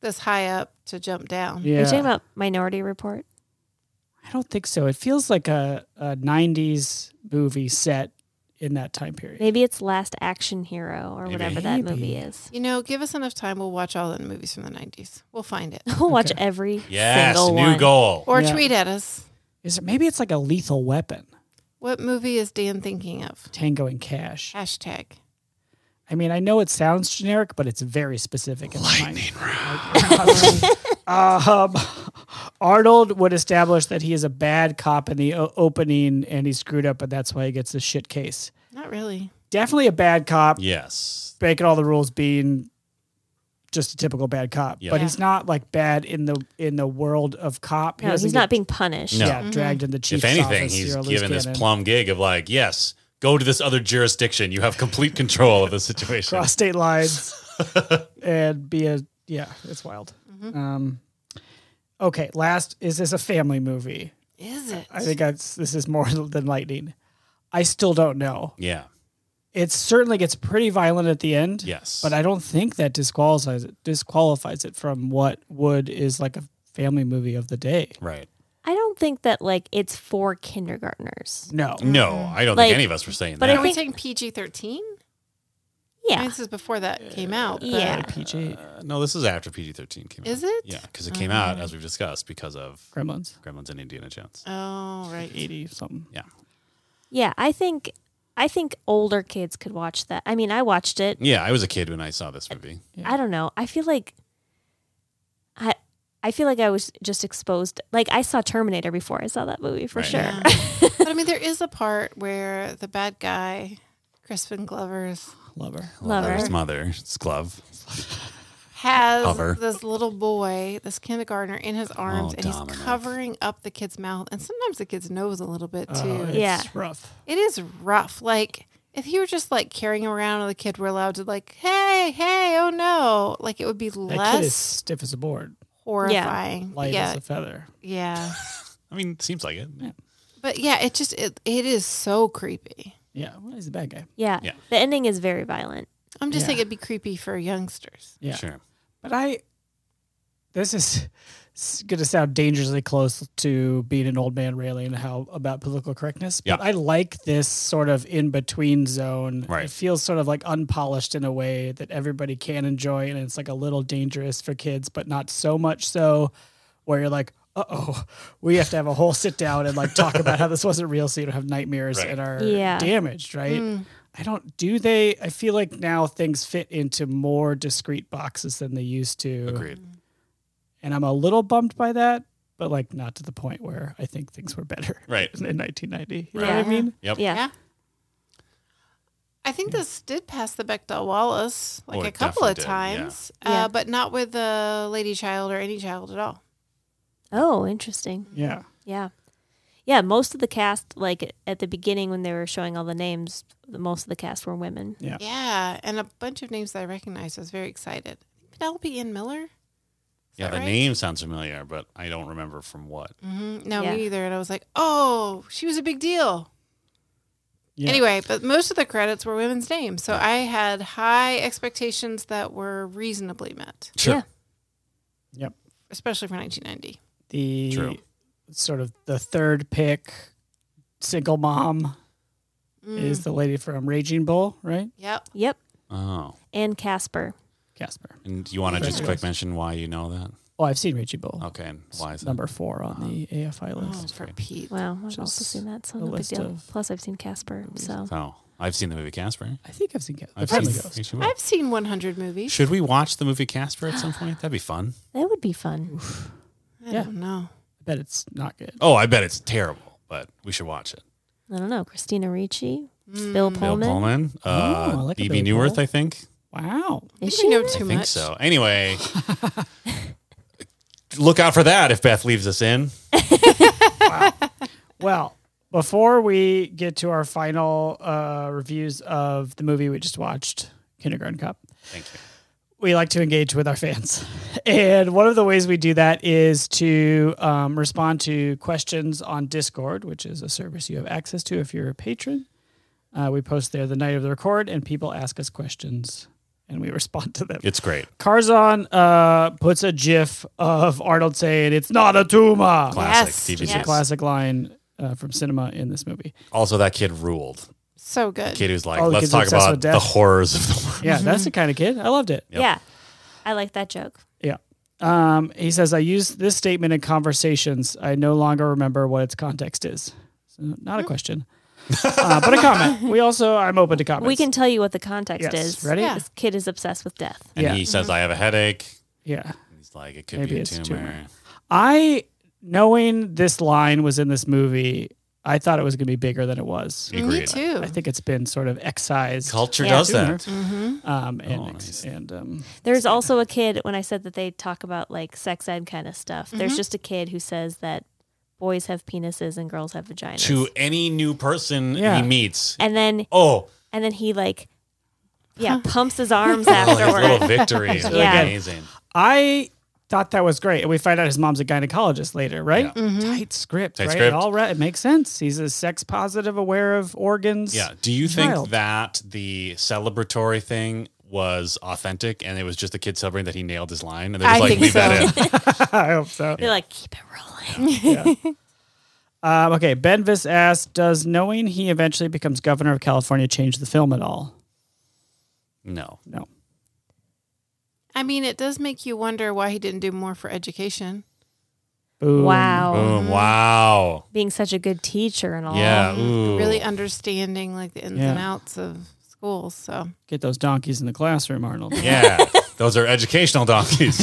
S5: this high up to jump down.
S6: Are you talking
S1: Yeah.
S6: about Minority Report?
S1: I don't think so. It feels like a, a 90s movie set in that time period.
S6: Maybe it's Last Action Hero or
S2: Maybe.
S6: whatever that movie
S1: Maybe.
S6: is.
S5: You know, give us enough time. We'll watch all the movies from the 90s. We'll find it.
S6: We'll watch
S1: Okay.
S6: every
S2: Yes,
S6: single
S2: new
S6: one.
S2: goal.
S5: Or
S1: Yeah.
S5: tweet at us.
S1: Is it maybe it's like a lethal weapon,
S5: What movie is Dan thinking of?
S1: Tango and Cash?
S5: Hashtag.
S1: I mean, I know it sounds generic, but it's very specific. In my mind. Um, Arnold would establish that he is a bad cop in the o- opening and he screwed up, but that's why he gets the shit case.
S5: Not really.
S1: Definitely a bad cop,
S2: Yes.
S1: breaking all the rules, being just a typical bad cop.
S2: Yeah.
S1: But
S5: Yeah.
S1: he's not like bad in the in the world of cop.
S6: No, he's
S1: doesn't
S6: not
S1: get-
S6: being punished.
S2: No.
S1: yeah, dragged in the chief's
S2: if anything,
S1: office.
S2: he's
S1: You're a loose
S2: given this
S1: cannon.
S2: plum gig of like, yes, go to this other jurisdiction. You have complete control of the situation.
S1: cross state lines and be a yeah it's wild
S5: Mm-hmm.
S1: um okay last is this a family movie
S5: Is it?
S1: i think that's this is more than lightning i still don't know
S2: Yeah.
S1: it certainly gets pretty violent at the end
S2: Yes.
S1: but i don't think that disqualifies it disqualifies it from what would is like a family movie of the day
S2: right.
S6: I don't think that like it's for kindergartners.
S1: no
S2: No, I don't
S6: Like-
S2: think any of us were saying
S6: but
S2: that.
S6: I
S5: Are we
S6: think-
S5: saying PG 13? I mean,
S6: Yeah.
S5: this is before that came out. but-
S6: Yeah.
S1: pg
S2: Uh, no, this is after PG thirteen came out.
S5: Is it?
S2: Yeah, because it came
S6: Oh.
S2: out as we've discussed because of
S1: gremlins
S2: Gremlins and Indiana Jones.
S5: Oh, right.
S1: 80 something
S2: Yeah.
S6: Yeah, I think I think older kids could watch that. I mean, I watched it.
S2: Yeah, I was a kid when I saw this movie.
S6: I don't know. I feel like I I feel like I was just exposed. Like I saw Terminator before I saw that movie for
S2: Right.
S6: sure.
S5: Yeah. but I mean, there is a part where the bad guy, Crispin Glover's,
S1: lover
S6: Lover.
S2: His mother's glove.
S5: has
S2: Hover.
S5: this little boy, this kindergartner, in his arms, and he's
S2: Dominic.
S5: covering up the kid's mouth, and sometimes the kid's nose a little bit too.
S1: Oh, it's
S6: Yeah.
S1: rough
S5: It is rough. Like if you were just like carrying him around, and the kid were allowed to like, hey, hey, oh no, like it would be
S1: that kid is
S5: less
S1: stiff as a board
S5: horrifying. But
S1: light
S5: Yeah,
S1: as a feather
S5: yeah,
S2: I mean, seems like it.
S5: but yeah, it just it, it is so creepy.
S1: yeah well, he's a bad guy
S6: Yeah.
S2: Yeah.
S6: The ending is very violent.
S5: I'm just
S1: Yeah.
S5: saying it'd be creepy for youngsters.
S1: yeah
S2: Sure.
S1: But I, this is going to sound dangerously close to being an old man railing how about political correctness. But
S2: Yeah.
S1: I like this sort of in between zone.
S2: Right.
S1: It feels sort of like unpolished in a way that everybody can enjoy, and it's like a little dangerous for kids, but not so much so where you're like. Uh oh, we have to have a whole sit down and like talk about how this wasn't real, so you don't have nightmares
S2: Right.
S1: and are
S6: Yeah.
S1: damaged, right?
S5: Mm. Mm-hmm.
S1: I don't. Do they? I feel like now things fit into more discrete boxes than they used to.
S2: Agreed.
S1: And I'm a little bummed by that, but like not to the point where I think things were better.
S2: Right.
S1: In, 1990, you know
S6: Yeah.
S1: what I mean?
S2: Yep.
S6: Yeah.
S5: Yeah. I think this did pass the Bechdel Wallace like
S2: Oh,
S5: a
S2: it
S5: couple of
S2: definitely did, yeah.
S5: times,
S6: Yeah.
S5: Uh, but not with the lady child or any child at all.
S6: Oh, interesting.
S1: Yeah.
S6: Yeah. Yeah, most of the cast like at the beginning when they were showing all the names, the- most of the cast were women.
S1: Yeah.
S5: Yeah, and a bunch of names that I recognized. I was very excited. Penelope Ann Miller.
S2: Yeah,
S5: that
S2: the
S5: right?
S2: name sounds familiar, but I don't remember from what.
S5: Mm-hmm. No,
S6: Yeah.
S5: me either. And I was like, oh, she was a big deal.
S1: Yeah.
S5: Anyway, but most of the credits were women's names, so I had high expectations that were reasonably met,
S6: Yeah.
S1: Yep.
S5: especially for 1990.
S1: The
S2: True.
S1: sort of the third pick, single mom, is the lady from Raging Bull, right?
S5: Yep.
S6: Yep.
S2: Oh.
S6: And Casper.
S1: Casper.
S2: And do you want to just
S1: Yes.
S2: quick mention why you know that?
S1: Oh, I've seen Raging Bull.
S2: Okay. And why is that? Uh-huh.
S1: Number four on the AFI
S5: Oh,
S1: list.
S5: for Pete.
S6: Wow, I've
S1: Which
S6: also
S1: is
S6: seen that, so
S1: a
S6: no big
S1: list
S6: deal.
S1: of-
S6: Plus I've seen Casper, so
S2: Oh, I've seen the movie Casper.
S1: I think I've seen Casper.
S2: I've
S1: The Friendly
S2: seen
S1: Ghost.
S2: H2O.
S5: I've seen 100 movies.
S2: Should we watch the movie Casper at some point? That'd be fun.
S6: that would be fun.
S5: I
S1: Yeah.
S5: don't know.
S1: I bet it's not good.
S2: Oh, I bet it's terrible, but we should watch it.
S6: I don't know, Christina Ricci, Bill Pullman.
S2: Bill Pullman, uh,
S1: Oh, I like a
S2: BB
S1: Billy
S2: Newirth,
S1: Pullman.
S2: I think.
S1: Wow.
S5: I
S6: Is
S5: think
S6: she?
S5: we know
S6: in it?
S5: too
S2: I
S5: much.
S2: think so. Anyway, look out for that if Beth leaves us in.
S1: Well, before we get to our final uh, reviews of the movie we just watched, Kindergarten Cop,
S2: Thank you.
S1: we like to engage with our fans. And one of the ways we do that is to um, respond to questions on Discord, which is a service you have access to if you're a patron. Uh, we post there the night of the record, and people ask us questions, and we respond to them.
S2: It's great.
S1: Karzon uh, puts a gif of Arnold saying, It's not a tumor.
S2: Classic DVD.
S5: Yes, yes.
S1: Classic line uh, from cinema in this movie.
S2: Also, that kid ruled.
S5: So good.
S2: Kid who's like,
S1: All the
S2: let's
S1: kids
S2: talk
S1: obsessed
S2: about
S1: with
S2: the
S1: death."
S2: horrors of the world.
S1: Yeah,
S6: Mm-hmm.
S1: that's the kind of kid. I loved it.
S2: Yep.
S6: Yeah. I like that joke.
S1: Yeah. Um, he says, I use this statement in conversations. I no longer remember what its context is. So not a question, uh, but a comment. We also, I'm open to comments.
S6: Mm. We can tell you what the context
S1: Yes.
S6: is.
S1: Ready?
S5: Yeah.
S6: This kid is obsessed with death.
S2: And
S1: Yeah.
S2: he says, I have a headache.
S1: Yeah.
S2: And He's like, it could
S1: Maybe
S2: be a
S1: it's a
S2: tumor.
S1: tumor. I, knowing this line was in this movie, I thought it was going to be bigger than it was.
S5: Me
S2: Agreed.
S5: too.
S1: I think it's been sort of excised.
S2: Culture
S6: Yeah. Mm-hmm.
S2: does
S1: Tumor.
S2: that.
S1: Um, and,
S2: Oh,
S1: ex-
S2: nice.
S1: and um,
S6: There's also a kid when I said that they talk about like sex ed kind of stuff. There's just a kid who says that boys have penises and girls have vaginas.
S2: To any new person
S1: Yeah.
S2: he meets.
S6: And then
S2: Oh,
S6: and then he like yeah, pumps his arms
S2: oh, his little
S6: afterward.
S2: victory. is
S6: really good.
S2: Amazing.
S1: I thought that was great. And we find out his mom's a gynecologist later, right?
S2: Yeah. Mm-hmm.
S1: Tight script,
S2: Tight
S1: right? It
S2: script.
S1: all re- it makes sense. He's a sex positive, aware of organs.
S2: Yeah. Do you
S1: Child.
S2: think that the celebratory thing was authentic and it was just the kid celebrating that he nailed his line? And they're
S5: I
S2: just like,
S5: think
S2: leave that
S5: so.
S2: in.
S1: I hope so.
S6: They're like, keep it rolling.
S1: Um, okay, Benvis asked, "Does knowing he eventually becomes governor of California change the film at all?"
S2: No.
S1: No.
S5: I mean, it does make you wonder why he didn't do more for education.
S1: Boom.
S6: Wow.
S2: Boom. Wow.
S6: Being such a good teacher and all.
S2: Yeah. Ooh.
S5: Really understanding like the ins and
S1: Yeah.
S5: outs of schools. So
S1: Get those donkeys in the classroom, Arnold.
S2: Yeah. Those are educational donkeys.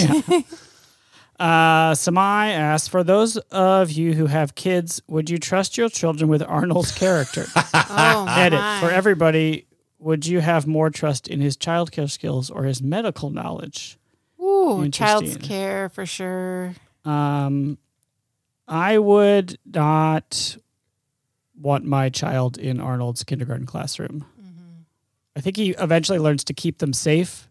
S1: Uh, Samai asked, "For those of you who have kids, would you trust your children with Arnold's character?"
S5: oh
S1: Edit
S5: my.
S1: for everybody. Would you have more trust in his childcare skills or his medical knowledge?
S5: Ooh, child's
S1: Interesting.
S5: care for sure.
S1: Um, I would not want my child in Arnold's kindergarten classroom. I think he eventually learns to keep them safe,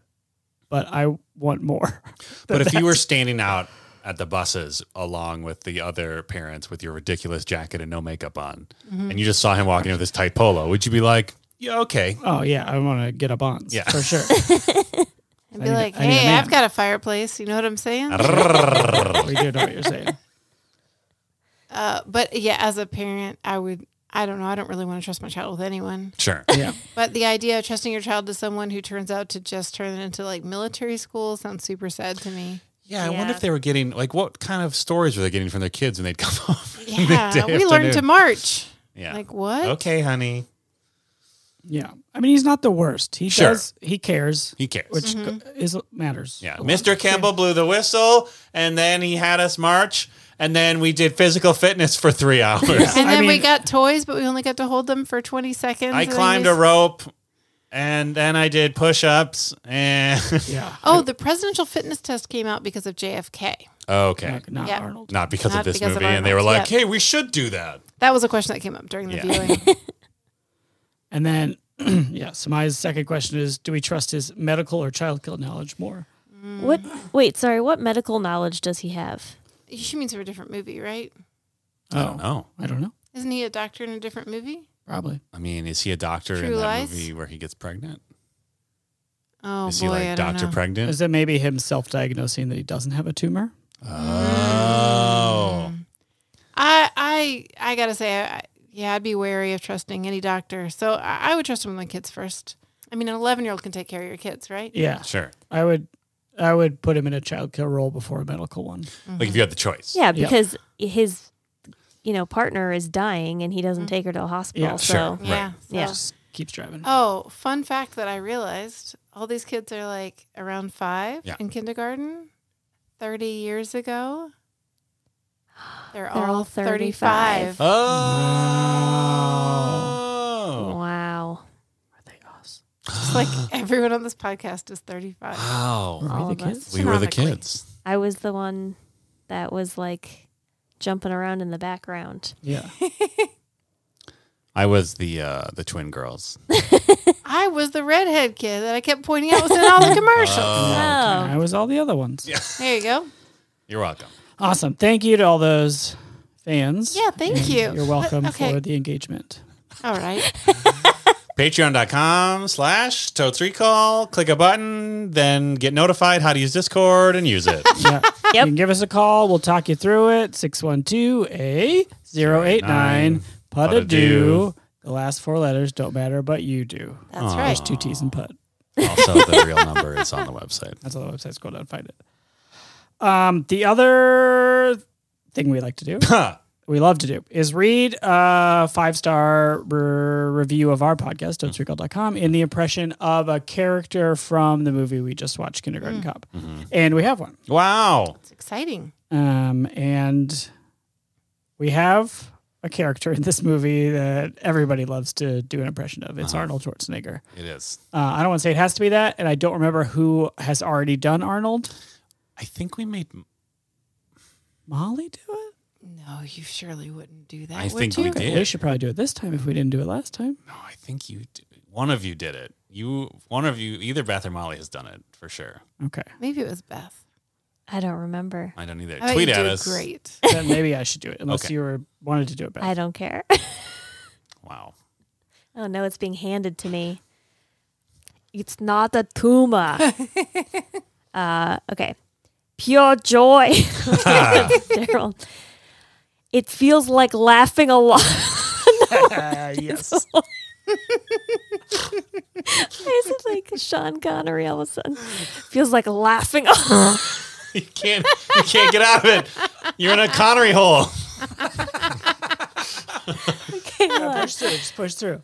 S1: but I want more.
S2: But if you were standing out at the buses along with the other parents with your ridiculous jacket and no makeup on,
S5: Mm-hmm.
S2: and you just saw him walking in with his tight polo, would you be like, yeah, okay.
S1: Oh yeah, I want to get a bonds
S2: Yeah.
S1: for sure.
S5: And
S1: I
S5: be
S1: need a-
S5: like,
S1: I need a
S5: hey,
S1: man."
S5: I've got a fireplace. You know what I'm saying?
S1: we do know what you're saying.
S5: Uh, but yeah, as a parent, I would. I don't know. I don't really want to trust my child with anyone.
S2: sure.
S1: Yeah,
S5: But the idea of trusting your child to someone who turns out to just turn it into like military school sounds super sad to me.
S2: Yeah, I
S6: Yeah.
S2: wonder if they were getting like what kind of stories were they getting from their kids when they'd come home? in the
S5: Yeah,
S2: day
S5: we learned to
S2: afternoon?
S5: march.
S2: Yeah.
S5: Like what?
S2: okay, honey.
S1: yeah. I mean, he's not the worst. He
S2: Sure.
S1: does. He cares,
S2: He cares.
S1: which go- is matters.
S2: yeah.
S5: Oh,
S2: Mr. Campbell blew the whistle and then he had us march and then we did physical fitness for three hours.
S5: And
S1: I
S5: then we
S1: mean-
S5: got toys, but we only got to hold them for 20 seconds.
S2: I
S5: and then
S2: climbed
S5: they-
S2: a rope and then I did push ups and
S1: yeah.
S5: Oh, the presidential fitness test came out because of JFK.
S2: Okay.
S1: Not, not
S5: Yeah.
S1: Arnold.
S2: Not because
S5: Not
S2: of this
S5: because of
S2: movie. and they were
S5: Arnold,
S2: like,
S5: yeah.
S2: hey, we should do that.
S5: That was a question that came up during the
S2: Yeah.
S5: viewing.
S1: And then, yeah. So my second question is: Do we trust his medical or childcare knowledge more?
S6: What wait, sorry, what medical knowledge does he have?
S5: she means from a different movie, right?
S2: I don't know.
S1: Oh, I don't know.
S5: Isn't he a doctor in a different movie?
S1: Probably.
S2: Oh, I mean, is he a doctor in
S5: True
S2: that
S5: Lies?
S2: movie where he gets pregnant?
S5: Oh
S2: is
S5: boy,
S2: he like
S5: I don't
S2: Dr.
S5: know.
S2: Pregnant?
S1: Is it maybe him self-diagnosing that he doesn't have a tumor?
S2: oh.
S5: I I I gotta say, I, yeah, I'd be wary of trusting any doctor. So I, I would trust one of the kids first. I mean, an 11 year old can take care of your kids, right?
S1: Yeah,
S2: Sure.
S1: I would. I would put him in a childcare role before a medical one.
S2: Like if you had the choice.
S6: Yeah, because his you know, partner is dying and he doesn't take her to a hospital.
S1: Yeah,
S6: so
S2: sure.
S5: Yeah. so-
S6: Yeah.
S1: Just keeps driving.
S5: Oh, fun fact that I realized all these kids are like around five
S2: Yeah.
S5: in kindergarten. 30 years ago, they're,
S6: They're
S5: all
S6: all
S5: 35.
S2: Oh.
S6: wow.
S5: It's like everyone on this podcast is 35.
S2: Wow.
S6: All
S1: Were we the
S6: of us.
S1: kids?
S2: We were the
S5: Canonically.
S2: kids.
S6: I was the one that was like jumping around in the background.
S1: Yeah.
S2: I was the uh, the twin girls.
S5: I was the redhead kid that I kept pointing out was in all
S2: Uh.
S5: the commercials. Oh.
S6: Oh,
S1: I was all the other ones. Yeah.
S5: There you go.
S2: You're welcome.
S1: Awesome. Thank you to all those fans.
S5: Yeah, thank
S1: And
S5: you.
S1: You're welcome
S5: But- okay.
S1: for the engagement.
S5: All right.
S2: Patreon.com slash totes recall. Click a button, then get notified how to use Discord and use it.
S1: Yeah. You can give us a call. We'll talk you through it. 612 A 089
S2: Putadoo.
S1: Putadoo. The last four letters don't matter, but you do.
S5: That's
S2: Aw.
S5: right.
S1: There's two T's and put.
S2: Also, the real number is on the website.
S1: That's on the website. Scroll down, find it. Um, the other thing we like to do,
S2: Huh.
S1: we love to do, is read a five star re- review of our podcast, toadsrecall.com, in the impression of a character from the movie we just watched, Kindergarten Cop. And we have one.
S2: Wow.
S5: It's exciting.
S1: Um, and we have a character in this movie that everybody loves to do an impression of. It's Arnold Schwarzenegger.
S2: It is.
S1: Uh, I don't want to say it has to be that, and I don't remember who has already done Arnold.
S2: I think we made.
S1: Molly do it?
S5: No, you surely wouldn't do that.
S2: I
S5: would
S2: think
S5: you?
S2: we did.
S1: We should probably do it this time if we didn't do it last time.
S2: No, I think you. Did, one of you did it. You. One of you. Either Beth or Molly has done it for sure.
S1: Okay.
S5: Maybe it was Beth.
S6: I don't remember.
S2: I don't either.
S5: I bet
S2: Tweet
S5: you
S2: at
S5: did
S2: us.
S5: Great.
S1: Then maybe I should do it unless
S2: Okay.
S1: you were wanted to do it better.
S6: I don't care.
S2: Wow.
S6: oh no, it's being handed to me. It's not a tumor. uh, okay. Pure joy. Daryl. It feels like laughing a lot.
S1: yes.
S6: Is it like Sean Connery all of a sudden? Feels like laughing a lot.
S2: You can't. You can't get out of it. You're in a Connery hole.
S1: push through. Just push through.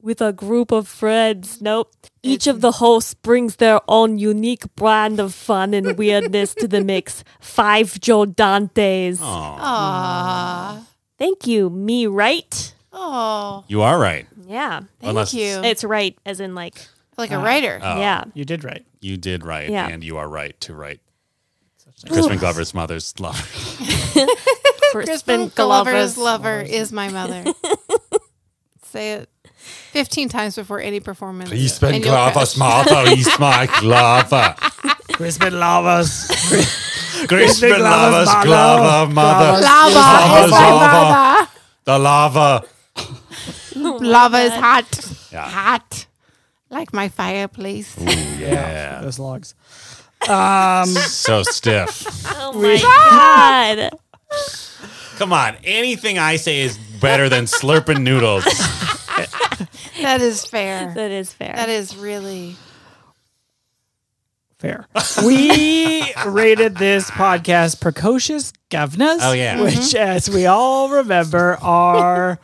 S6: with a group of friends. Nope. Each of the hosts brings their own unique brand of fun and weirdness to the mix. Five Joe Dantes.
S2: Oh.
S5: Aww.
S6: Thank you, me right?
S5: Oh,
S2: You are right.
S6: Yeah.
S5: thank
S2: Unless
S5: you.
S6: It's right, as in like,
S5: like a writer.
S2: Oh.
S6: yeah.
S1: You did right.
S2: You did right,
S6: Yeah.
S2: and you are right to write. Crispin Glover's mother's lover.
S5: Crispin Glover's lover is my mother. Say it 15 times before any performance. and you'll crash.
S2: mother is my Glover.
S1: Crispin Lavas.
S2: Crispin
S1: Glover's mother.
S2: Lava
S5: Lava is
S2: is
S5: my
S2: lava.
S5: mother.
S2: The lava.
S5: Lava is hot.
S2: Yeah.
S5: Hot. Like my fireplace.
S2: Ooh, yeah.
S1: Those logs. Um,
S2: so stiff.
S6: Oh my God.
S2: Come on. Anything I say is better than slurping noodles.
S5: That is fair.
S6: That is fair.
S5: That is really.
S1: fair. We rated this podcast precocious governors.
S2: Oh, yeah.
S1: Which, as we all remember, are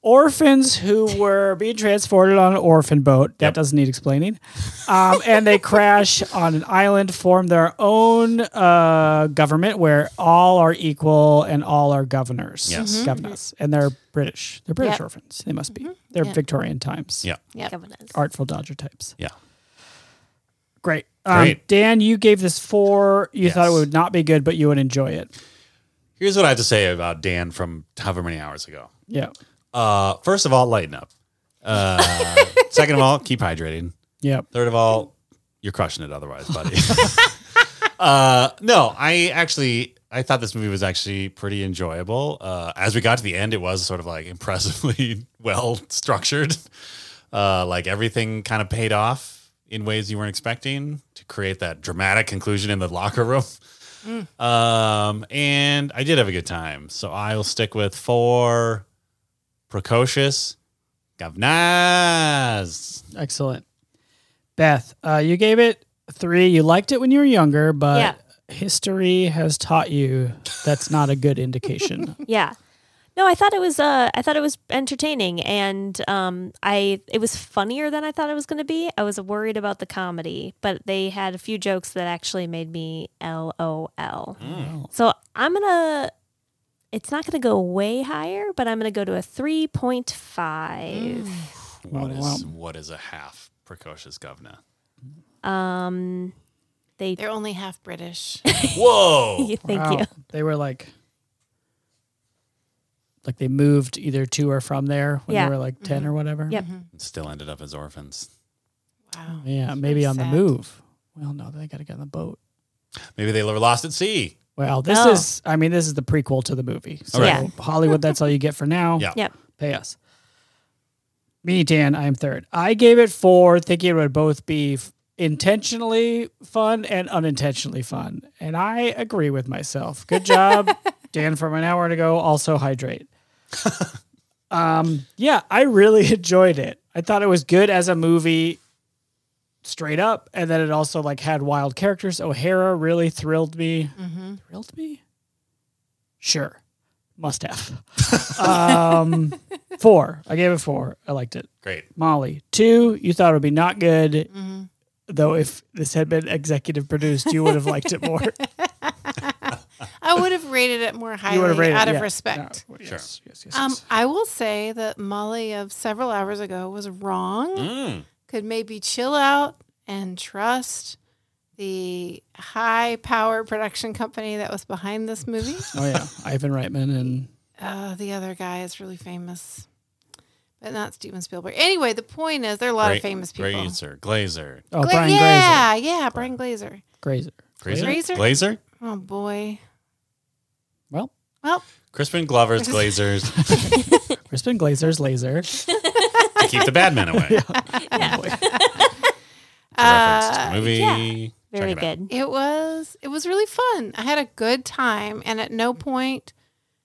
S1: orphans who were being transported on an orphan boat. That doesn't need explaining. Um, and they crash on an island, form their own uh, government where all are equal and all are governors.
S2: Yes.
S1: Governors. And they're British. They're British
S5: Yep.
S1: orphans. They must be. They're
S5: Yep.
S1: Victorian times.
S2: Yeah.
S5: Yep.
S6: Governors.
S1: Artful Dodger types.
S2: Yeah.
S1: Great. Um,
S2: Great.
S1: Dan, you gave this four. You thought it
S2: Yes.
S1: would not be good, but you would enjoy it.
S2: Here's what I have to say about Dan from however many hours ago.
S1: Yeah.
S2: Uh, first of all, lighten up. Uh, second of all, keep hydrating.
S1: Yeah.
S2: Third of all, you're crushing it otherwise, buddy. uh, no, I actually I thought this movie was actually pretty enjoyable. Uh, as we got to the end, it was sort of like impressively well structured. Uh, like everything kind of paid off in ways you weren't expecting to create that dramatic conclusion in the locker room. Um, and I did have a good time, so I will stick with four precocious governors.
S1: Excellent. Beth, uh, you gave it three. You liked it when you were younger, but
S6: Yeah.
S1: history has taught you that's not a good indication.
S6: yeah no i thought it was uh i thought it was entertaining and um i it was funnier than i thought it was going to be i was worried about the comedy but they had a few jokes that actually made me lol
S5: Hmm.
S1: Oh,
S6: so i'm gonna it's not gonna go way higher but i'm gonna go to a 3.5
S2: What
S1: Wow.
S2: is what is a half precocious governor?
S5: Hmm.
S6: um they
S5: They're only half British. Oh,
S2: Whoa!
S6: thank
S1: Wow.
S6: you
S1: They were like, like they moved either to or from there when
S6: Yeah. Mm-hmm.
S1: they were like 10 or whatever.
S6: Yep.
S2: Still ended up as orphans.
S5: Wow.
S1: Yeah. Maybe on the
S5: Sad.
S1: move. Well, no, they got to get on the boat.
S2: Maybe they were lost at sea.
S1: Well, this
S6: Oh.
S1: is, I mean, this is the prequel to the movie. So
S6: All right.
S1: Hollywood, that's all you get for now.
S2: Yeah.
S6: yep
S1: Pay us. Me, Dan, I'm third. I gave it four, thinking it would both be f- intentionally fun and unintentionally fun. And I agree with myself. Good job, Dan, from an hour ago. Also, hydrate. Um, yeah, I really enjoyed it. I thought it was good as a movie, straight up, and then it also like had wild characters. O'Hara really thrilled me. Thrilled me? Sure, must have. um, four. I gave it four. I liked it.
S2: Great.
S1: Molly, two. You thought it would be not good,
S5: Mm-hmm.
S1: though. If this had been executive produced, you would have liked it more.
S5: I would have rated it more highly
S1: you would have rated it,
S5: out of
S1: yeah.
S5: respect.
S1: No, yes,
S2: Sure.
S1: yes, yes, yes.
S5: Um, I will say that Molly of several hours ago was wrong.
S2: Mm.
S5: Could maybe chill out and trust the high power production company that was behind this movie.
S1: oh yeah, Ivan Reitman and
S5: Uh, the other guy is really famous, but not Steven Spielberg. Anyway, the point is there are a lot
S2: Great-
S5: of famous people.
S2: Great answer. Glazer.
S1: oh
S5: Gla-
S1: Brian
S5: yeah, yeah, Brian Glazer.
S1: Grazer. Grazer.
S2: Glazer?
S5: Glazer?
S2: Glazer?
S5: Oh boy.
S1: Well,
S5: Well,
S2: Crispin Glover's Glazers
S1: Crispin Glazer's laser.
S2: to keep the bad men away. Reference to
S5: uh,
S2: the movie.
S6: yeah.
S2: Check
S6: Very
S2: it out.
S6: good.
S5: it was it was really fun. I had a good time, and at no point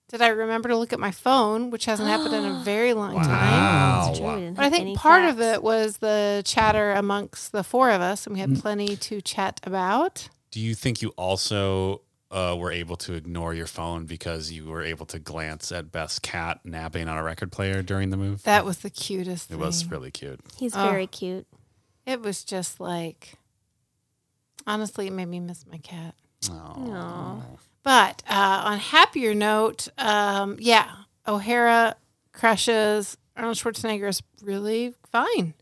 S5: did I remember to look at my phone, which hasn't happened in a very long time.
S2: Wow.
S6: It's true, we didn't
S5: But I
S6: have
S5: think
S6: any
S5: part of
S6: facts.
S5: it was the chatter amongst the four of us, and we had
S2: Mm.
S5: plenty to chat about.
S2: Do you think you also uh, were able to ignore your phone because you were able to glance at Beth's cat napping on a record player during the move?
S5: That was the cutest.
S2: it was
S5: thing.
S2: really cute.
S6: He's
S5: Oh.
S6: very cute.
S5: It was just like, honestly, it made me miss my cat.
S2: Oh.
S5: But uh, on happier note, um, yeah, O'Hara crushes. Arnold Schwarzenegger is really fine.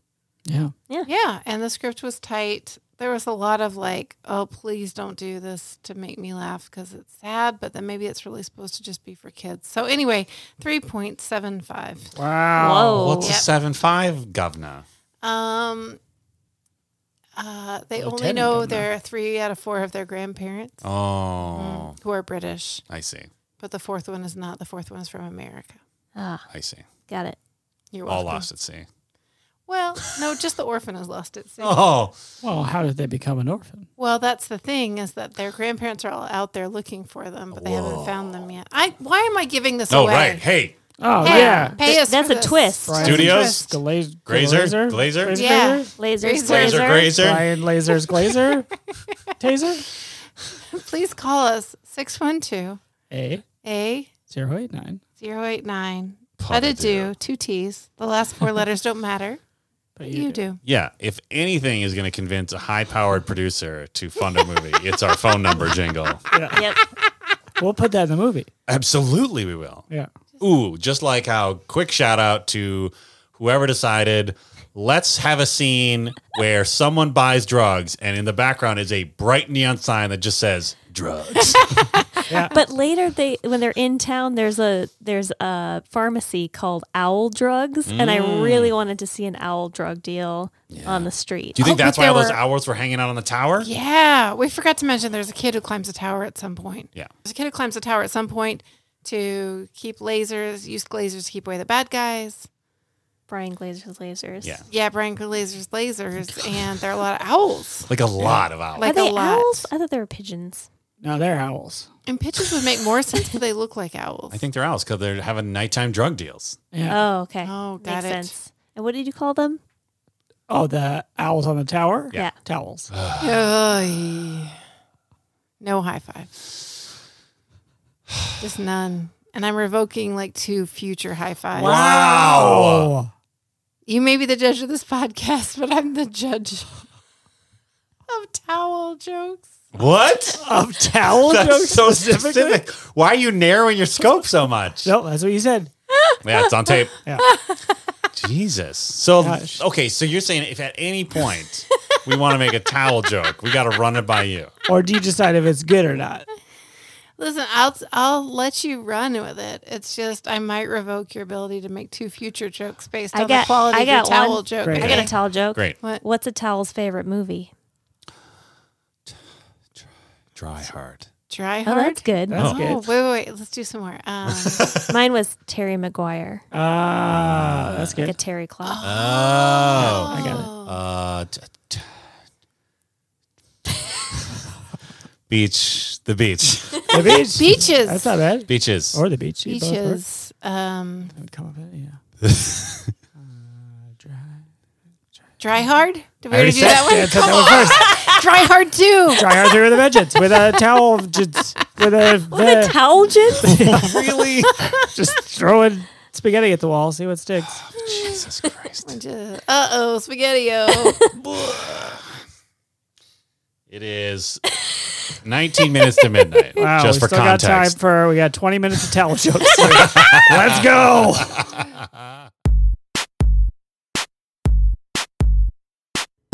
S1: Yeah.
S5: Yeah, and the script was tight. There was a lot of like, oh, please don't do this to make me laugh because it's sad, but then maybe it's really supposed to just be for kids. So anyway, three point seven five.
S6: Whoa.
S2: What's
S5: Yep.
S2: a seven five governor?
S5: Um, uh, they only
S1: Lieutenant
S5: know
S1: governor.
S5: they're three out of four of their grandparents mm,
S2: Oh,
S5: who are British,
S2: I see.
S5: but the fourth one is not. The fourth one is from America.
S6: Ah,
S2: I see.
S6: got it.
S5: You're
S2: All
S5: welcome.
S2: lost at sea.
S5: Well, no, just the orphan has lost it. See?
S2: Oh,
S1: Well, how did they become an orphan?
S5: Well, that's the thing is that their grandparents are all out there looking for them, but they haven't found them yet. I why am I giving this
S2: no,
S5: away?
S2: Oh, right. Hey,
S1: Oh
S5: Hey,
S1: yeah.
S5: pay
S6: Th-
S5: us.
S6: that's
S5: for
S6: a
S5: this.
S6: twist.
S1: Brian
S2: Studios?
S5: Twist.
S1: Glazer.
S2: Grazer?
S1: Glazer.
S2: Glazer?
S5: Yeah.
S1: Glazer?
S6: Laser,
S5: Razor,
S2: Glazer, Grazer.
S1: Brian Lazer's Glazer. Taser.
S5: Please call us 612
S1: A
S5: A
S1: zero eight nine.
S5: 089.
S2: Put
S5: But
S2: it
S5: do, two T's. The last four letters don't matter.
S1: But
S5: You, do.
S2: Yeah, if anything is going to convince a high-powered producer to fund a movie, it's our phone number jingle.
S6: Yep.
S1: We'll put that in the movie.
S2: Absolutely, we will.
S1: Yeah.
S2: Ooh, just like how quick shout out to whoever decided let's have a scene where someone buys drugs and in the background is a bright neon sign that just says drugs.
S6: But later they when they're in town there's a there's a pharmacy called Owl Drugs
S2: Mm.
S6: and I really wanted to see an owl drug deal on the street.
S2: Do you think
S6: Oh,
S2: that's
S6: but
S2: why
S6: there
S2: all those
S6: were-
S2: owls were hanging out on the tower?
S5: Yeah. We forgot to mention there's a kid who climbs a tower at some point.
S2: Yeah.
S5: There's a kid who climbs a tower at some point to keep lasers, use lasers to keep away the bad guys.
S6: Brian Glazer's lasers.
S2: Yeah.
S5: Yeah, Brian lasers, lasers, and there are a lot of owls.
S2: Like a lot of owls.
S5: Like
S6: Are they
S5: a lot.
S6: owls? I thought they were pigeons.
S1: No, they're owls.
S5: And pitches would make more sense because they look like owls.
S2: I think they're owls because they're having nighttime drug deals.
S1: Yeah.
S6: Oh, okay.
S5: Oh,
S6: Makes
S5: got it.
S6: sense. And what did you call them?
S1: oh, the owls on the tower.
S6: Yeah.
S1: Towels.
S5: Oy. No high five. Just none. And I'm revoking like two future high fives.
S2: Wow.
S1: Oh.
S5: You may be the judge of this podcast, but I'm the judge of towel jokes.
S2: What?
S1: Of towel jokes
S2: That's so
S1: specifically?
S2: specific. Why are you narrowing your scope so much?
S1: No, that's what you said.
S2: Yeah, it's on tape.
S1: Yeah.
S2: Jesus. So
S1: Gosh.
S2: okay, so you're saying if at any point we want to make a towel joke, we got to run it by you.
S1: Or do you decide if it's good or not?
S5: Listen, I'll I'll let you run with it. It's just I might revoke your ability to make two future jokes based
S6: I
S5: on
S6: got-
S5: the quality
S6: I
S5: of
S6: got
S5: your towel
S6: one.
S5: joke.
S1: Great.
S6: I got
S5: okay?
S6: a towel joke.
S2: Great.
S5: What?
S6: What's a towel's favorite movie?
S2: Dry hard.
S5: Try
S6: Oh,
S5: hard.
S6: that's good.
S1: That's
S5: Oh, wait,
S1: good.
S5: wait, wait. Let's do some more. Um,
S6: Mine was Terry Maguire,
S1: Ah, that's
S6: like a
S1: good.
S6: Terry cloth.
S2: Oh.
S1: I got it.
S2: Uh, t- t- beach. The beach.
S1: The beach.
S5: Beaches.
S1: That's not bad.
S2: Beaches.
S1: Or the beach. You both work.
S5: Beaches. Um,
S1: That would come up. Yeah. uh, dry.
S5: Dry Hard. Did we
S2: I
S5: already
S2: already said
S5: do that
S1: Yeah,
S5: one?
S1: that's that one first.
S5: Dry Hard Two.
S1: Dry hard through the veggies with a towel. Just, with a,
S6: With a towel, Jin?
S2: really?
S1: just throwing spaghetti at the wall. See what sticks.
S2: Jesus Christ.
S5: Uh oh, Spaghetti-O.
S2: It is 19 minutes to midnight.
S1: Wow,
S2: just
S1: we
S2: for
S1: still
S2: context.
S1: got time for we got 20 minutes of towel jokes. Let's go.